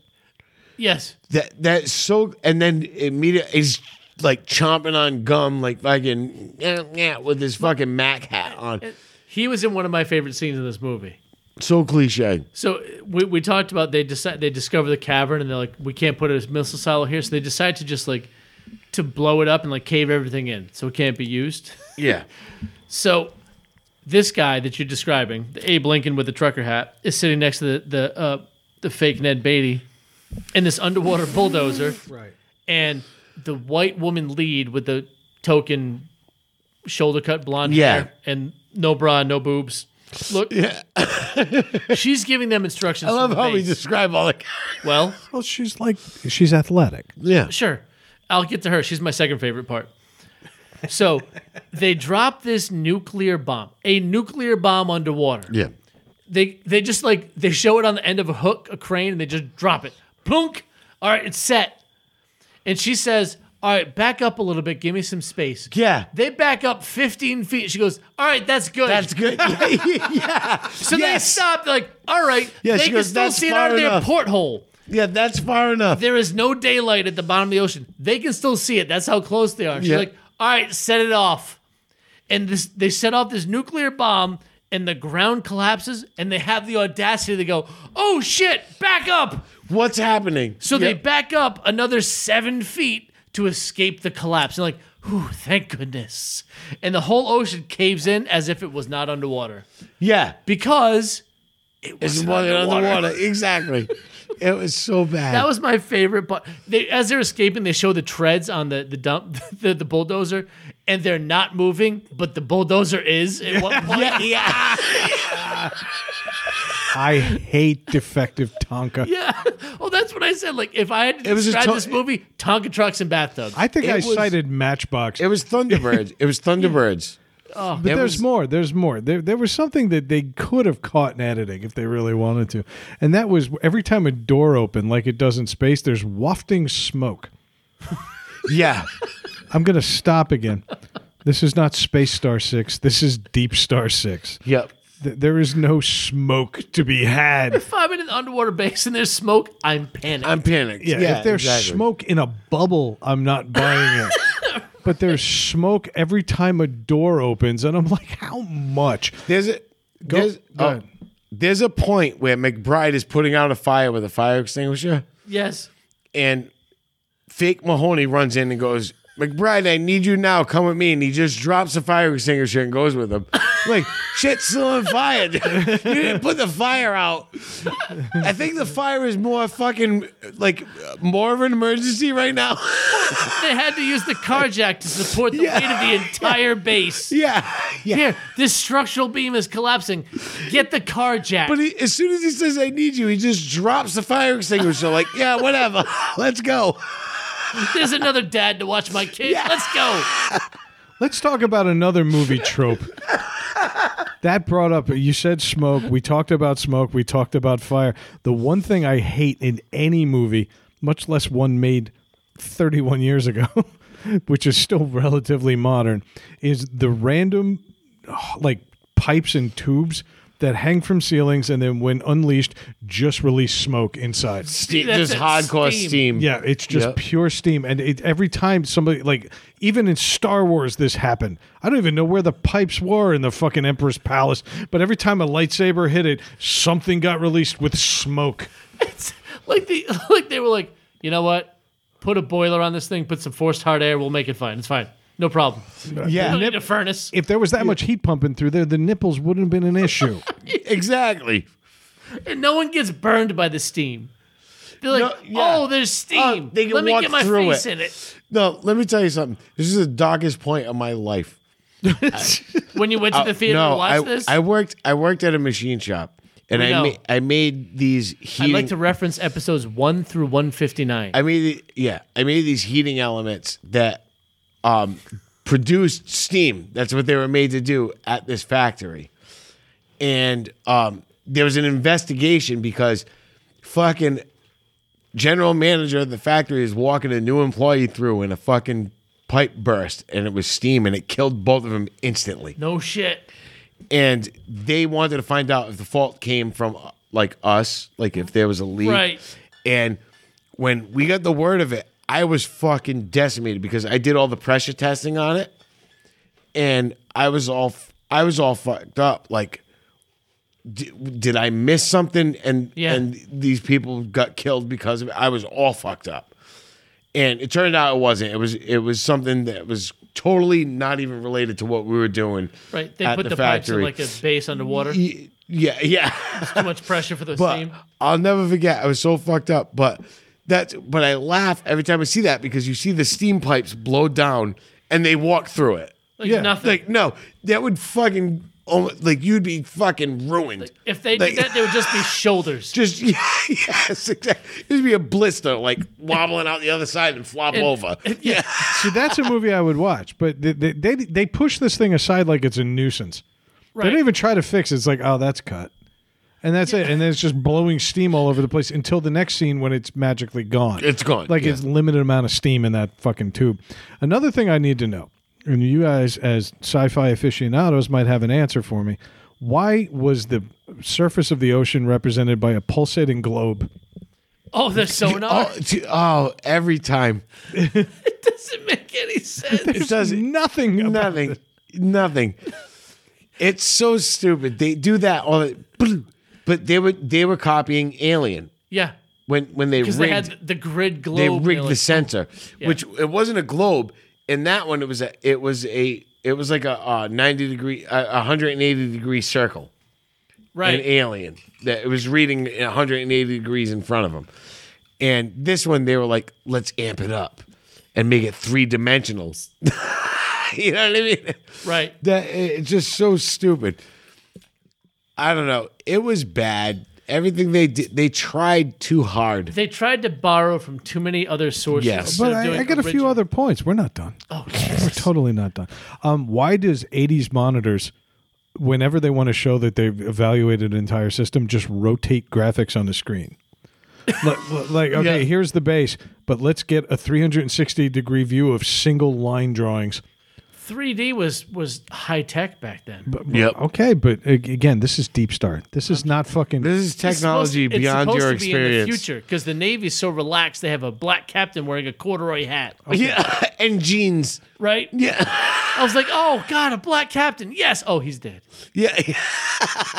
Yes.
That that's so. And then immediately he's like chomping on gum, like fucking yeah, yeah, with his fucking Mac hat on.
He was in one of my favorite scenes in this movie.
So cliche.
So uh, we, we talked about they decide they discover the cavern and they're like we can't put a missile silo here, so they decide to just like to blow it up and like cave everything in, so it can't be used.
Yeah.
So this guy that you're describing, the Abe Lincoln with the trucker hat, is sitting next to the the uh, the fake Ned Beatty in this underwater bulldozer,
Right.
and the white woman lead with the token shoulder cut blonde
Yeah.
hair and no bra, no boobs. Look, she's giving them instructions.
I love
from the
how we
base.
describe all the.
well.
Well, she's like, she's athletic.
Yeah.
Sure. I'll get to her. She's my second favorite part. So they drop this nuclear bomb, a nuclear bomb underwater.
Yeah.
They they just like they show it on the end of a hook, a crane, and they just drop it. Plunk. All right, it's set. And she says, "All right, back up a little bit. Give me some space."
Yeah.
They back up 15 feet. She goes, "All right, that's good."
That's good. yeah.
so
yes.
they stop. They're like, "All right,
Yeah, she
they can
goes,
still
"That's
see it out
far
of their
enough."
porthole."
Yeah, that's far enough.
There is no daylight at the bottom of the ocean. They can still see it. That's how close they are. She's
Yeah.
like, all right, set it off. And this they set off this nuclear bomb and the ground collapses and they have the audacity to go, oh shit, back up.
What's happening?
So they
Yeah.
back up another seven feet to escape the collapse. And like, whew, thank goodness. And the whole ocean caves in as if it was not underwater.
Yeah.
Because
It's water
underwater.
underwater. Exactly. it was so bad.
That was my favorite part. They, as they're escaping, they show the treads on the the dump, the, the bulldozer, and they're not moving, but the bulldozer is at one point. yeah,
yeah.
I hate defective Tonka.
Well, that's what I said. Like, if I had to
It was a
describe
to-
this movie, Tonka trucks and bathtubs.
I think
It
I
was-
cited Matchbox.
It was Thunderbirds. It was Thunderbirds.
But
It
there's
was-
more. There's more. There, there was something that they could have caught in editing if they really wanted to, and that was every time a door opened, like it does in space. There's wafting smoke.
Yeah.
I'm gonna stop again. This is not Space Star Six. This is Deep Star Six.
Yep.
Th- there is no smoke to be had.
if I'm in an underwater base and there's smoke, I'm panicked.
I'm panicked.
Yeah, if there's
exactly.
smoke in a bubble, I'm not buying it. but there's smoke every time a door opens, and I'm like, how much?
There's a there's,
go
oh,
ahead.
there's a point where McBride is putting out a fire with a fire extinguisher,
yes.
and fake Mahoney runs in and goes, "McBride, I need you now. Come with me." And he just drops the fire extinguisher and goes with him. like shit's still on fire. dude. you didn't put the fire out. I think the fire is more fucking like more of an emergency right now.
They had to use the car jack to support the weight of the entire base.
yeah, yeah.
Here, this structural beam is collapsing. Get the car jack.
But he, as soon as he says, I need you, he just drops the fire extinguisher. like, yeah, whatever. Let's go.
There's another dad to watch my kid. Let's go.
Let's talk about another movie trope that brought up you said smoke we talked about smoke we talked about fire the one thing i hate in any movie much less one made 31 years ago which is still relatively modern is the random oh, like pipes and tubes that hang from ceilings and then when unleashed just release smoke inside
Ste-
That's
just
it,
hardcore
steam.
steam.
yeah, it's just
Yep.
pure steam. And it, every time somebody, like, even in Star Wars, this happened. I don't even know where the pipes were in the fucking Emperor's Palace, but every time a lightsaber hit it, something got released with smoke.
It's like the like they were like, you know what? Put a boiler on this thing, put some forced hard air, we'll make it fine. It's fine. No problem. We
Yeah.
don't need a furnace.
If there was that much heat pumping through there, the nipples wouldn't have been an issue.
Exactly.
And no one gets burned by the steam. They're like,
No, yeah.
oh, there's steam.
Oh, they can
Let me
walk
get my
through
face
it."
in it.
No, let me tell you something. This is the darkest point of my life.
When you went to the theater
Uh, no,
to watch
I,
this,
I
I,
worked. I worked at a machine shop, and
We
I
know.
ma- I made these
would
heating.
like to reference episodes one through one fifty nine.
I made the- yeah, I made these heating elements that um, produced steam. That's what they were made to do at this factory. And um, there was an investigation because fucking general manager of the factory is walking a new employee through and a fucking pipe burst and it was steam and it killed both of them instantly.
No shit.
And they wanted to find out if the fault came from uh, like us, like if there was a leak.
Right.
And when we got the word of it, I was fucking decimated because I did all the pressure testing on it, and I was all I was all fucked up. Like, d- did I miss something? And
Yeah.
and these people got killed because of it. I was all fucked up, and it turned out it wasn't. It was it was something that was totally not even related to what we were doing.
Right. They
at
put the, pipes in
factory.
like a base underwater.
Y- yeah, yeah.
Too much pressure for the
But
steam.
I'll never forget. I was so fucked up, but that's but I laugh every time I see that because you see the steam pipes blow down and they walk through it.
Like
yeah,
nothing.
Like no, that would fucking almost, like you'd be fucking ruined.
if they
like-
did that, they would just be shoulders.
just yeah, yes, exactly. It'd be a blister like wobbling out the other side and flop over. yeah.
See, that's a movie I would watch, but they, they, they, they push this thing aside like it's a nuisance. They
Right.
don't even try to fix it. It's like, oh, that's cut. And that's it. And then it's just blowing steam all over the place until the next scene when it's magically gone.
It's gone,
Like
yeah.
it's limited amount of steam in that fucking tube. Another thing I need to know, and you guys as sci-fi aficionados might have an answer for me. Why was the surface of the ocean represented by a pulsating globe?
oh, they're sonar.
Oh, t- oh, every time.
It doesn't make any sense.
It does
Nothing. about
nothing. Nothing. It's so stupid. They do that all the, but they were they were copying Alien
yeah.
when when they rigged
Because
they,
they had the grid globe. and they're
rigged the
like,
center, which it wasn't a globe. In that one, it was a it was a it was like a, uh ninety degree a hundred and eighty degree circle.
right.
An alien that it was reading a hundred and eighty degrees in front of him, and this one they were like, let's amp it up and make it three dimensional. you know what I mean?
right.
That it- it's just so stupid. I don't know. It was bad. Everything they did, they tried too hard.
They tried to borrow from too many other sources.
Yes.
instead
But
of
I,
doing
I got a few
original-
other points. We're not done. Oh, we're totally not done. Um, why does '80s monitors, whenever they want to show that they've evaluated an entire system, just rotate graphics on the screen? like, like, okay,
Yeah.
here's the base, but let's get a 360 degree view of single line drawings.
3D was was high tech back then.
But,
Yep.
Okay, but a- again, this is deep start. This is not fucking.
This is
It's supposed-
technology beyond
it's supposed
your
to be in the
experience.
future because the Navy's so relaxed. They have a black captain wearing a corduroy hat.
Oh. Yeah, and jeans.
Right.
Yeah,
I was like, oh god, a black captain. Yes. Oh, he's dead.
yeah.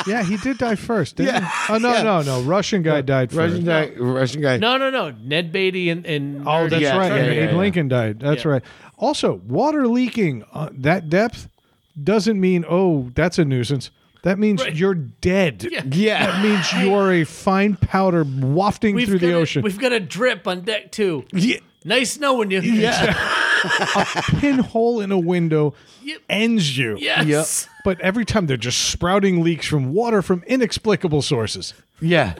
yeah, he did die first. Didn't
Yeah.
He? Oh no,
Yeah.
no,
Uh,
no. Russian guy died first.
Russian guy. Russian guy.
No, no, no. Ned Beatty and and
Oh,
Nerdy
that's
Yeah,
right.
yeah,
and
yeah,
Abe
yeah.
Lincoln died. That's
Yeah.
right. Also, water leaking uh, that depth doesn't mean oh that's a nuisance. That means
Right.
you're dead.
Yeah.
Yeah.
That means you're a fine powder wafting
We've
through the
got a-
ocean.
We've got a drip on deck two.
Yeah.
Nice knowing you.
Yeah.
Pinhole in a window
Yep.
ends you.
Yes.
But every time they're just sprouting leaks from water from inexplicable sources.
yeah.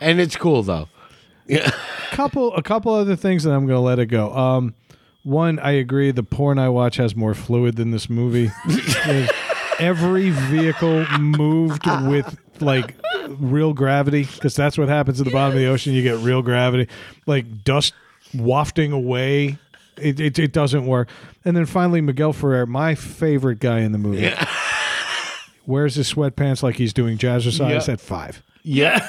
And it's cool though. Yeah.
couple a couple other things and I'm gonna let it go. Um one, I agree the porn I watch has more fluid than this movie. There's every vehicle moved with like real gravity because that's what happens at the bottom of the ocean. You get real gravity, like dust wafting away. It, it, it doesn't work. And then finally, Miguel Ferrer, my favorite guy in the movie, wears his sweatpants like he's doing jazzercise
Yeah.
at five.
Yeah.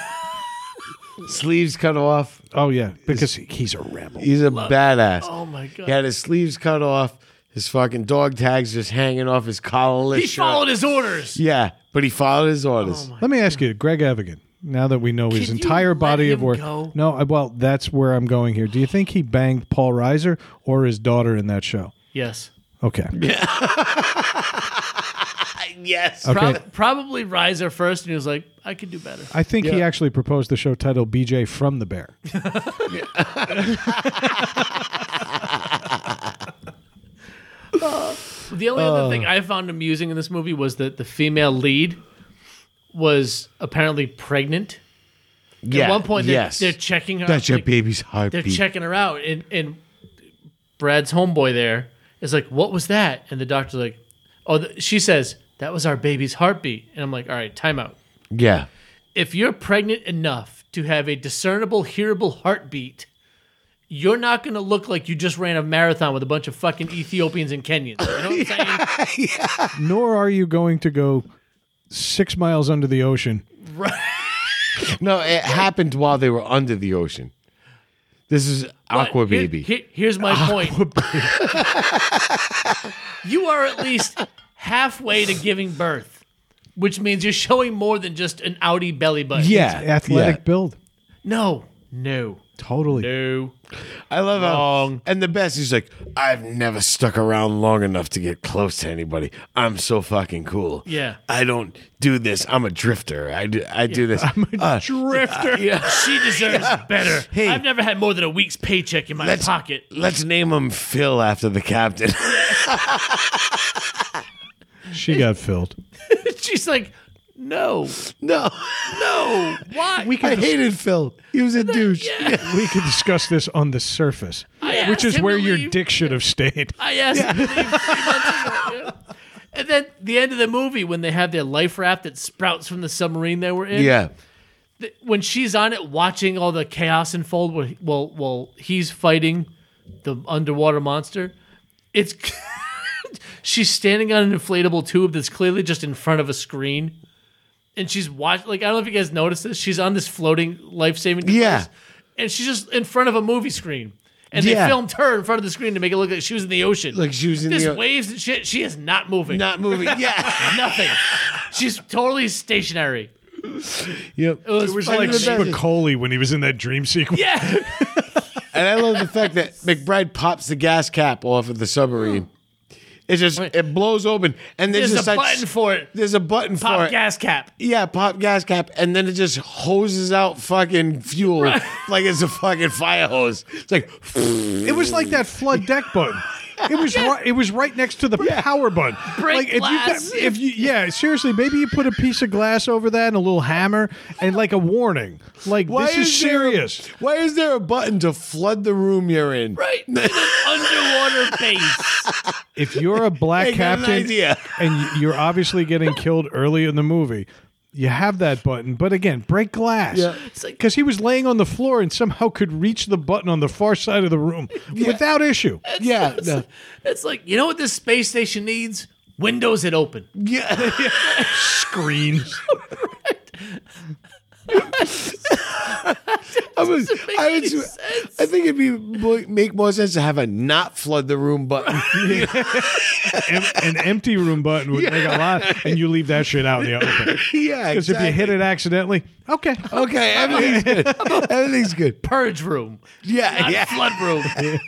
sleeves cut off.
Oh, yeah, because he- he's a rebel.
He's a badass.
Oh my god.
He had his sleeves cut off. His fucking dog tags just hanging off his collarless
he
shirt.
followed his Oh orders.
Yeah, but he followed his orders.
Let me ask you, Greg Evigan. Now that we know his
Could you
entire
let
body of
him
work,
go?
no, I- well, that's where I'm going here. Do you think he banged Paul Reiser or his daughter in that show?
Yes.
Okay,
yes.
okay.
Prob- probably Riser first, and he was like, "I could do better."
I think he actually proposed the show title "BJ from the Bear."
The only other
Oh.
thing I found amusing in this movie was that the female lead was apparently pregnant.
Yeah.
At one point, they're,
yes.
they're checking her.
That's your
like,
baby's
They're
heartbeat.
checking her out, and and Brad's homeboy there is like, "What was that?" And the doctor's like, "Oh," th- she says, "That was our baby's heartbeat." And I'm like, "All right, time out.
yeah.
If you're pregnant enough to have a discernible, hearable heartbeat." You're not going to look like you just ran a marathon with a bunch of fucking Ethiopians and Kenyans. You know what I'm saying?
Nor are you going to go six miles under the ocean.
No, it happened while they were under the ocean. This is Aqua
But here-
Baby.
here- here's my point. you are at least halfway to giving birth, which means you're showing more than just an outie belly button.
yeah.
Athletic build,
No. No.
totally.
No.
yeah. I love how.
Wrong.
And the best, he's like, I've never stuck around long enough to get close to anybody. I'm so fucking cool.
Yeah.
I don't do this. I'm a drifter. I do, I do this. Uh, I'm a
Ah,
Drifter.
yeah.
She deserves better.
Hey.
I've never had more than a week's paycheck in my
Let's-
pocket.
Let's name him Phil after the captain.
She got filled.
She's like, no.
no.
No. Why?
We
I
could
hated Phil. He was a douche.
we could discuss this on the surface,
I
which
asked
is
him
where
to
your
leave.
dick should have stayed.
I asked him to leave three months ago. Yeah. And then the end of the movie when they have their life raft that sprouts from the submarine they were in.
Yeah.
th- when she's on it watching all the chaos unfold while while, while he's fighting the underwater monster it's she's standing on an inflatable tube that's clearly just in front of a screen and she's watching like i don't know if you guys noticed this she's on this floating life-saving device,
Yeah.
and she's just in front of a movie screen and they
Yeah.
filmed her in front of the screen to make it look like she was in the ocean
Like she was in
there's
the o-
waves and shit she is not moving
Not moving. Yeah.
nothing she's totally stationary
yep.
it was,
Like
fucking amazing.
Spicoli when he was in that dream sequence.
yeah
And I love the fact that McBride pops the gas cap off of the submarine. It just it blows open, and there's,
Hmm. There's
just
a
like-
button for it.
There's a button for
Pop
it.
gas cap.
Yeah, pop gas cap, and then it just hoses out fucking fuel like it's a fucking fire hose. It's like
It was like that flood deck button. It was right, it was right next to the power button.
Break
like if
glass.
you got- if you yeah seriously maybe you put a piece of glass over that and a little hammer and like a warning like this is,
there a-
serious.
why is there a button to flood the room you're in?
Right. In an underwater base.
If you're a black
I got an
captain
idea.
and y- you're obviously getting killed early in the movie. You have that button, but again, break glass.
Yeah.
It's like-
Because he was laying on the floor and somehow could reach the button on the far side of the room without issue.
Yeah, no.
It's like, you know what this space station needs? Windows that open.
yeah.
Screens.
I was,
make
I, would,
any
s-
sense.
I think it'd be mo- make more sense to have a not flood the room button.
em- an empty room button would make a lot, and you leave that shit out in the open.
yeah,
Because if you hit it accidentally, okay,
Okay, everything's good. Everything's good.
Purge room.
Yeah,
Not
yeah.
flood room.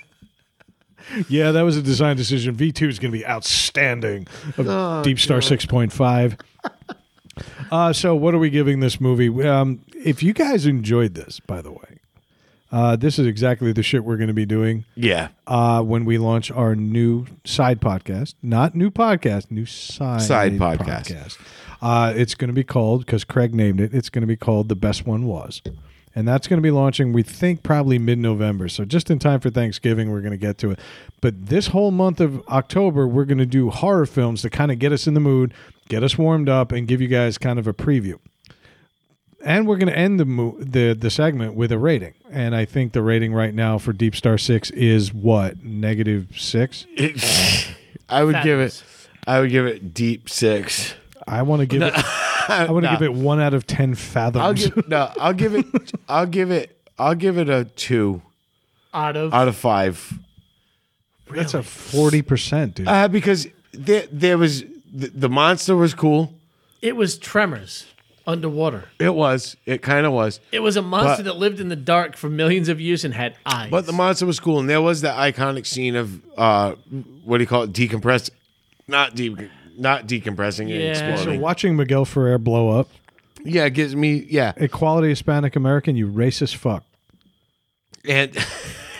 yeah, that was a design decision. V two is going to be outstanding. Of Deep Star six point five. Uh, so, what are we giving this movie? Um, if you guys enjoyed this, by the way, uh, this is exactly the shit we're going to be doing
Yeah.
uh, when we launch our new side podcast. Not new podcast, new side
Side podcast.
Uh, it's going to be called because Craig named it. It's going to be called the best one was, and that's going to be launching. We think probably mid-November, so just in time for Thanksgiving, we're going to get to it. But this whole month of October, we're going to do horror films to kind of get us in the mood get us warmed up, and give you guys kind of a preview. And we're going to end the, mo- the the segment with a rating, and I think the rating right now for Deep Star Six is what negative six.
I would
Fabulous.
give it. I would give it deep six.
I want to give it. I want to give it one out of ten fathoms.
I'll give no. I'll give it. I'll give it. I'll give it a two
Out of
out of five.
That's a forty percent, dude.
Uh, because there, there was the, the monster was cool.
it was Tremors underwater.
It was. It kind of was.
It was a monster
But-
that lived in the dark for millions of years and had eyes.
But the monster was cool, and there was that iconic scene of uh, what do you call it? Decompress, not deep, not decompressing
Yeah.
and
so
exploding.
watching Miguel Ferrer blow up,
yeah, it gives me yeah,
equality Hispanic American, you racist fuck.
and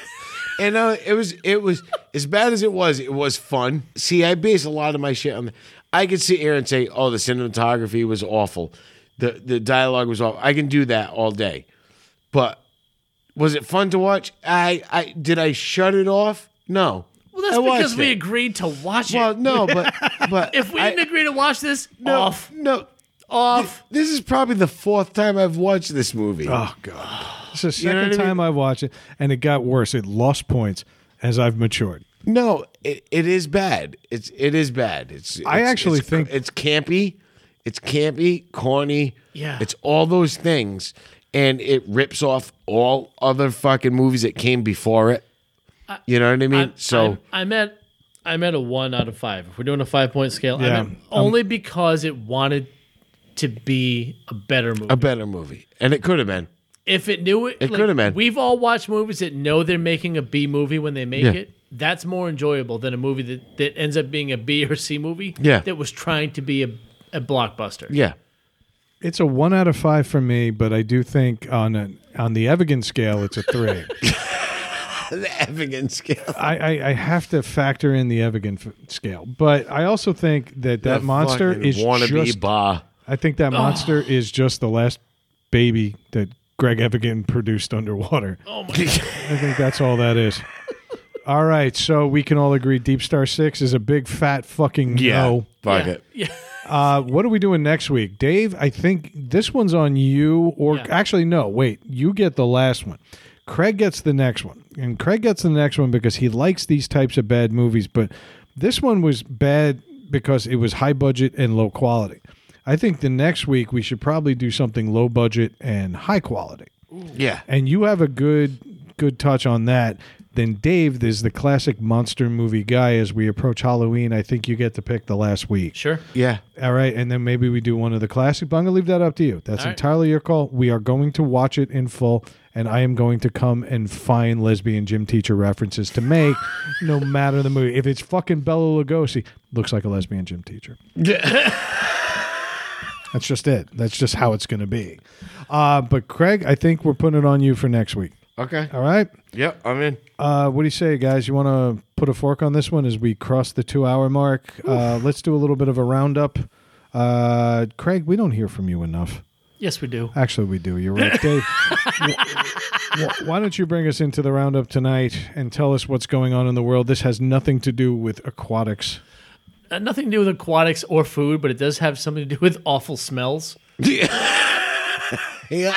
and uh, it was it was as bad as it was. It was fun. See, I base a lot of my shit on. I could sit here and say, "Oh, the cinematography was awful, the the dialogue was awful." I can do that all day, but was it fun to watch? I I did I shut it off? No.
well, that's
I
because
watched
we
it.
agreed to watch
Well,
it.
no, but but
If we
I-
didn't agree to watch this,
no,
off,
no.
off.
This is probably the fourth time I've watched this movie.
Oh god. It's the second
know what I mean?
time I watch it and it got worse. It lost points as I've matured.
No, it, it is bad. It's it is bad. It's
I
it's-
actually
it's-
think-
it's campy, it's campy, corny.
Yeah.
it's all those things, and it rips off all other fucking movies that came before it. You know what I mean?
I'm-
so
I'm, I'm at I'm at a one out of five. If we're doing a five point scale,
Yeah.
I'm at,
Um,
only because it wanted to be a better movie.
a better movie, and it could have been.
if it knew it,
Um, It coulda been.
We've all watched movies that know they're making a B movie when they make
Yeah.
it. That's more enjoyable than a movie that, that ends up being a B or C movie.
Yeah.
that was trying to be a, a blockbuster.
Yeah,
It's a one out of five for me, but I do think on an on the Evigan scale it's a three.
the Evigan scale.
I, I, I have to factor in the Evigan f- scale. But I also think that that monster is
wannabe
just
bah.
I think that monster is just the last baby that Greg Evigan produced underwater.
Oh my!
I think that's all that is. All right, so we can all agree Deep Star 6 is a big fat fucking
Yeah,
no.
fuck
Yeah.
it.
Yeah.
Uh, what are we doing next week? Dave, I think this one's on you, or
Yeah.
actually, no, wait, you get the last one. Craig gets the next one. And Craig gets the next one because he likes these types of bad movies, but this one was bad because it was high budget and low quality. I think the next week we should probably do something low budget and high quality
Yeah,
and you have a good good touch on that then dave is the classic monster movie guy as we approach halloween i think you get to pick the last week
Sure.
yeah.
all right and then maybe we do one of the classic but i'm gonna leave that up to you that's
All right.
entirely your call we are going to watch it in full and i am going to come and find lesbian gym teacher references to make no matter the movie if it's fucking bella lugosi looks like a lesbian gym teacher that's just it that's just how it's gonna be uh, but craig i think we're putting it on you for next week
okay.
all right
Yep, I'm in.
uh, what do you say, guys? You want to put a fork on this one as we cross the two-hour mark? Uh, let's do a little bit of a roundup. Uh, Craig, we don't hear from you enough.
Yes, we do.
Actually, we do. You're right, Dave. w- w- why don't you bring us into the roundup tonight and tell us what's going on in the world? This has nothing to do with aquatics.
Uh, nothing to do with aquatics or food, but it does have something to do with awful smells.
Yeah. yeah.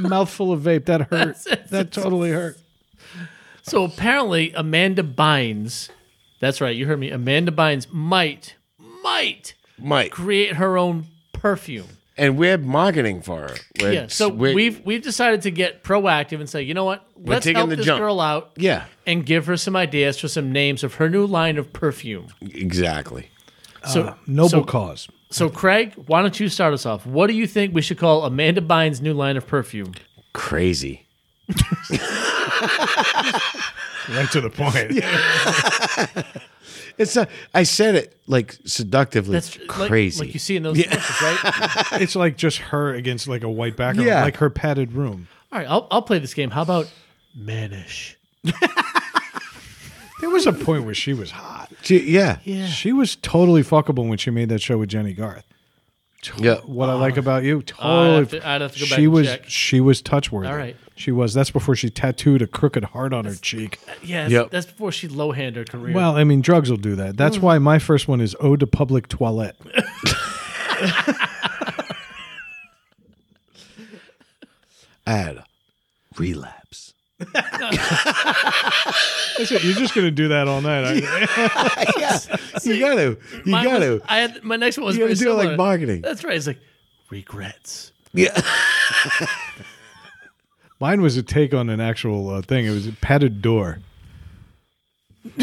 Mouthful of vape. That hurt. that totally hurt.
So apparently, Amanda Bynes. That's right. You heard me. Amanda Bynes might might
Mike.
create her own perfume.
And we're marketing for her. We're-
Yeah. So
we're-
we've we've decided to get proactive and say, you know what? Let's
taking
help
the
this
jump.
girl out
Yeah.
and give her some ideas for some names of her new line of perfume.
Exactly. Ah.
So
Noble
so-
cause.
so Craig, why don't you start us off? What do you think we should call Amanda Bynes' new line of perfume?
Crazy.
Right to the point.
It's a, I said it like seductively.
That's like-
crazy.
like, you see in those commercials, right?
It's like just her against like a white background,
Yeah.
like her padded room.
All right, I'll I'll play this game. How about Manish?
There was a point where she was hot.
Gee, yeah.
Yeah.
She was totally fuckable when she made that show with Jenny Garth.
Yeah.
What I like about you, totally.
Oh. I'd have to- I'd have to go back
she
and
was
check.
she was touch worthy.
All right.
she was. That's before she tattooed a crooked heart on her cheek.
Yeah, that's,
Yep.
that's before she low-hand her career.
Well, I mean, drugs will do that. That's
Hmm.
why my first one is Ode to Public Toilette.
Add relapse.
That's it. You're just gonna do that all night. aren't you?
yeah, you got to. You
Mine
got
was-
to.
I had my next one was
You
very
gotta do it like
similar.
marketing.
That's right. It's like regrets.
Yeah.
Mine was a take on an actual uh, thing. It was a padded door.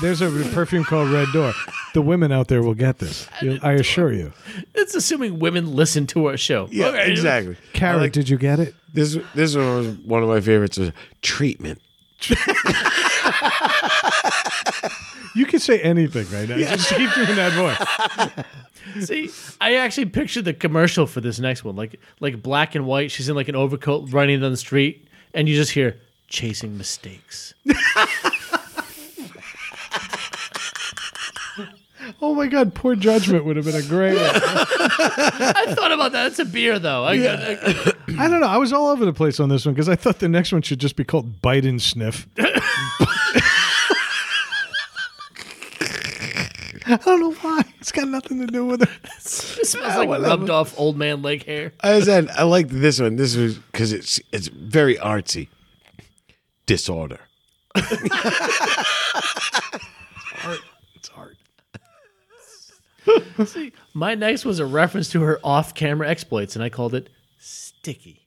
There's a perfume called Red Door. The women out there will get this. You- I assure you.
It's assuming women listen to our show.
Yeah,
Okay.
exactly.
Kara,
like-
did you get it?
This this one was one of my favorites. Was treatment.
You can say anything right now. Just keep doing that voice.
See, I actually pictured the commercial for this next one, like like black and white. She's in like an overcoat, running down the street, and you just hear chasing mistakes.
Oh my God, poor judgment would have been a great one.
I thought about that. It's a beer, though. I, I-
I don't know. I was all over the place on this one because I thought the next one should just be called Bite and Sniff. I don't know why. It's got nothing to do with it.
it smells like rubbed off old man leg hair.
I said I liked this one. This was because it's it's very artsy. Disorder.
It's hard.
See, my next was a reference to her off-camera exploits, and I called it sticky.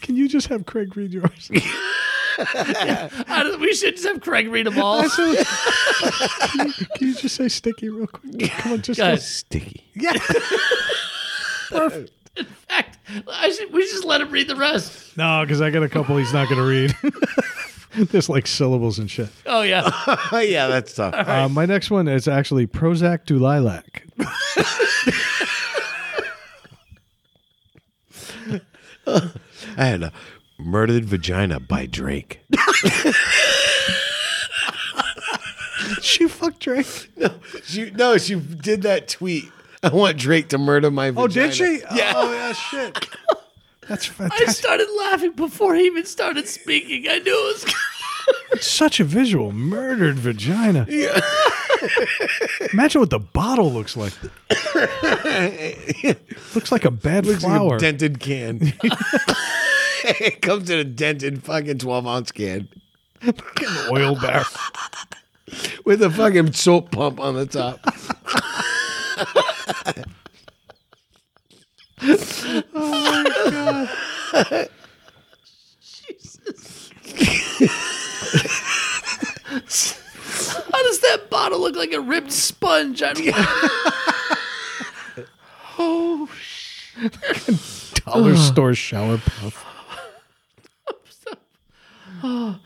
Can you just have Craig read yours?
I don't- we should just have Craig read them all.
So, can, you, can you just say sticky real quick? Come on, just
Guys,
Sticky.
yeah.
In fact, I should, we should just let him read the rest.
No, because I got a couple he's not going to read. There's like syllables and shit.
Oh yeah.
Oh yeah, that's tough.
Uh, my next one is actually Prozac to Lilac.
I had a murdered vagina by Drake.
she fucked Drake.
She, no, she did that tweet. I want Drake to murder my vagina.
Oh, did she?
Yeah.
Oh, yeah, shit. That's
I
fantastic.
started laughing before he even started speaking. I knew it was.
Such a visual. Murdered vagina. Yeah. Imagine what the bottle looks like. looks like a bad
Looks like
flower.
a dented can. it comes in a dented fucking 12 ounce can
oil barrel.
with a fucking soap pump on the top.
How does that bottle look like a ripped sponge? I mean, Oh,
Dollar store shower puff.
how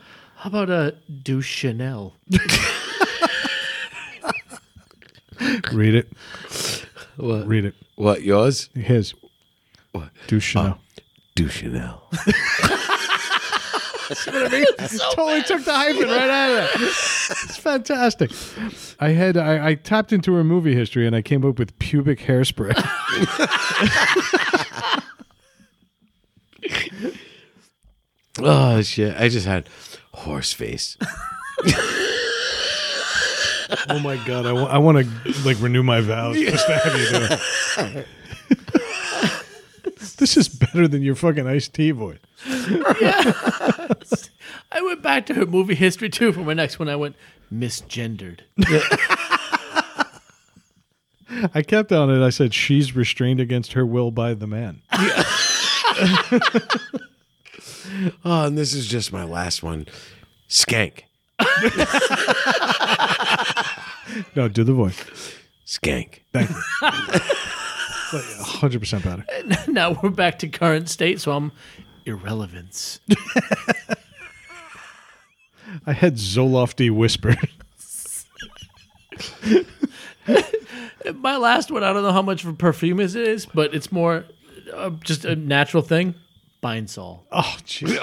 about uh, a douche Chanel?
Read it.
What?
Read it.
What, yours?
His.
What?
Douche Chanel.
Do Chanel.
totally took the hyphen right out of it. It's fantastic. I had I, I tapped into her movie history and I came up with pubic hairspray.
Oh, shit. I just had horse face.
oh my god! I want to like renew my vows just to have you do it. this is better than your fucking iced tea voice.
I went back to her movie history too for my next one. I went misgendered.
I kept on it. I said she's restrained against her will by the man.
Oh, and this is just my last one. Skank.
No, do the voice.
Skank.
Hundred percent better.
now we're back to current state, so I'm irrelevance.
I had Zolofty whisper.
my last one. I don't know how much of a perfume it is, but it's more uh, just a natural thing. Binesol.
Oh, jeez.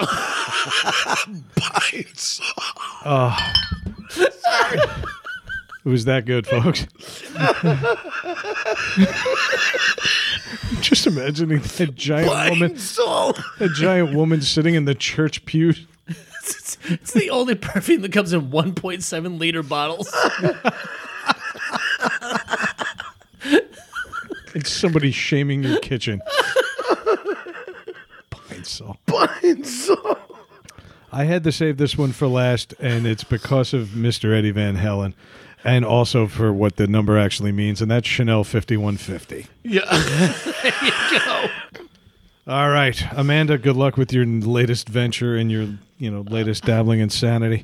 Bites.
It was that good, folks. imagining a giant woman,
soul.
a giant woman sitting in the church pew.
It's, it's the only perfume that comes in 1.7 liter bottles.
It's somebody shaming your kitchen. Pine Sol.
Blind soul.
I had to save this one for last, and it's because of Mr. Eddie Van Helen, and also for what the number actually means, and that's Chanel 5150.
Yeah.
All right, Amanda. Good luck with your latest venture and your you know latest dabbling in sanity.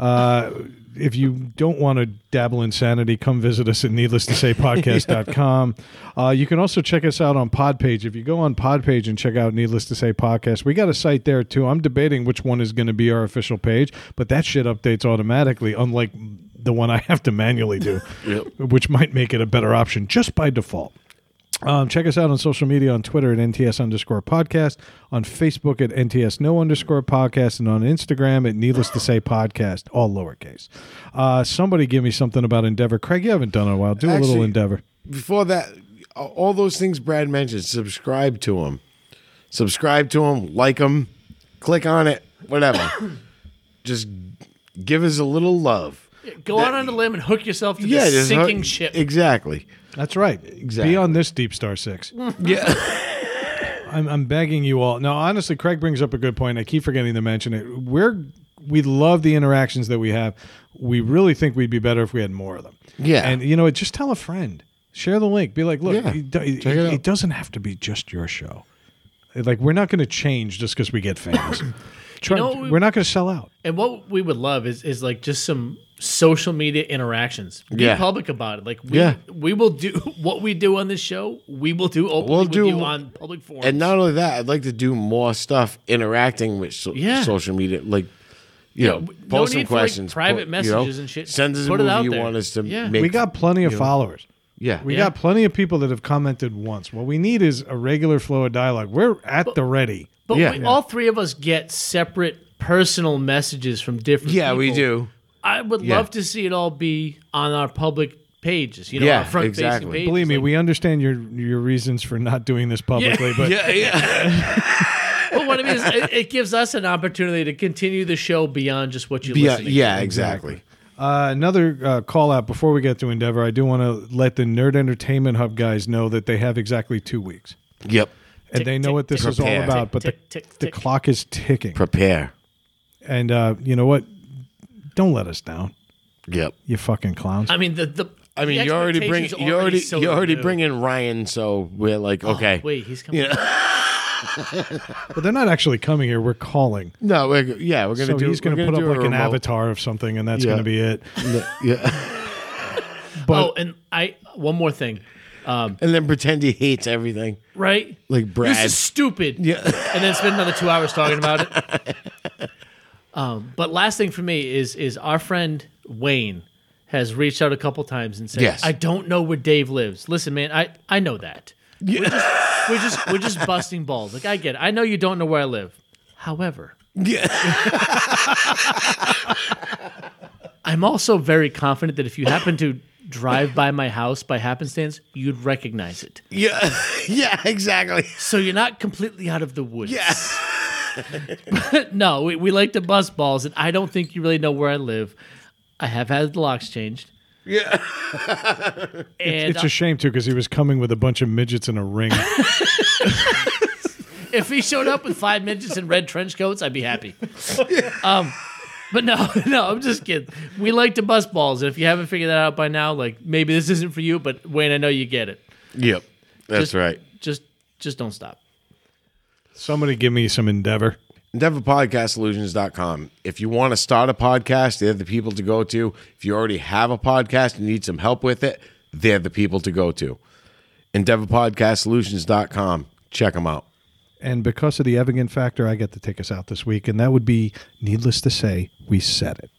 Uh, if you don't want to dabble in sanity, come visit us at needless to say podcast.com. uh, you can also check us out on Podpage. If you go on Podpage and check out Needless to Say Podcast, we got a site there too. I'm debating which one is going to be our official page, but that shit updates automatically, unlike the one I have to manually do,
Yep.
which might make it a better option just by default. Um, check us out on social media on Twitter at NTS underscore podcast, on Facebook at NTS no underscore podcast, and on Instagram at needless to say podcast, all lowercase. Uh, somebody give me something about Endeavor. Craig, you haven't done it in a while. Do a little
Actually-
Endeavor.
Before that, all those things Brad mentioned, subscribe to him. Subscribe to him, like him, click on it, whatever. Just give us a little love.
Go out on a limb and hook yourself to the
just-
sinking ship.
Exactly.
That's right.
Exactly.
Be on this Deep Star 6.
Yeah.
I'm, I'm begging you all. No, honestly, Craig brings up a good point. I keep forgetting to mention it. We're we love the interactions that we have. We really think we'd be better if we had more of them.
Yeah.
and you know, what, just tell a friend, share the link, be like, look,
Yeah.
it, do- it-
Check it
it
out.
doesn't have to be just your show. Like, we're not going to change just because we get famous. Try,
You know what we-
we're not going to sell out.
And what we would love is is like just some social media interactions. Be
Yeah.
public about it. Like we
Yeah.
we will do what we do on this show. We will do openly
We'll
with
do-
you on public forums.
And not only that, I'd like to do more stuff interacting with so-
Yeah.
social media, like you know, post
no
some
need for, like,
questions,
private
po- you know,
messages and shit.
Send us
Put
a
it
movie
out
you
there.
want us to
Yeah.
make.
We got plenty of followers.
yeah,
We
Yeah.
got plenty of people that have commented once. What we need is a regular flow of dialogue. We're at the ready.
but
yeah.
we, all three of us get separate personal messages from different
yeah, we
people.
do.
I would
Yeah.
love to see it all be on our public pages, you know,
Yeah,
our front
exactly.
facing pages.
Believe me,
Like,
we understand your your reasons for not doing this publicly, but
Yeah, yeah,
but what I mean is it, it gives us an opportunity to continue the show beyond just what you
yeah,
listen to.
yeah, exactly.
Uh, another uh, call out before we get to Endeavor, I do want to let the Nerd Entertainment Hub guys know that they have exactly two weeks,
Yep.
and they know
tick,
what this
tick,
is all
Prepare.
about.
tick,
But the,
tick, tick,
the
tick.
clock is ticking,
Prepare.
and uh, you know what? Don't let us down,
Yep.
you fucking clowns.
I mean the the
I mean,
the
you already bring
expectations
you already
so
you already
low.
bring in Ryan, so we're like, okay,
Wait, he's coming.
But they're not actually coming here; we're calling.
no, we're, g- yeah, we're gonna
so
do.
he's going
we're
to put up
do a
like an
remote.
avatar of something, and that's
Yeah.
going to be it.
yeah,
oh, and I one more thing,
and then pretend he hates everything,
right?
like
This
Brad.
is stupid.
Yeah.
and then spend another two hours talking about it. Um, but last thing for me is is our friend Wayne has reached out a couple times and said,
Yes.
"I don't know where Dave lives." Listen, man, I I know that. We're just we're just busting balls. Like I get it. I know you don't know where I live. However,
yeah,
I'm also very confident that if you happen to drive by my house by happenstance, you'd recognize it.
yeah, yeah, exactly.
So you're not completely out of the woods.
Yeah.
no, we, we like to bust balls, and I don't think you really know where I live. I have had the locks changed.
Yeah.
And uh,
It's a shame too, because he was coming with a bunch of midgets in a ring.
uh, if he showed up with five midgets in red trench coats, I'd be happy. Um, but no, no, I'm just kidding. We like to bust balls, and if you haven't figured that out by now, like maybe this isn't for you. But Wayne, I know you get it.
Yep. That's
Just-
right.
Just, just don't stop.
Somebody give me some Endeavor.
EndeavorPodcastSolutions.com. If you want to start a podcast, they're the people to go to. If you already have a podcast and need some help with it, they're the people to go to. EndeavorPodcastSolutions.com. Check them out.
And because of the Evigan factor, I get to take us out this week. And that would be, needless to say, we said it.